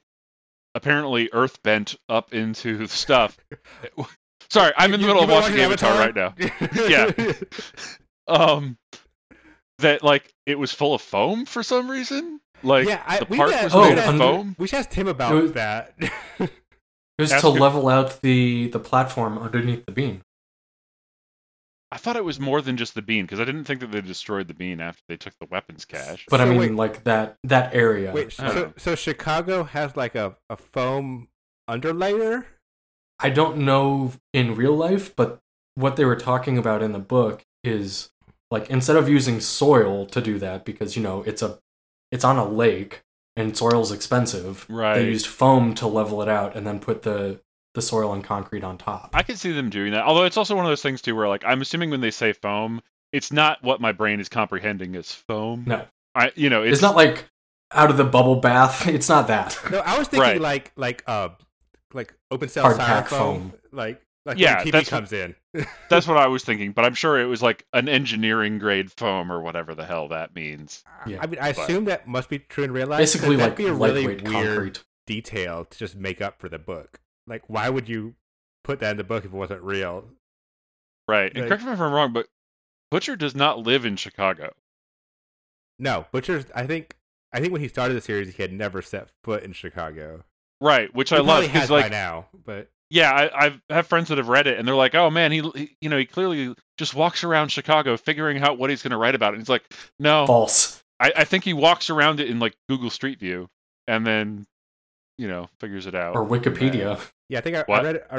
[SPEAKER 1] apparently earth bent up into the stuff. Sorry, I'm in the middle of watching Avatar, right now. Yeah. Um that like it was full of foam for some reason. Like
[SPEAKER 2] yeah, I,
[SPEAKER 1] the
[SPEAKER 2] we,
[SPEAKER 1] part
[SPEAKER 2] should
[SPEAKER 1] was
[SPEAKER 2] ask- we
[SPEAKER 1] made
[SPEAKER 2] should
[SPEAKER 1] of
[SPEAKER 2] ask-
[SPEAKER 3] under-
[SPEAKER 1] foam.
[SPEAKER 2] we should ask Tim about
[SPEAKER 3] It was-
[SPEAKER 2] that.
[SPEAKER 3] It was
[SPEAKER 1] Ask
[SPEAKER 3] to
[SPEAKER 1] who-
[SPEAKER 3] level out the the platform underneath the beam.
[SPEAKER 1] I thought it was more than just the bean because I didn't think that they destroyed the bean after they took the weapons cache.
[SPEAKER 3] But I
[SPEAKER 2] So
[SPEAKER 3] mean,
[SPEAKER 2] wait-
[SPEAKER 3] like that that area.
[SPEAKER 2] Wait,
[SPEAKER 1] I don't
[SPEAKER 2] so,
[SPEAKER 1] know.
[SPEAKER 2] so Chicago has like a, a foam underlayer?
[SPEAKER 3] I don't know in real life, but what they were talking about in the book is like instead of using soil to do that because you know it's a it's on a lake and soil's expensive.
[SPEAKER 1] Right.
[SPEAKER 3] They used foam to level it out and then put the the soil and concrete on top.
[SPEAKER 1] I could see them doing that. Although it's also one of those things too, where like I'm assuming when they say foam, it's not what my brain is comprehending as foam.
[SPEAKER 3] No.
[SPEAKER 1] I you know
[SPEAKER 3] it's,
[SPEAKER 1] it's,
[SPEAKER 3] not like out of the bubble bath. It's not that.
[SPEAKER 2] No, I was thinking
[SPEAKER 1] Right.
[SPEAKER 2] like like uh like open cell
[SPEAKER 3] Hard pack
[SPEAKER 2] styrofoam,
[SPEAKER 3] foam.
[SPEAKER 2] like like
[SPEAKER 1] Yeah,
[SPEAKER 2] when TV
[SPEAKER 1] that's what-
[SPEAKER 2] comes in.
[SPEAKER 1] that's what I was thinking. But I'm sure it was like an engineering grade foam or whatever the hell that means.
[SPEAKER 3] Yeah,
[SPEAKER 2] I mean, I
[SPEAKER 1] but-
[SPEAKER 2] assume that must be true in real life. 'cause
[SPEAKER 3] Basically,
[SPEAKER 2] that'd
[SPEAKER 3] like
[SPEAKER 2] be a really
[SPEAKER 3] lightweight
[SPEAKER 2] weird
[SPEAKER 3] concrete.
[SPEAKER 2] detail to just make up for the book. Like, why would you put that in the book if it wasn't real?
[SPEAKER 1] Right. And
[SPEAKER 2] Right.
[SPEAKER 1] correct me if I'm wrong, but Butcher does not live in Chicago.
[SPEAKER 2] No, Butcher's. I think I think when he started the series, he had never set foot in Chicago.
[SPEAKER 1] Right, which I
[SPEAKER 2] He
[SPEAKER 1] love
[SPEAKER 2] probably has
[SPEAKER 1] because like
[SPEAKER 2] by now, but
[SPEAKER 1] yeah, I I've, I have friends that have read it and they're like, oh man, he, he you know he clearly just walks around Chicago figuring out what he's going to write about, and he's like, no,
[SPEAKER 2] Oh.
[SPEAKER 3] False.
[SPEAKER 1] I, I think he walks around it in like Google Street View and then, you know, figures it
[SPEAKER 2] Oh,
[SPEAKER 1] out.
[SPEAKER 3] Or Wikipedia.
[SPEAKER 2] yeah, I think I, I
[SPEAKER 1] What?
[SPEAKER 2] read it. I,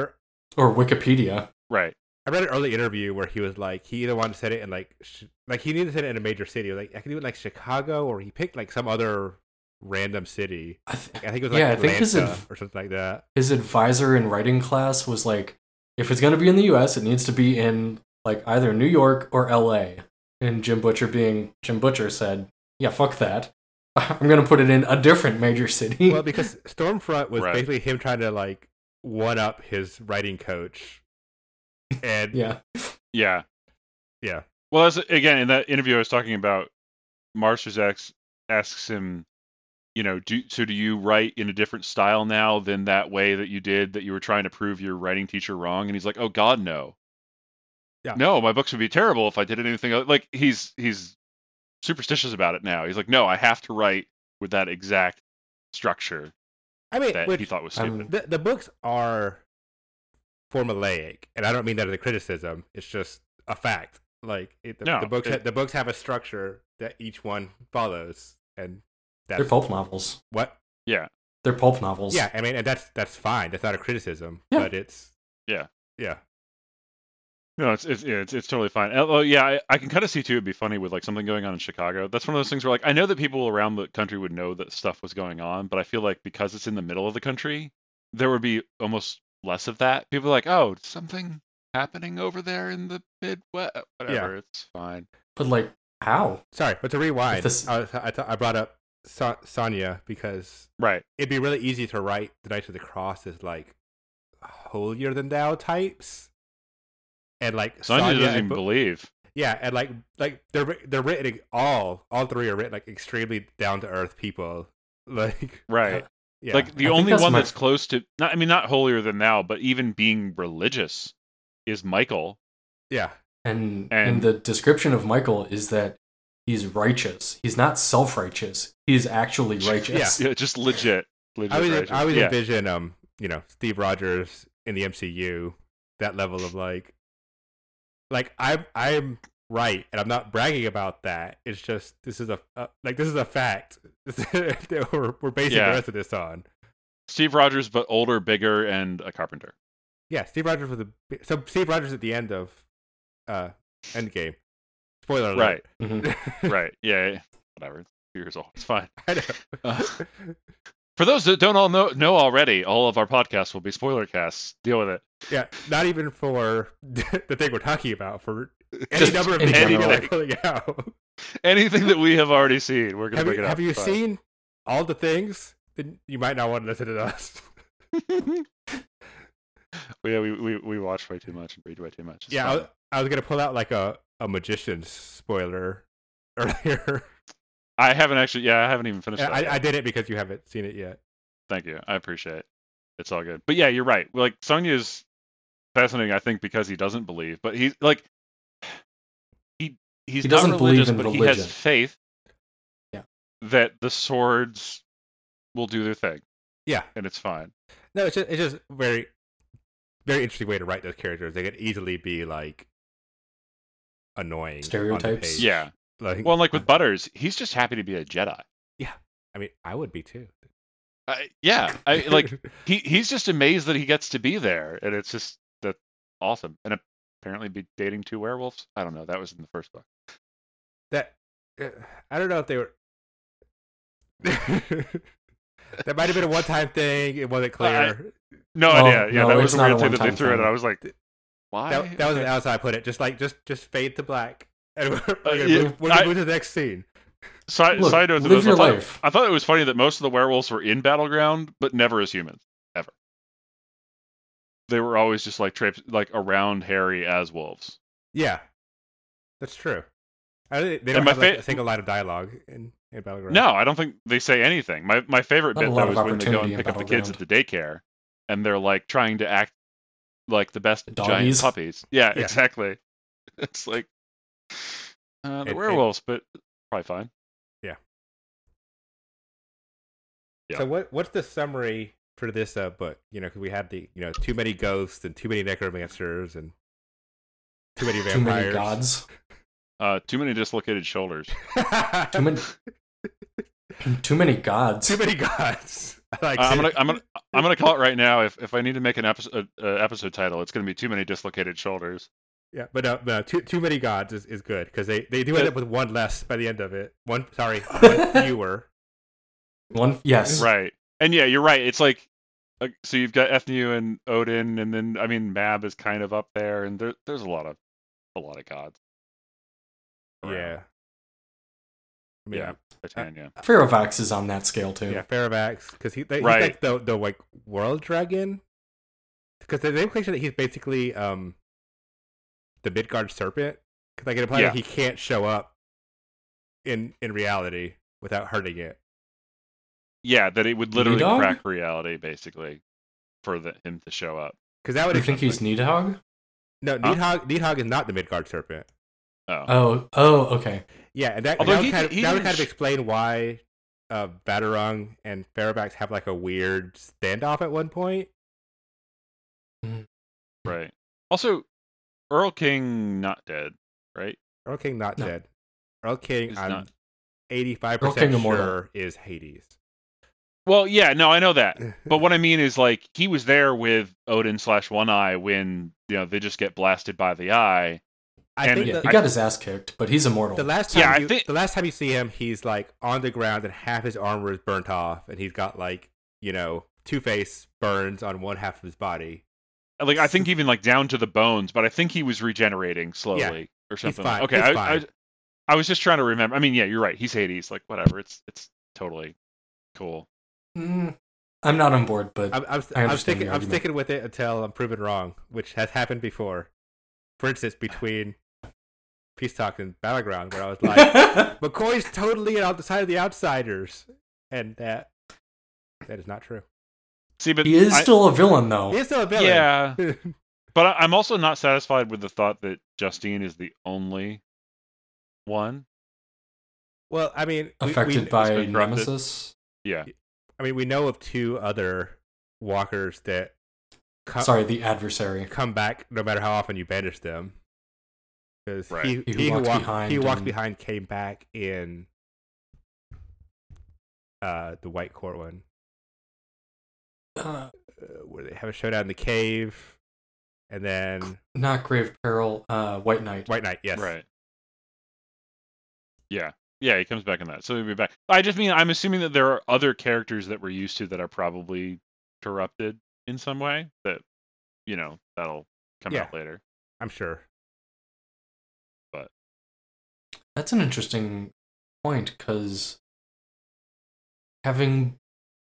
[SPEAKER 3] Or Wikipedia.
[SPEAKER 1] Right.
[SPEAKER 2] I read an early interview where he was like, he either wanted to set it in like, sh- like he needed to set it in a major city. Like I could do it in, like Chicago, or he picked like some other random city.
[SPEAKER 3] I th-
[SPEAKER 2] I think it was like
[SPEAKER 3] Yeah, I
[SPEAKER 2] Atlanta
[SPEAKER 3] think his adv-
[SPEAKER 2] or something like that.
[SPEAKER 3] his advisor in writing class was like, if it's going to be in the U.S., it needs to be in like either New York or L.A. And Jim Butcher, being Jim Butcher, said, "Yeah, fuck that. I'm going to put it in a different major city."
[SPEAKER 2] well, because Stormfront was
[SPEAKER 1] Right.
[SPEAKER 2] basically him trying to like one up his writing coach, and
[SPEAKER 3] yeah,
[SPEAKER 1] Yeah.
[SPEAKER 2] Yeah.
[SPEAKER 1] Well, that's again in that interview I was talking about. Marsters asks asks him, you know, do so do you write in a different style now than that way that you did that you were trying to prove your writing teacher wrong? And he's like, oh God, no.
[SPEAKER 2] Yeah.
[SPEAKER 1] No, my books would be terrible if I did anything oth- like he's he's superstitious about it now. He's like, no, I have to write with that exact structure
[SPEAKER 2] I mean,
[SPEAKER 1] that
[SPEAKER 2] which,
[SPEAKER 1] he thought was
[SPEAKER 3] I'm-
[SPEAKER 1] stupid.
[SPEAKER 2] the the books are formulaic, and I don't mean that as a criticism. It's just a fact. Like it, the,
[SPEAKER 1] No,
[SPEAKER 2] the books,
[SPEAKER 1] it-
[SPEAKER 2] ha- the books have a structure that each one follows, and that's
[SPEAKER 3] they're pulp novels.
[SPEAKER 2] what.
[SPEAKER 3] They're pulp novels.
[SPEAKER 2] Yeah, I mean, and that's that's fine. That's not a criticism,
[SPEAKER 3] Yeah.
[SPEAKER 2] but it's
[SPEAKER 1] Yeah.
[SPEAKER 2] yeah.
[SPEAKER 1] No, it's it's yeah, it's, it's totally fine. Oh yeah, I, I can kind of see too. It'd be funny with like something going on in Chicago. That's one of those things where like I know that people around the country would know that stuff was going on, but I feel like because it's in the middle of the country, there would be almost less of that. People are like, oh, something happening over there in the Midwest. Whatever, it's fine.
[SPEAKER 3] but like how?
[SPEAKER 2] Sorry, but to rewind,
[SPEAKER 3] this-
[SPEAKER 2] I, was- I, th- I brought up Sa- Sonya because
[SPEAKER 1] Right.
[SPEAKER 2] it'd be really easy to write the Knights of the Cross as like holier than thou types, and like
[SPEAKER 1] Sonya
[SPEAKER 2] Sonya
[SPEAKER 1] doesn't
[SPEAKER 2] and
[SPEAKER 1] even
[SPEAKER 2] Bu-
[SPEAKER 1] believe.
[SPEAKER 2] yeah, and like like they're wri- they're written all all three are written like extremely down to earth people, like uh,
[SPEAKER 1] Right.
[SPEAKER 2] yeah,
[SPEAKER 1] Like
[SPEAKER 3] I
[SPEAKER 1] the
[SPEAKER 3] think
[SPEAKER 1] only
[SPEAKER 3] that's
[SPEAKER 1] one
[SPEAKER 3] my-
[SPEAKER 1] that's close to not. I mean, not holier than thou, but even being religious is Michael.
[SPEAKER 2] yeah,
[SPEAKER 3] And, and
[SPEAKER 1] And-
[SPEAKER 3] the description of Michael is that he's righteous. He's not self-righteous. He's actually righteous.
[SPEAKER 1] Yeah, just legit. legit
[SPEAKER 2] I always
[SPEAKER 1] righteous.
[SPEAKER 2] I always
[SPEAKER 1] yeah.
[SPEAKER 2] envision um you know Steve Rogers in the MCU that level of like like I'm I'm right and I'm not bragging about that. It's just this is a uh, like this is a fact that we're we're basing
[SPEAKER 1] Yeah.
[SPEAKER 2] the rest of this on.
[SPEAKER 1] Steve Rogers, but older, bigger, and a carpenter.
[SPEAKER 2] Yeah, Steve Rogers was a bi- so Steve Rogers at the end of uh Endgame. Spoiler alert.
[SPEAKER 1] Right,
[SPEAKER 3] Mhm.
[SPEAKER 1] right. Yeah, yeah. whatever. It's two years old. It's fine.
[SPEAKER 2] I know.
[SPEAKER 1] Uh, for those that don't all know, know already, all of our podcasts will be spoiler casts. Deal with it.
[SPEAKER 2] Yeah, not even for the thing we're talking about for any
[SPEAKER 1] Just
[SPEAKER 2] number of
[SPEAKER 3] in
[SPEAKER 2] things that
[SPEAKER 1] general.
[SPEAKER 2] are pulling out.
[SPEAKER 1] Anything that we have already seen, we're gonna
[SPEAKER 2] have
[SPEAKER 1] bring
[SPEAKER 2] you,
[SPEAKER 1] it up.
[SPEAKER 2] have you
[SPEAKER 1] It's fine.
[SPEAKER 2] seen all the things? Then you might not want to listen to us.
[SPEAKER 1] Well, yeah, we, we we watch way too much and read way too much. It's
[SPEAKER 2] yeah, I,
[SPEAKER 1] fine.
[SPEAKER 2] was- I was gonna pull out like a, a magician's spoiler earlier.
[SPEAKER 1] I haven't actually. Yeah, I haven't even finished.
[SPEAKER 2] And
[SPEAKER 1] that
[SPEAKER 2] I,
[SPEAKER 1] yet.
[SPEAKER 2] I did it because you haven't seen it yet.
[SPEAKER 1] Thank you. I appreciate it. It's all good. But yeah, you're right. Like Sonya's fascinating, I think, because he doesn't believe, but he's like he he's
[SPEAKER 3] He
[SPEAKER 1] not
[SPEAKER 3] doesn't believe
[SPEAKER 1] religious,
[SPEAKER 3] in
[SPEAKER 1] but he
[SPEAKER 3] religion.
[SPEAKER 1] has faith
[SPEAKER 3] Yeah.
[SPEAKER 1] that the swords will do their thing
[SPEAKER 2] Yeah,
[SPEAKER 1] and it's fine.
[SPEAKER 2] no, it's just it's just very very interesting way to write those characters. They could easily be like annoying on the
[SPEAKER 3] Stereotypes.
[SPEAKER 2] page.
[SPEAKER 1] Yeah.
[SPEAKER 2] Like,
[SPEAKER 1] Well, and like with Butters, he's just happy to be a Jedi.
[SPEAKER 2] I mean, I would be too.
[SPEAKER 1] I, yeah. I like he he's just amazed that he gets to be there, and it's just that awesome. And apparently, be dating two werewolves. I don't know. That was in the first book.
[SPEAKER 2] that. uh, I don't know if they were. that might have been a one-time thing. It wasn't
[SPEAKER 1] Well, I-
[SPEAKER 2] clear.
[SPEAKER 1] No
[SPEAKER 3] Well,
[SPEAKER 1] idea. Yeah,
[SPEAKER 3] no,
[SPEAKER 1] that
[SPEAKER 3] it's
[SPEAKER 1] was a
[SPEAKER 3] not
[SPEAKER 1] weird
[SPEAKER 3] a
[SPEAKER 1] thing that they
[SPEAKER 3] one-time
[SPEAKER 1] threw in,
[SPEAKER 3] thing.
[SPEAKER 1] and I was like, why?
[SPEAKER 2] that, that was
[SPEAKER 1] Okay.
[SPEAKER 2] how I put it. Just like just just fade to black, and we're, we're gonna
[SPEAKER 1] Uh, yeah,
[SPEAKER 2] move, we're gonna
[SPEAKER 1] I-
[SPEAKER 2] move to the next scene.
[SPEAKER 1] Si-
[SPEAKER 3] Look,
[SPEAKER 1] side note to
[SPEAKER 3] live
[SPEAKER 1] this, I
[SPEAKER 3] your
[SPEAKER 1] thought,
[SPEAKER 3] life.
[SPEAKER 1] I thought it was funny that most of the werewolves were in battleground, but never as humans ever. They were always just like trips, like around Harry as wolves.
[SPEAKER 2] Yeah, that's true. I, don't- they
[SPEAKER 1] And
[SPEAKER 2] don't
[SPEAKER 1] my
[SPEAKER 2] have like,
[SPEAKER 1] fa-
[SPEAKER 2] a single line of dialogue in, in Battleground.
[SPEAKER 1] No, I don't think they say anything. My my favorite
[SPEAKER 3] Not a
[SPEAKER 1] bit
[SPEAKER 3] lot
[SPEAKER 1] though
[SPEAKER 3] of
[SPEAKER 1] is when they go and
[SPEAKER 3] opportunity in
[SPEAKER 1] pick up the kids at
[SPEAKER 3] Battleground.
[SPEAKER 1] the daycare, and they're like trying to act like the best giant
[SPEAKER 3] Doggies.
[SPEAKER 1] puppies. Yeah,
[SPEAKER 2] Yeah.
[SPEAKER 1] exactly. It's like uh,
[SPEAKER 2] And-
[SPEAKER 1] the
[SPEAKER 2] and-
[SPEAKER 1] werewolves, but probably fine. yeah.
[SPEAKER 2] So what what's the summary for this uh, book? You know, 'cause we had the you know too many ghosts and too many necromancers and too many
[SPEAKER 3] Too
[SPEAKER 2] vampires.
[SPEAKER 3] many gods.
[SPEAKER 1] Uh, too many dislocated shoulders.
[SPEAKER 3] Too many. Too many gods.
[SPEAKER 2] Too many gods. I like
[SPEAKER 1] Uh, I'm
[SPEAKER 2] it.
[SPEAKER 1] gonna, I'm gonna, I'm gonna call it right now. If if I need to make an episode, uh, episode title, it's gonna be too many dislocated shoulders.
[SPEAKER 2] Yeah, but uh, no, no too too many gods is, is good because they, they do end
[SPEAKER 1] Uh,
[SPEAKER 2] up with one less by the end of it. One sorry, one fewer.
[SPEAKER 3] One. Yes.
[SPEAKER 1] Right. And yeah, you're right. It's like, uh, so you've got Ethnu and Odin, and then I mean Mab is kind of up there, and there, there's a lot of, a lot of gods. around.
[SPEAKER 2] Yeah. Uh, I mean,
[SPEAKER 1] Oh, Yeah. Britannia.
[SPEAKER 3] Ferrovax is on that scale too.
[SPEAKER 2] Yeah, Faravax, because he, they- he's
[SPEAKER 1] Right.
[SPEAKER 2] like the the like world dragon. Because the implication that he's basically um the Midgard serpent. Because like it implies
[SPEAKER 1] Yeah.
[SPEAKER 2] that he can't show up in in reality without hurting it.
[SPEAKER 1] yeah, that it would literally
[SPEAKER 3] Nidhogg?
[SPEAKER 1] crack reality basically, for the, him to show up.
[SPEAKER 2] Because that would
[SPEAKER 3] You think he's Nidhogg?
[SPEAKER 2] no
[SPEAKER 1] Huh?
[SPEAKER 2] Nidhogg. Nidhogg is not the Midgard serpent.
[SPEAKER 1] Oh,
[SPEAKER 2] Um,
[SPEAKER 3] Oh. Oh. Okay.
[SPEAKER 2] Yeah, and that,
[SPEAKER 1] Although
[SPEAKER 2] that, would,
[SPEAKER 1] he
[SPEAKER 2] kind of,
[SPEAKER 1] did- he
[SPEAKER 2] that would
[SPEAKER 1] didn't
[SPEAKER 2] kind of
[SPEAKER 1] sh-
[SPEAKER 2] explain why uh, Batarang and Faravax have like a weird standoff at one point.
[SPEAKER 1] right. Also, Earl King not dead, right?
[SPEAKER 2] Earl King not
[SPEAKER 3] No.
[SPEAKER 2] dead. Earl King,
[SPEAKER 1] He's
[SPEAKER 2] I'm
[SPEAKER 1] not.
[SPEAKER 2] eighty five
[SPEAKER 3] Earl King
[SPEAKER 2] percent
[SPEAKER 3] immortal.
[SPEAKER 2] sure is Hades.
[SPEAKER 1] Well, yeah, no, I know that. But what I mean is, like, he was there with Odin slash One Eye when you know they just get blasted by the eye.
[SPEAKER 2] I
[SPEAKER 1] and
[SPEAKER 2] think
[SPEAKER 1] it-
[SPEAKER 3] Yeah.
[SPEAKER 2] the,
[SPEAKER 3] He got his ass kicked, but he's immortal.
[SPEAKER 2] the last time
[SPEAKER 1] Yeah, I
[SPEAKER 2] you,
[SPEAKER 1] think-
[SPEAKER 2] the last time you see him, he's like on the ground and half his armor is burnt off, and he's got like you know Two Face burns on one half of his body.
[SPEAKER 1] Like, I think even like down to the bones, but I think he was regenerating slowly or something.
[SPEAKER 2] fine,
[SPEAKER 1] Okay,
[SPEAKER 2] he's
[SPEAKER 1] I, I,
[SPEAKER 2] fine.
[SPEAKER 1] I was just trying to remember. I mean, yeah, you're right. He's Hades. Like, whatever. It's it's totally cool.
[SPEAKER 3] Mm, I'm not on board, but
[SPEAKER 2] I'm I'm, I'm
[SPEAKER 3] I understand
[SPEAKER 2] sticking
[SPEAKER 3] your
[SPEAKER 2] I'm
[SPEAKER 3] argument.
[SPEAKER 2] sticking with it until I'm proven wrong, which has happened before. For instance, between Peace Talk and Battleground, where I was like, McCoy's totally on the side of the outsiders, and that that is not true.
[SPEAKER 1] See, but
[SPEAKER 3] he is
[SPEAKER 1] I-
[SPEAKER 3] still a villain though.
[SPEAKER 2] He is still a villain.
[SPEAKER 1] yeah. But I, I'm also not satisfied with the thought that Justine is the only one.
[SPEAKER 2] well, I mean, we- we-
[SPEAKER 3] affected by
[SPEAKER 1] been corrupted.
[SPEAKER 3] Nemesis.
[SPEAKER 1] Yeah,
[SPEAKER 2] I mean, we know of two other walkers that co-
[SPEAKER 3] Sorry, the adversary.
[SPEAKER 2] come back no matter how often you banish them. Because
[SPEAKER 1] Right.
[SPEAKER 2] he,
[SPEAKER 3] He who
[SPEAKER 2] he, who
[SPEAKER 3] walks
[SPEAKER 2] walked,
[SPEAKER 3] behind
[SPEAKER 2] he walked
[SPEAKER 3] and-
[SPEAKER 2] behind came back in uh, the White Court one, uh,
[SPEAKER 3] Uh,
[SPEAKER 2] where they have a showdown in the cave, and then
[SPEAKER 3] not Grave Peril. Uh, White Knight.
[SPEAKER 2] White Knight. Yes,
[SPEAKER 1] right. Yeah, yeah, he comes back in that, so he'll be back. I just mean I'm assuming that there are other characters that we're used to that are probably corrupted in some way. That you know that'll come
[SPEAKER 2] Yeah.
[SPEAKER 1] out later.
[SPEAKER 2] I'm sure.
[SPEAKER 3] That's an interesting point because having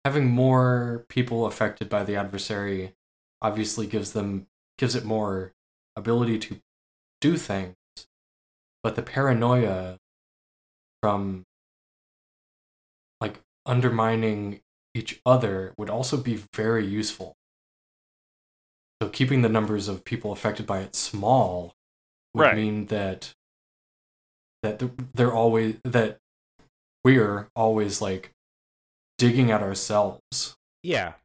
[SPEAKER 3] having more people affected by the adversary obviously gives them gives it more ability to do things, but the paranoia from like undermining each other would also be very useful. So keeping the numbers of people affected by it small would
[SPEAKER 1] Right.
[SPEAKER 3] mean that that th- they're always that we're always like digging at ourselves.
[SPEAKER 2] Yeah,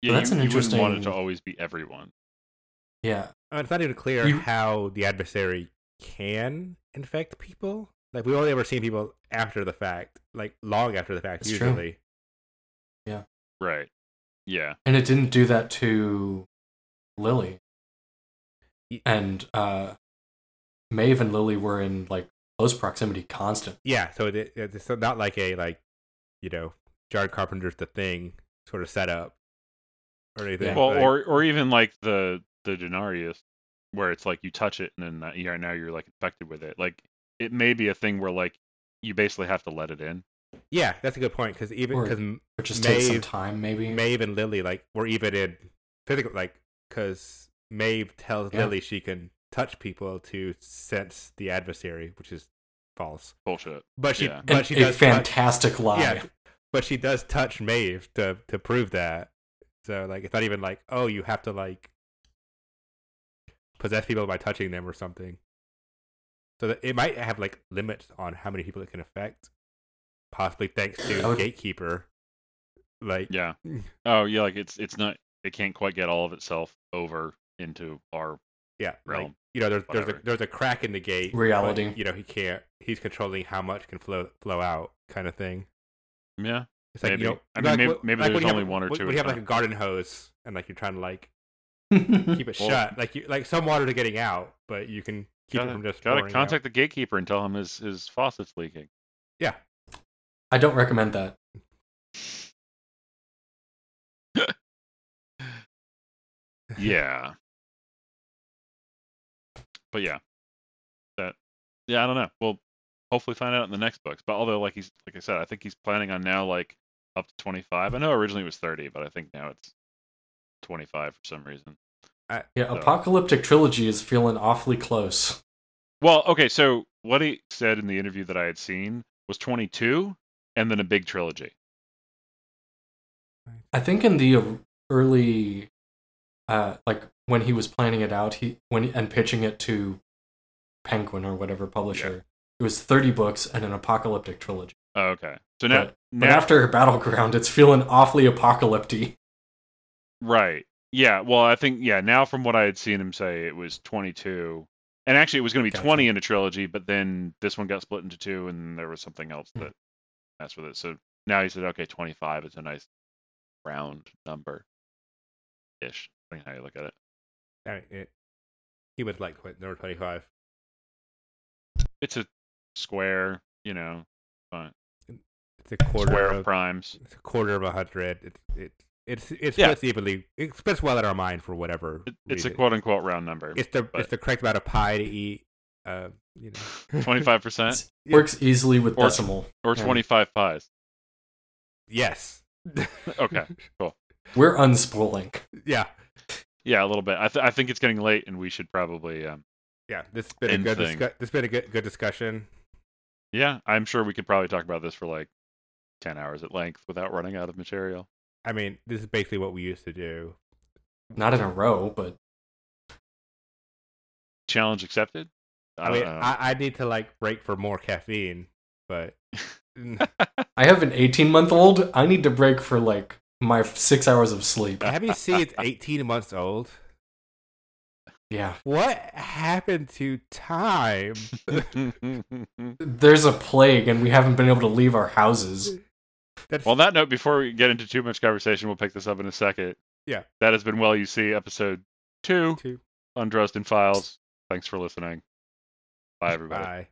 [SPEAKER 1] Yeah,
[SPEAKER 3] that's
[SPEAKER 1] you,
[SPEAKER 3] an
[SPEAKER 1] you wouldn't want it to
[SPEAKER 3] interesting-
[SPEAKER 1] always be everyone.
[SPEAKER 3] Yeah.
[SPEAKER 2] I mean, it's uh, not even clear
[SPEAKER 3] You-
[SPEAKER 2] how the adversary can infect people. Like we've only ever seen people after the fact, like long after the fact,
[SPEAKER 3] That's true.
[SPEAKER 2] usually.
[SPEAKER 1] Right. Yeah.
[SPEAKER 3] And it didn't do that to Lily.
[SPEAKER 2] Ye-
[SPEAKER 3] And uh Maeve and Lily were in like close proximity constant.
[SPEAKER 2] Yeah, so it, it- it's not like a like, you know, Jared Carpenter's the thing sort of setup or anything.
[SPEAKER 3] Yeah.
[SPEAKER 1] Well,
[SPEAKER 2] like-
[SPEAKER 1] or or even like the the denarius, where it's like you touch it and then that, you know, now you're like infected with it. Like it may be a thing where like you basically have to let it in.
[SPEAKER 2] yeah, that's a good point because even
[SPEAKER 3] Or-
[SPEAKER 2] because
[SPEAKER 3] It just takes some
[SPEAKER 2] Maeve-
[SPEAKER 3] time maybe.
[SPEAKER 2] Maeve and Lily like were even in physical like because Maeve tells
[SPEAKER 3] Yeah.
[SPEAKER 2] Lily she can touch people to sense the adversary, which is false.
[SPEAKER 1] Bullshit.
[SPEAKER 2] But she
[SPEAKER 1] Yeah.
[SPEAKER 3] An-
[SPEAKER 2] but she
[SPEAKER 3] a
[SPEAKER 2] does touch,
[SPEAKER 3] fantastic lie.
[SPEAKER 2] yeah, but she does touch Maeve to to prove that. So like, it's not even like, oh, you have to like possess people by touching them or something. So that it might have like limits on how many people it can affect, possibly thanks to
[SPEAKER 3] I would-
[SPEAKER 2] gatekeeper. Like
[SPEAKER 1] Yeah. Oh yeah. Like it's it's not. It can't quite get all of itself over into our
[SPEAKER 2] yeah, like
[SPEAKER 1] realm,
[SPEAKER 2] you know, there's there's a,
[SPEAKER 1] whatever.
[SPEAKER 2] there's a crack in the gate. but,
[SPEAKER 3] Reality.
[SPEAKER 2] you know, he can't. He's controlling how much can flow flow out, kind of thing.
[SPEAKER 1] yeah.
[SPEAKER 2] It's like
[SPEAKER 1] Maybe.
[SPEAKER 2] you know,
[SPEAKER 1] I mean,
[SPEAKER 2] like,
[SPEAKER 1] maybe-
[SPEAKER 2] what-
[SPEAKER 1] maybe
[SPEAKER 2] like when
[SPEAKER 1] there's
[SPEAKER 2] you have-
[SPEAKER 1] only one or
[SPEAKER 2] when-
[SPEAKER 1] two
[SPEAKER 2] When
[SPEAKER 1] at
[SPEAKER 2] you
[SPEAKER 1] a
[SPEAKER 2] have like a
[SPEAKER 1] time.
[SPEAKER 2] garden hose and like you're trying to like keep it
[SPEAKER 1] Well-
[SPEAKER 2] shut. Like you like some water to getting out, but you can keep
[SPEAKER 1] gotta,
[SPEAKER 2] it from just
[SPEAKER 1] gotta
[SPEAKER 2] pouring out.
[SPEAKER 1] contact the gatekeeper and tell him his his faucet's leaking.
[SPEAKER 2] Yeah,
[SPEAKER 3] I don't recommend that.
[SPEAKER 1] yeah. But yeah. That yeah, I don't know. We'll hopefully find out in the next books. But although like he's like I said, I think he's planning on now like up to twenty five. I know originally it was thirty, but I think now it's twenty five for some reason.
[SPEAKER 3] Yeah,
[SPEAKER 1] No.
[SPEAKER 3] apocalyptic trilogy is feeling awfully close.
[SPEAKER 1] Well, okay, so what he said in the interview that I had seen was twenty two and then a big trilogy.
[SPEAKER 3] I think in the or- early, uh, like when he was planning it out, he when and pitching it to Penguin or whatever publisher, it was thirty books and an apocalyptic trilogy.
[SPEAKER 1] Oh, okay. So now,
[SPEAKER 3] But
[SPEAKER 1] now
[SPEAKER 3] after Battleground, it's feeling awfully apocalyptic.
[SPEAKER 1] Right. Yeah. Well, I think yeah. Now, from what I had seen him say, it was 22, and actually it was going to be
[SPEAKER 3] Gotcha.
[SPEAKER 1] 20 in a trilogy, but then this one got split into two, and there was something else
[SPEAKER 3] Hmm.
[SPEAKER 1] that messed with it. So now he said, okay, 25 is a nice round number, ish. I think how you look at it.
[SPEAKER 2] I mean, it, he was like tw- number twenty five.
[SPEAKER 1] It's a square, you know,
[SPEAKER 2] It's a quarter
[SPEAKER 1] square
[SPEAKER 2] of
[SPEAKER 1] of primes.
[SPEAKER 2] it's a quarter of a hundred. It's it's it's it
[SPEAKER 1] Yeah.
[SPEAKER 2] splits evenly. It splits well in our mind for whatever.
[SPEAKER 1] It, it's a
[SPEAKER 2] reason.
[SPEAKER 1] quote unquote round number.
[SPEAKER 2] It's the
[SPEAKER 1] but-
[SPEAKER 2] it's the correct amount of pie to eat. Uh, you know,
[SPEAKER 1] 25 percent
[SPEAKER 2] Yeah.
[SPEAKER 3] Works easily with
[SPEAKER 1] Or-
[SPEAKER 3] decimal.
[SPEAKER 1] or
[SPEAKER 3] Yeah.
[SPEAKER 1] 25 pies.
[SPEAKER 2] Yes.
[SPEAKER 1] Okay.
[SPEAKER 3] We're unspooling.
[SPEAKER 2] yeah.
[SPEAKER 1] Yeah, a little bit. I th- I think it's getting late, and we should probably um.
[SPEAKER 2] Yeah. This has been a
[SPEAKER 1] End
[SPEAKER 2] good
[SPEAKER 1] thing.
[SPEAKER 2] discu- this has been a good good discussion.
[SPEAKER 1] Yeah, I'm sure we could probably talk about this for like 10 hours at length without running out of material.
[SPEAKER 2] I mean, this is basically what we used to do.
[SPEAKER 3] Not in a row, but
[SPEAKER 1] Challenge accepted?
[SPEAKER 2] I, mean, I, I need to like break for more caffeine, but
[SPEAKER 3] I have an eighteen-month-old. I need to break for like my f- six hours of sleep.
[SPEAKER 2] have you seen it's 18 months old?
[SPEAKER 3] Yeah,
[SPEAKER 2] What happened to time?
[SPEAKER 1] mean,
[SPEAKER 3] there's a plague, and we haven't been able to leave our houses.
[SPEAKER 2] That's
[SPEAKER 1] On that note, before we get into too much conversation, we'll pick this up in a second.
[SPEAKER 2] Yeah.
[SPEAKER 1] That has been Well You See, episode two
[SPEAKER 2] too.
[SPEAKER 1] on Dresden Files. Thanks for listening. Bye, everybody.
[SPEAKER 2] Bye.